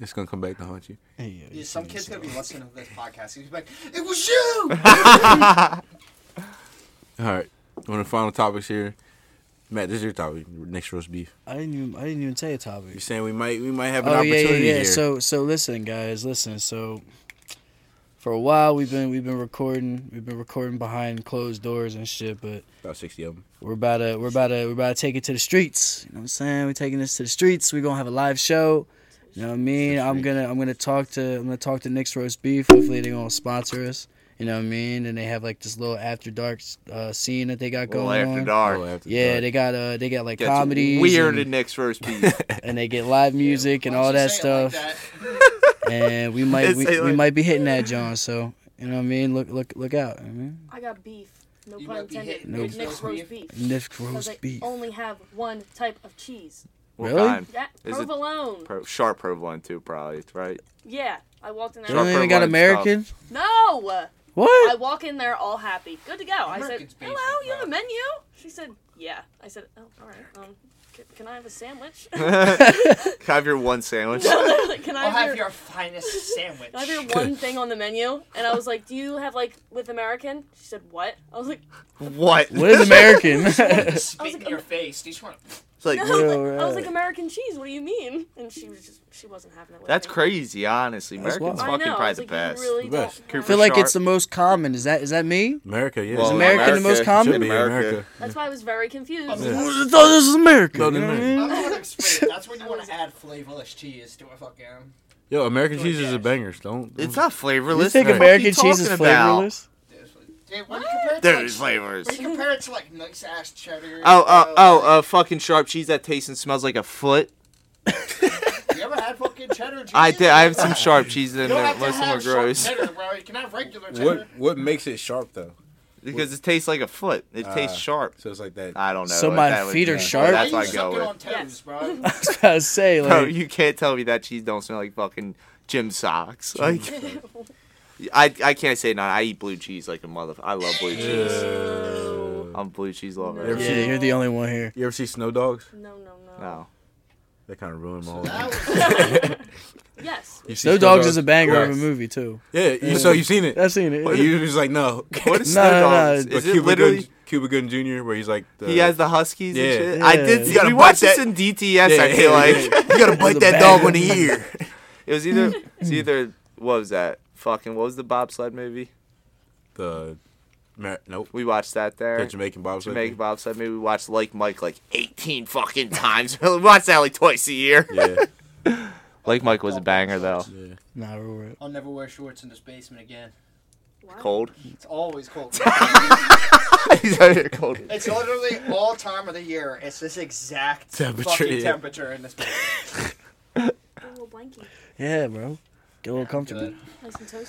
Speaker 1: It's gonna come back to haunt you.
Speaker 10: Yeah, some kid's gonna be listening to this podcast. He's like, "It was you."
Speaker 1: All right. One of the final topics here. Matt, this is your topic. Next roast beef.
Speaker 6: I didn't. Even, I didn't even say a topic.
Speaker 1: You saying we might we might have an
Speaker 6: Oh yeah,
Speaker 1: opportunity
Speaker 6: yeah, yeah.
Speaker 1: here.
Speaker 6: So, so listen, guys, listen. So, for a while we've been we've been recording we've been recording behind closed doors and shit, but
Speaker 1: About sixty of them.
Speaker 6: we're about to we're about to we're about to take it to the streets. You know what I'm saying? We're taking this to the streets. We're gonna have a live show. You know what I mean? I'm gonna I'm gonna talk to I'm gonna talk to Nick's Roast Beef. Hopefully they're gonna sponsor us. You know what I mean? And they have like this little after dark uh, scene that they got
Speaker 5: Little
Speaker 6: going
Speaker 5: after
Speaker 6: on.
Speaker 5: dark.
Speaker 1: Little after
Speaker 6: yeah,
Speaker 1: dark.
Speaker 6: they got uh they got like
Speaker 5: Gets
Speaker 6: comedy
Speaker 5: Weird in Nick's first piece.
Speaker 6: and they get live music and all that stuff. and we might
Speaker 5: It's
Speaker 6: we,
Speaker 5: like-
Speaker 6: we might be hitting that John. So you know what I mean. Look look look out. I mean,
Speaker 7: I got beef. No
Speaker 10: You
Speaker 7: pun
Speaker 10: might be
Speaker 7: intended.
Speaker 10: hitting
Speaker 6: No.
Speaker 7: With Nick's roast beef.
Speaker 6: Nick
Speaker 7: 'Cause
Speaker 6: roast
Speaker 7: they
Speaker 6: beef.
Speaker 7: only have one type of cheese.
Speaker 5: What
Speaker 6: Really?
Speaker 5: kind?
Speaker 7: That
Speaker 5: Is it
Speaker 7: provolone.
Speaker 5: pro- sharp provolone too? Probably right.
Speaker 7: Yeah, I walked in
Speaker 6: They
Speaker 7: there.
Speaker 5: Sharp
Speaker 6: don't even got
Speaker 5: provolone
Speaker 6: American.
Speaker 5: stuff.
Speaker 7: No. I
Speaker 6: What?
Speaker 7: walk in there all happy. Good to go. I said,
Speaker 10: Americans basic,
Speaker 7: "Hello, you have a
Speaker 10: man.
Speaker 7: menu?" She said, "Yeah." I said, "Oh, all right. Um, c- can I have a sandwich?"
Speaker 5: Have your one sandwich.
Speaker 7: Literally, can I
Speaker 10: I'll
Speaker 7: have, your,
Speaker 10: have your finest sandwich.
Speaker 7: can I have your one thing on the menu? And I was like, "Do you have like with American?" She said, "What?" I was like,
Speaker 5: what?
Speaker 6: What is American?
Speaker 10: Spit in your face. Do you just want to?
Speaker 5: It's like
Speaker 7: "No." I was like, I was like, "American cheese? What do you mean?" And she was just she wasn't having it. With
Speaker 5: that's
Speaker 7: me.
Speaker 5: crazy. Honestly,
Speaker 6: That's
Speaker 5: Americans
Speaker 6: wild.
Speaker 7: I
Speaker 5: fucking
Speaker 7: know. I
Speaker 5: probably
Speaker 7: was
Speaker 5: the
Speaker 7: like,
Speaker 5: best.
Speaker 7: You really
Speaker 1: The
Speaker 7: don't
Speaker 1: best.
Speaker 7: have-
Speaker 5: Good
Speaker 6: I feel like
Speaker 5: Sharp.
Speaker 6: it's the most common. Is that is that me?
Speaker 1: America, yeah.
Speaker 5: Well,
Speaker 1: Should
Speaker 6: American the most
Speaker 5: it
Speaker 6: common?
Speaker 5: should
Speaker 1: be
Speaker 5: be
Speaker 1: America.
Speaker 7: That's why I was very confused.
Speaker 1: Yeah.
Speaker 6: I thought this was American.
Speaker 1: Thought it
Speaker 6: you know what I
Speaker 1: was
Speaker 10: I
Speaker 6: mean?
Speaker 10: don't want to explain. That's when you want to add flavorless cheese to a fucking.
Speaker 1: Yo, American cheese is a banger. Don't.
Speaker 5: It's not
Speaker 6: You
Speaker 5: flavorless.
Speaker 6: think
Speaker 5: What the fuck you
Speaker 6: American cheese is
Speaker 5: talking about?
Speaker 6: flavorless?
Speaker 10: Dude, when you compare it to
Speaker 5: There's
Speaker 10: like,
Speaker 5: flavors.
Speaker 10: when you compare it to like nice ass cheddar.
Speaker 5: Oh, oh,
Speaker 10: uh,
Speaker 5: oh, uh, fucking sharp cheese that tastes and smells like a foot.
Speaker 10: You ever had fucking cheddar cheese?
Speaker 5: I did. I have some sharp cheese in
Speaker 10: You don't
Speaker 5: there.
Speaker 10: have to
Speaker 5: Most of them are
Speaker 10: have sharp
Speaker 5: gross
Speaker 10: cheddar, bro. You can have regular cheddar.
Speaker 1: What what makes it sharp though?
Speaker 5: because it tastes like a foot. It tastes
Speaker 6: Uh,
Speaker 1: Ah.
Speaker 5: sharp.
Speaker 1: So it's like that.
Speaker 5: I don't know.
Speaker 6: So
Speaker 5: what
Speaker 6: my
Speaker 5: that would
Speaker 6: feet are
Speaker 5: be.
Speaker 6: sharp?
Speaker 5: That's
Speaker 10: Why
Speaker 5: what
Speaker 10: you
Speaker 5: I go
Speaker 10: sucking
Speaker 5: with.
Speaker 10: on toes, bro?
Speaker 6: I was about to say like
Speaker 5: Bro, you can't tell me that cheese don't smell like fucking gym socks. Like, I I can't say not. I eat blue cheese like a motherfucker. I love blue cheese. I'm a blue cheese lover.
Speaker 1: Yeah.
Speaker 6: yeah, you're the only one here.
Speaker 1: You ever see Snow Dogs?
Speaker 7: No, no, no.
Speaker 5: No.
Speaker 1: That kind of ruined my whole.
Speaker 10: That was-
Speaker 7: Yes.
Speaker 1: You see
Speaker 6: Snow Dogs is a banger
Speaker 1: Yeah.
Speaker 6: of a movie too.
Speaker 1: Yeah, you, so you've seen it.
Speaker 6: I've seen it.
Speaker 1: You was like, no.
Speaker 5: What is
Speaker 6: No,
Speaker 5: Snow
Speaker 6: no, no,
Speaker 5: Dogs? Is
Speaker 6: it's-
Speaker 1: But
Speaker 5: it
Speaker 1: Cuba
Speaker 5: literally?
Speaker 1: Gooding, Cuba Gooding Jr., where he's like, the,
Speaker 6: uh,
Speaker 5: he has the huskies
Speaker 1: Yeah.
Speaker 5: and shit. I did.
Speaker 1: You gotta
Speaker 5: we
Speaker 1: bite
Speaker 5: watched
Speaker 1: that-
Speaker 5: that in DTS.
Speaker 1: Yeah,
Speaker 5: I
Speaker 1: yeah,
Speaker 5: feel like
Speaker 1: yeah.
Speaker 5: you gotta
Speaker 6: bite that dog on the
Speaker 5: ear. It was either it was either what was that fucking what was the bobsled movie?
Speaker 1: the Mer- nope,
Speaker 5: We watched that there.
Speaker 1: the Jamaican bobsled.
Speaker 5: Jamaican bobsled movie. We watched Like Mike like 18 fucking times. we watched that like twice a year.
Speaker 1: Yeah,
Speaker 5: Like Mike was a banger though.
Speaker 1: yeah.
Speaker 6: Nah, we're,
Speaker 10: I'll never wear shorts in this basement again.
Speaker 11: Cold?
Speaker 10: It's always cold.
Speaker 11: He's out here cold.
Speaker 10: It's literally all time of the year. It's this exact
Speaker 6: Temperature,
Speaker 10: fucking
Speaker 6: yeah.
Speaker 10: temperature in this building.
Speaker 6: Yeah, bro. Get a little comfortable.
Speaker 7: Nice and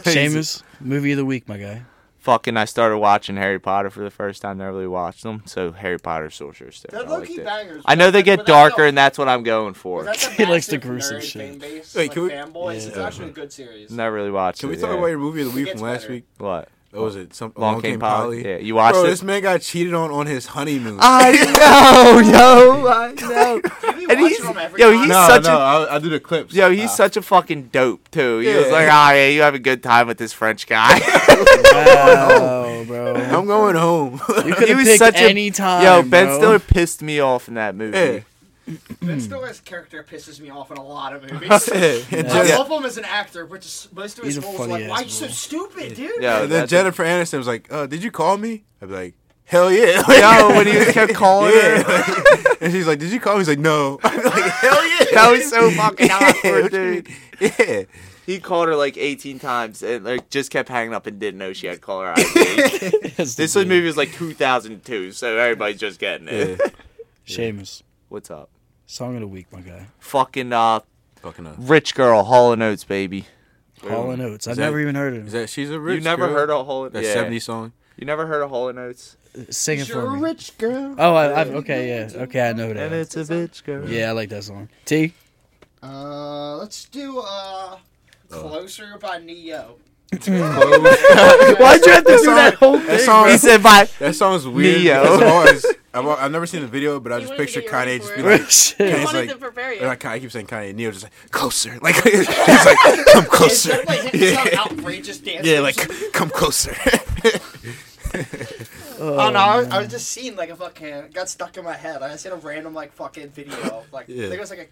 Speaker 6: Seamus, movie of the week, my guy.
Speaker 5: Fucking, I started watching Harry Potter for the first time. Never really watched them, so Harry Potter Sorcerer's Stone.
Speaker 10: They're
Speaker 5: I liked
Speaker 10: low-key
Speaker 5: it.
Speaker 10: bangers,
Speaker 5: I know they get
Speaker 10: but that's
Speaker 5: darker, and that's what I'm going for.
Speaker 10: That's a
Speaker 6: He likes the
Speaker 10: massive
Speaker 6: gruesome
Speaker 10: nerd
Speaker 6: shit.
Speaker 10: Fan base,
Speaker 1: Wait,
Speaker 10: like
Speaker 1: can we-
Speaker 10: fanboys. It's
Speaker 1: Yeah.
Speaker 10: actually a good series.
Speaker 5: Never really watched.
Speaker 1: Can we
Speaker 5: it,
Speaker 1: talk
Speaker 5: yeah.
Speaker 1: about your movie of the
Speaker 10: It
Speaker 1: week
Speaker 10: gets
Speaker 1: from last
Speaker 10: better.
Speaker 1: week?
Speaker 5: What?
Speaker 1: What was it? Some
Speaker 5: Long
Speaker 1: Long
Speaker 5: Came
Speaker 1: Came
Speaker 5: Polly?
Speaker 1: Polly.
Speaker 5: Yeah, you watched
Speaker 1: Bro,
Speaker 5: it?
Speaker 1: this man got cheated on on his honeymoon.
Speaker 5: I know, yo, I know. And he's, yo, he's
Speaker 1: No,
Speaker 5: such
Speaker 1: no,
Speaker 5: a.
Speaker 1: I- I do the clips.
Speaker 5: Yo, he's
Speaker 1: Ah.
Speaker 5: such a fucking dope too. He was
Speaker 1: Yeah.
Speaker 5: like, "Ah, yeah, you have a good time with this French guy."
Speaker 6: wow, bro.
Speaker 1: I'm going home.
Speaker 6: You could
Speaker 5: He
Speaker 6: have
Speaker 5: was
Speaker 6: picked
Speaker 5: such a-
Speaker 6: any time.
Speaker 5: Yo, Ben
Speaker 6: bro.
Speaker 5: Stiller pissed me off in that movie.
Speaker 1: Yeah.
Speaker 10: Ben Stiller's character pisses me off in a lot of movies.
Speaker 5: Yeah.
Speaker 10: I
Speaker 5: Yeah.
Speaker 10: love him as an actor, but just most of his
Speaker 1: He's a
Speaker 10: roles
Speaker 1: funny
Speaker 10: like,
Speaker 1: ass
Speaker 10: why you so
Speaker 1: fool."
Speaker 10: stupid, dude?
Speaker 1: and then Jennifer Aniston was like, uh, "Did you call me?" I'd be like, "Hell yeah!"
Speaker 5: Yo, when he kept calling her.
Speaker 1: her, and she's like, "Did you call me?" He's like, "No." I'm like, "Hell yeah!"
Speaker 5: That was so fucking
Speaker 1: Yeah,
Speaker 5: awkward,
Speaker 1: what you
Speaker 5: dude.
Speaker 1: Yeah.
Speaker 5: He called her like 18 times and like just kept hanging up and didn't know she had caller ID. this was- movie was like 2002, so everybody's just getting it.
Speaker 6: Seamus.
Speaker 5: What's up?
Speaker 6: Song of the week, my guy.
Speaker 5: Fucking uh,
Speaker 1: fucking
Speaker 5: rich girl, Hall and Oates, baby.
Speaker 6: Hall and Oates. I've never even heard of him.
Speaker 1: Is that she's a
Speaker 5: You never heard of Hall and
Speaker 1: That
Speaker 5: yeah.
Speaker 1: 70 song?
Speaker 5: You never heard of Hall and Oates?
Speaker 6: Sing it for me.
Speaker 13: rich girl.
Speaker 6: Oh, I, I, okay, yeah, okay, I know who that.
Speaker 5: And it's a bitch girl.
Speaker 6: Yeah, I like that song. T.
Speaker 10: Uh, let's do uh, Closer by Neo.
Speaker 5: Why'd you have to do that whole
Speaker 1: That
Speaker 5: thing,
Speaker 1: song,
Speaker 5: bro? He said by
Speaker 1: that song's weird.
Speaker 5: Neo.
Speaker 1: because I've, always, I've, al- I've never seen the video, but I just picture Kanye just be like,
Speaker 6: Shit.
Speaker 1: Kanye's
Speaker 7: wanted
Speaker 1: like-
Speaker 7: to prepare you.
Speaker 1: or not Kanye, I keep saying Kanye, Neo just like closer, like he's like come closer,
Speaker 10: It's definitely some outrageous dance
Speaker 1: yeah,
Speaker 10: or
Speaker 1: like
Speaker 10: something.
Speaker 1: come closer.
Speaker 10: Oh, no, I was, I was just seeing like a fucking it got stuck in my head. I just seen a random like fucking video, of, like
Speaker 1: Yeah.
Speaker 10: I think it was like a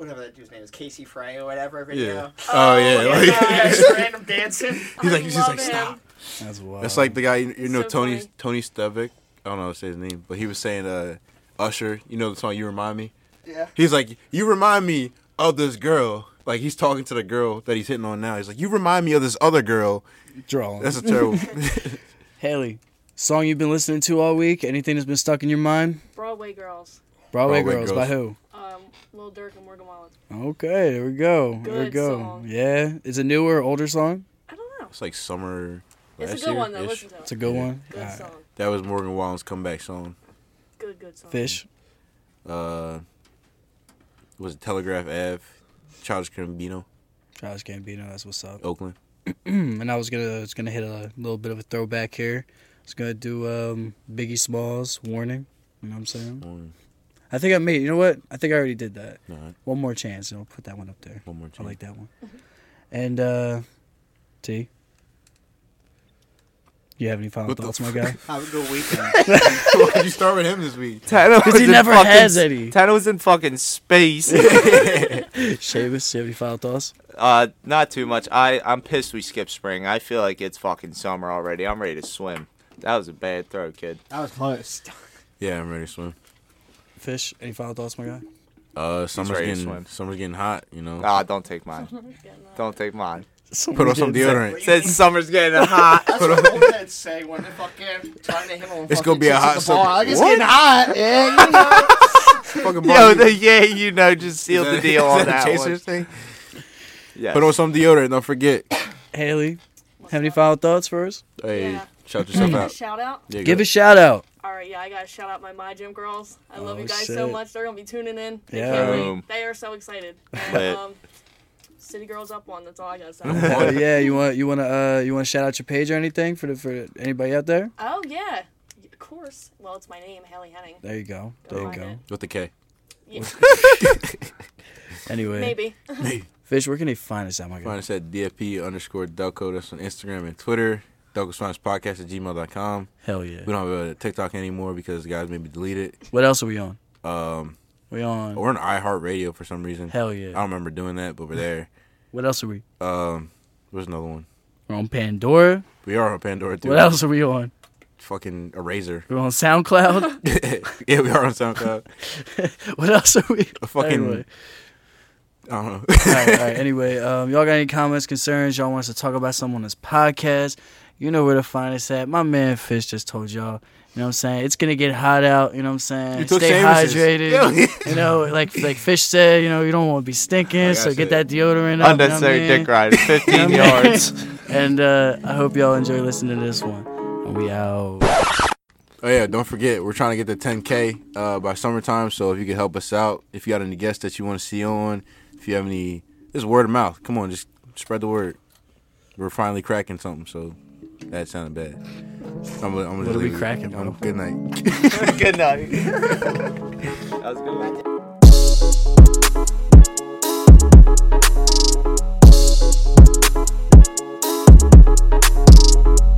Speaker 10: whatever that dude's name is, Casey Frey or whatever video.
Speaker 1: Yeah. Oh, yeah,
Speaker 10: look at
Speaker 1: like-
Speaker 10: that, just random dancing.
Speaker 1: He's like- he's just like, stop.
Speaker 6: That's wild.
Speaker 1: That's like the guy you, you know
Speaker 10: So
Speaker 1: Tony Tony Stevick. I don't know how to say his name, but he was saying uh Usher, you know the song You Remind Me?
Speaker 10: Yeah.
Speaker 1: He's like, You remind me of this girl. Like he's talking to the girl that he's hitting on now. He's like, You remind me of this other girl.
Speaker 6: Drawing.
Speaker 1: That's a terrible
Speaker 6: Haley, song you've been listening to all week. Anything that's been stuck in your mind?
Speaker 7: Broadway Girls.
Speaker 6: Broadway,
Speaker 1: Broadway
Speaker 6: Girls,
Speaker 1: Girls.
Speaker 6: by who?
Speaker 7: Um, Lil Durk and Morgan Wallen.
Speaker 6: Okay, there we go. there we
Speaker 7: Good
Speaker 6: go.
Speaker 7: song.
Speaker 6: Yeah, it's a newer, older song.
Speaker 1: It's like summer.
Speaker 7: It's a
Speaker 1: last
Speaker 7: good one,
Speaker 1: year-ish.
Speaker 7: though. Listen to it.
Speaker 6: It's a good one.
Speaker 7: Good
Speaker 6: Alright.
Speaker 7: song.
Speaker 1: That was Morgan Wallen's comeback song.
Speaker 7: Good, good song.
Speaker 6: Fish.
Speaker 1: Uh was it Telegraph Ave? Childish Gambino,
Speaker 6: Travis Gambino, that's what's up.
Speaker 1: Oakland.
Speaker 6: and I was gonna, I was gonna hit a little bit of a throwback here. I was gonna do um, Biggie Smalls, Warning. You know what I'm saying? I think I made. You know what? I think I already did that.
Speaker 1: Alright.
Speaker 6: One more chance, and I'll put that one up there.
Speaker 1: One more
Speaker 6: I
Speaker 1: chance.
Speaker 6: like that one. And uh, T. You have any final
Speaker 1: What the
Speaker 6: thoughts, my guy?
Speaker 10: Have a good weekend.
Speaker 1: Why did you start with him this week?
Speaker 5: Tana
Speaker 6: Because
Speaker 5: was
Speaker 6: he
Speaker 5: in
Speaker 6: never
Speaker 5: fucking,
Speaker 6: has any.
Speaker 5: Tana was in fucking space.
Speaker 6: Shavis, you have any final thoughts?
Speaker 5: uh, not too much. I I'm pissed we skipped spring. I feel like it's fucking summer already. I'm ready to swim. That was a bad throw, kid.
Speaker 10: That was close.
Speaker 1: Yeah, I'm ready to swim.
Speaker 6: Fish, any final thoughts, my guy?
Speaker 1: Uh, summer's
Speaker 5: ready to
Speaker 1: getting
Speaker 5: swim.
Speaker 1: summer's getting hot, you know.
Speaker 5: Ah, don't take mine. Don't take mine.
Speaker 1: Put on some deodorant.
Speaker 5: Said summer's getting hot.
Speaker 10: That's what old men say when they're fucking trying to hit on
Speaker 1: It's
Speaker 10: fucking
Speaker 1: gonna be a
Speaker 10: chicks at
Speaker 1: hot
Speaker 10: the
Speaker 1: summer.
Speaker 10: bar. Like, it's
Speaker 1: What?
Speaker 10: getting hot. Yeah, you know.
Speaker 1: Fucking
Speaker 5: Yo, the yeah, you know, just sealed the deal on that one.
Speaker 1: Chaser's thing.
Speaker 5: Yes.
Speaker 1: Put on some deodorant. Don't forget.
Speaker 6: Haley, have any final thoughts for us?
Speaker 1: Hey, shout
Speaker 7: Can
Speaker 1: yourself
Speaker 7: I give
Speaker 1: out.
Speaker 7: a shout out?
Speaker 1: Yeah,
Speaker 6: Give
Speaker 1: go.
Speaker 6: a shout out.
Speaker 7: All right, yeah, I gotta shout out my My Gym girls. I love
Speaker 6: Oh,
Speaker 7: you guys so
Speaker 6: shit.
Speaker 7: much. They're gonna be tuning in. They
Speaker 6: Yeah.
Speaker 7: can't
Speaker 6: Boom.
Speaker 7: wait. They are so excited.
Speaker 5: Lit.
Speaker 7: And, um, City girls up one. That's all I gotta say.
Speaker 6: Uh, yeah, you want you want to uh, you want to shout out your page or anything for the, for anybody out there?
Speaker 7: Oh yeah, of course. Well, it's my name, Haley Henning.
Speaker 6: There you go. There you go.
Speaker 1: With the K.
Speaker 7: Yeah.
Speaker 6: Anyway,
Speaker 7: Maybe.
Speaker 6: Fish, where can they find us at, my guy?
Speaker 1: Find us at DFP underscore Delco. That's on Instagram and Twitter. Delco Spines Podcast at gmail.com.
Speaker 6: Hell yeah.
Speaker 1: We don't have a TikTok anymore because the guys maybe deleted it.
Speaker 6: What else are we on?
Speaker 1: Um,
Speaker 6: We on.
Speaker 1: we're on iHeartRadio for some reason.
Speaker 6: Hell yeah.
Speaker 1: I don't remember doing that, but we're there.
Speaker 6: What else are we?
Speaker 1: Um, there's another one.
Speaker 6: We're on Pandora.
Speaker 1: We are on Pandora too.
Speaker 6: What else are we on?
Speaker 1: Fucking Eraser.
Speaker 6: We're on SoundCloud.
Speaker 1: yeah, we are on SoundCloud.
Speaker 6: what else are we?
Speaker 1: A fucking
Speaker 6: Anyway,
Speaker 1: I don't know.
Speaker 6: all right, all right. Anyway, um, y'all got any comments, concerns? Y'all want us to talk about something on this podcast? You know where to find us at. My man Fish just told y'all. You know what I'm saying? It's gonna get hot out. You know what I'm saying?
Speaker 2: You took
Speaker 6: Stay
Speaker 2: Seamus's.
Speaker 6: hydrated.
Speaker 2: Yeah.
Speaker 6: You know, like like Fish said. You know, you don't want to be stinking,
Speaker 5: Like I
Speaker 6: so get
Speaker 5: said,
Speaker 6: that deodorant. Up,
Speaker 5: unnecessary
Speaker 6: you know what I mean?
Speaker 5: dick ride, 15
Speaker 6: You know what I mean?
Speaker 5: yards.
Speaker 6: and uh, I hope y'all enjoy listening to this one. And we out.
Speaker 1: Oh yeah, don't forget we're trying to get to 10k uh, by summertime. So if you could help us out, if you got any guests that you want to see on, if you have any, it's word of mouth. Come on, just spread the word. We're finally cracking something. So that sounded bad. I'm, gonna- I'm gonna
Speaker 6: What are we
Speaker 1: leave it.
Speaker 6: cracking, bro?
Speaker 1: Um, good night.
Speaker 5: Good night. that was good.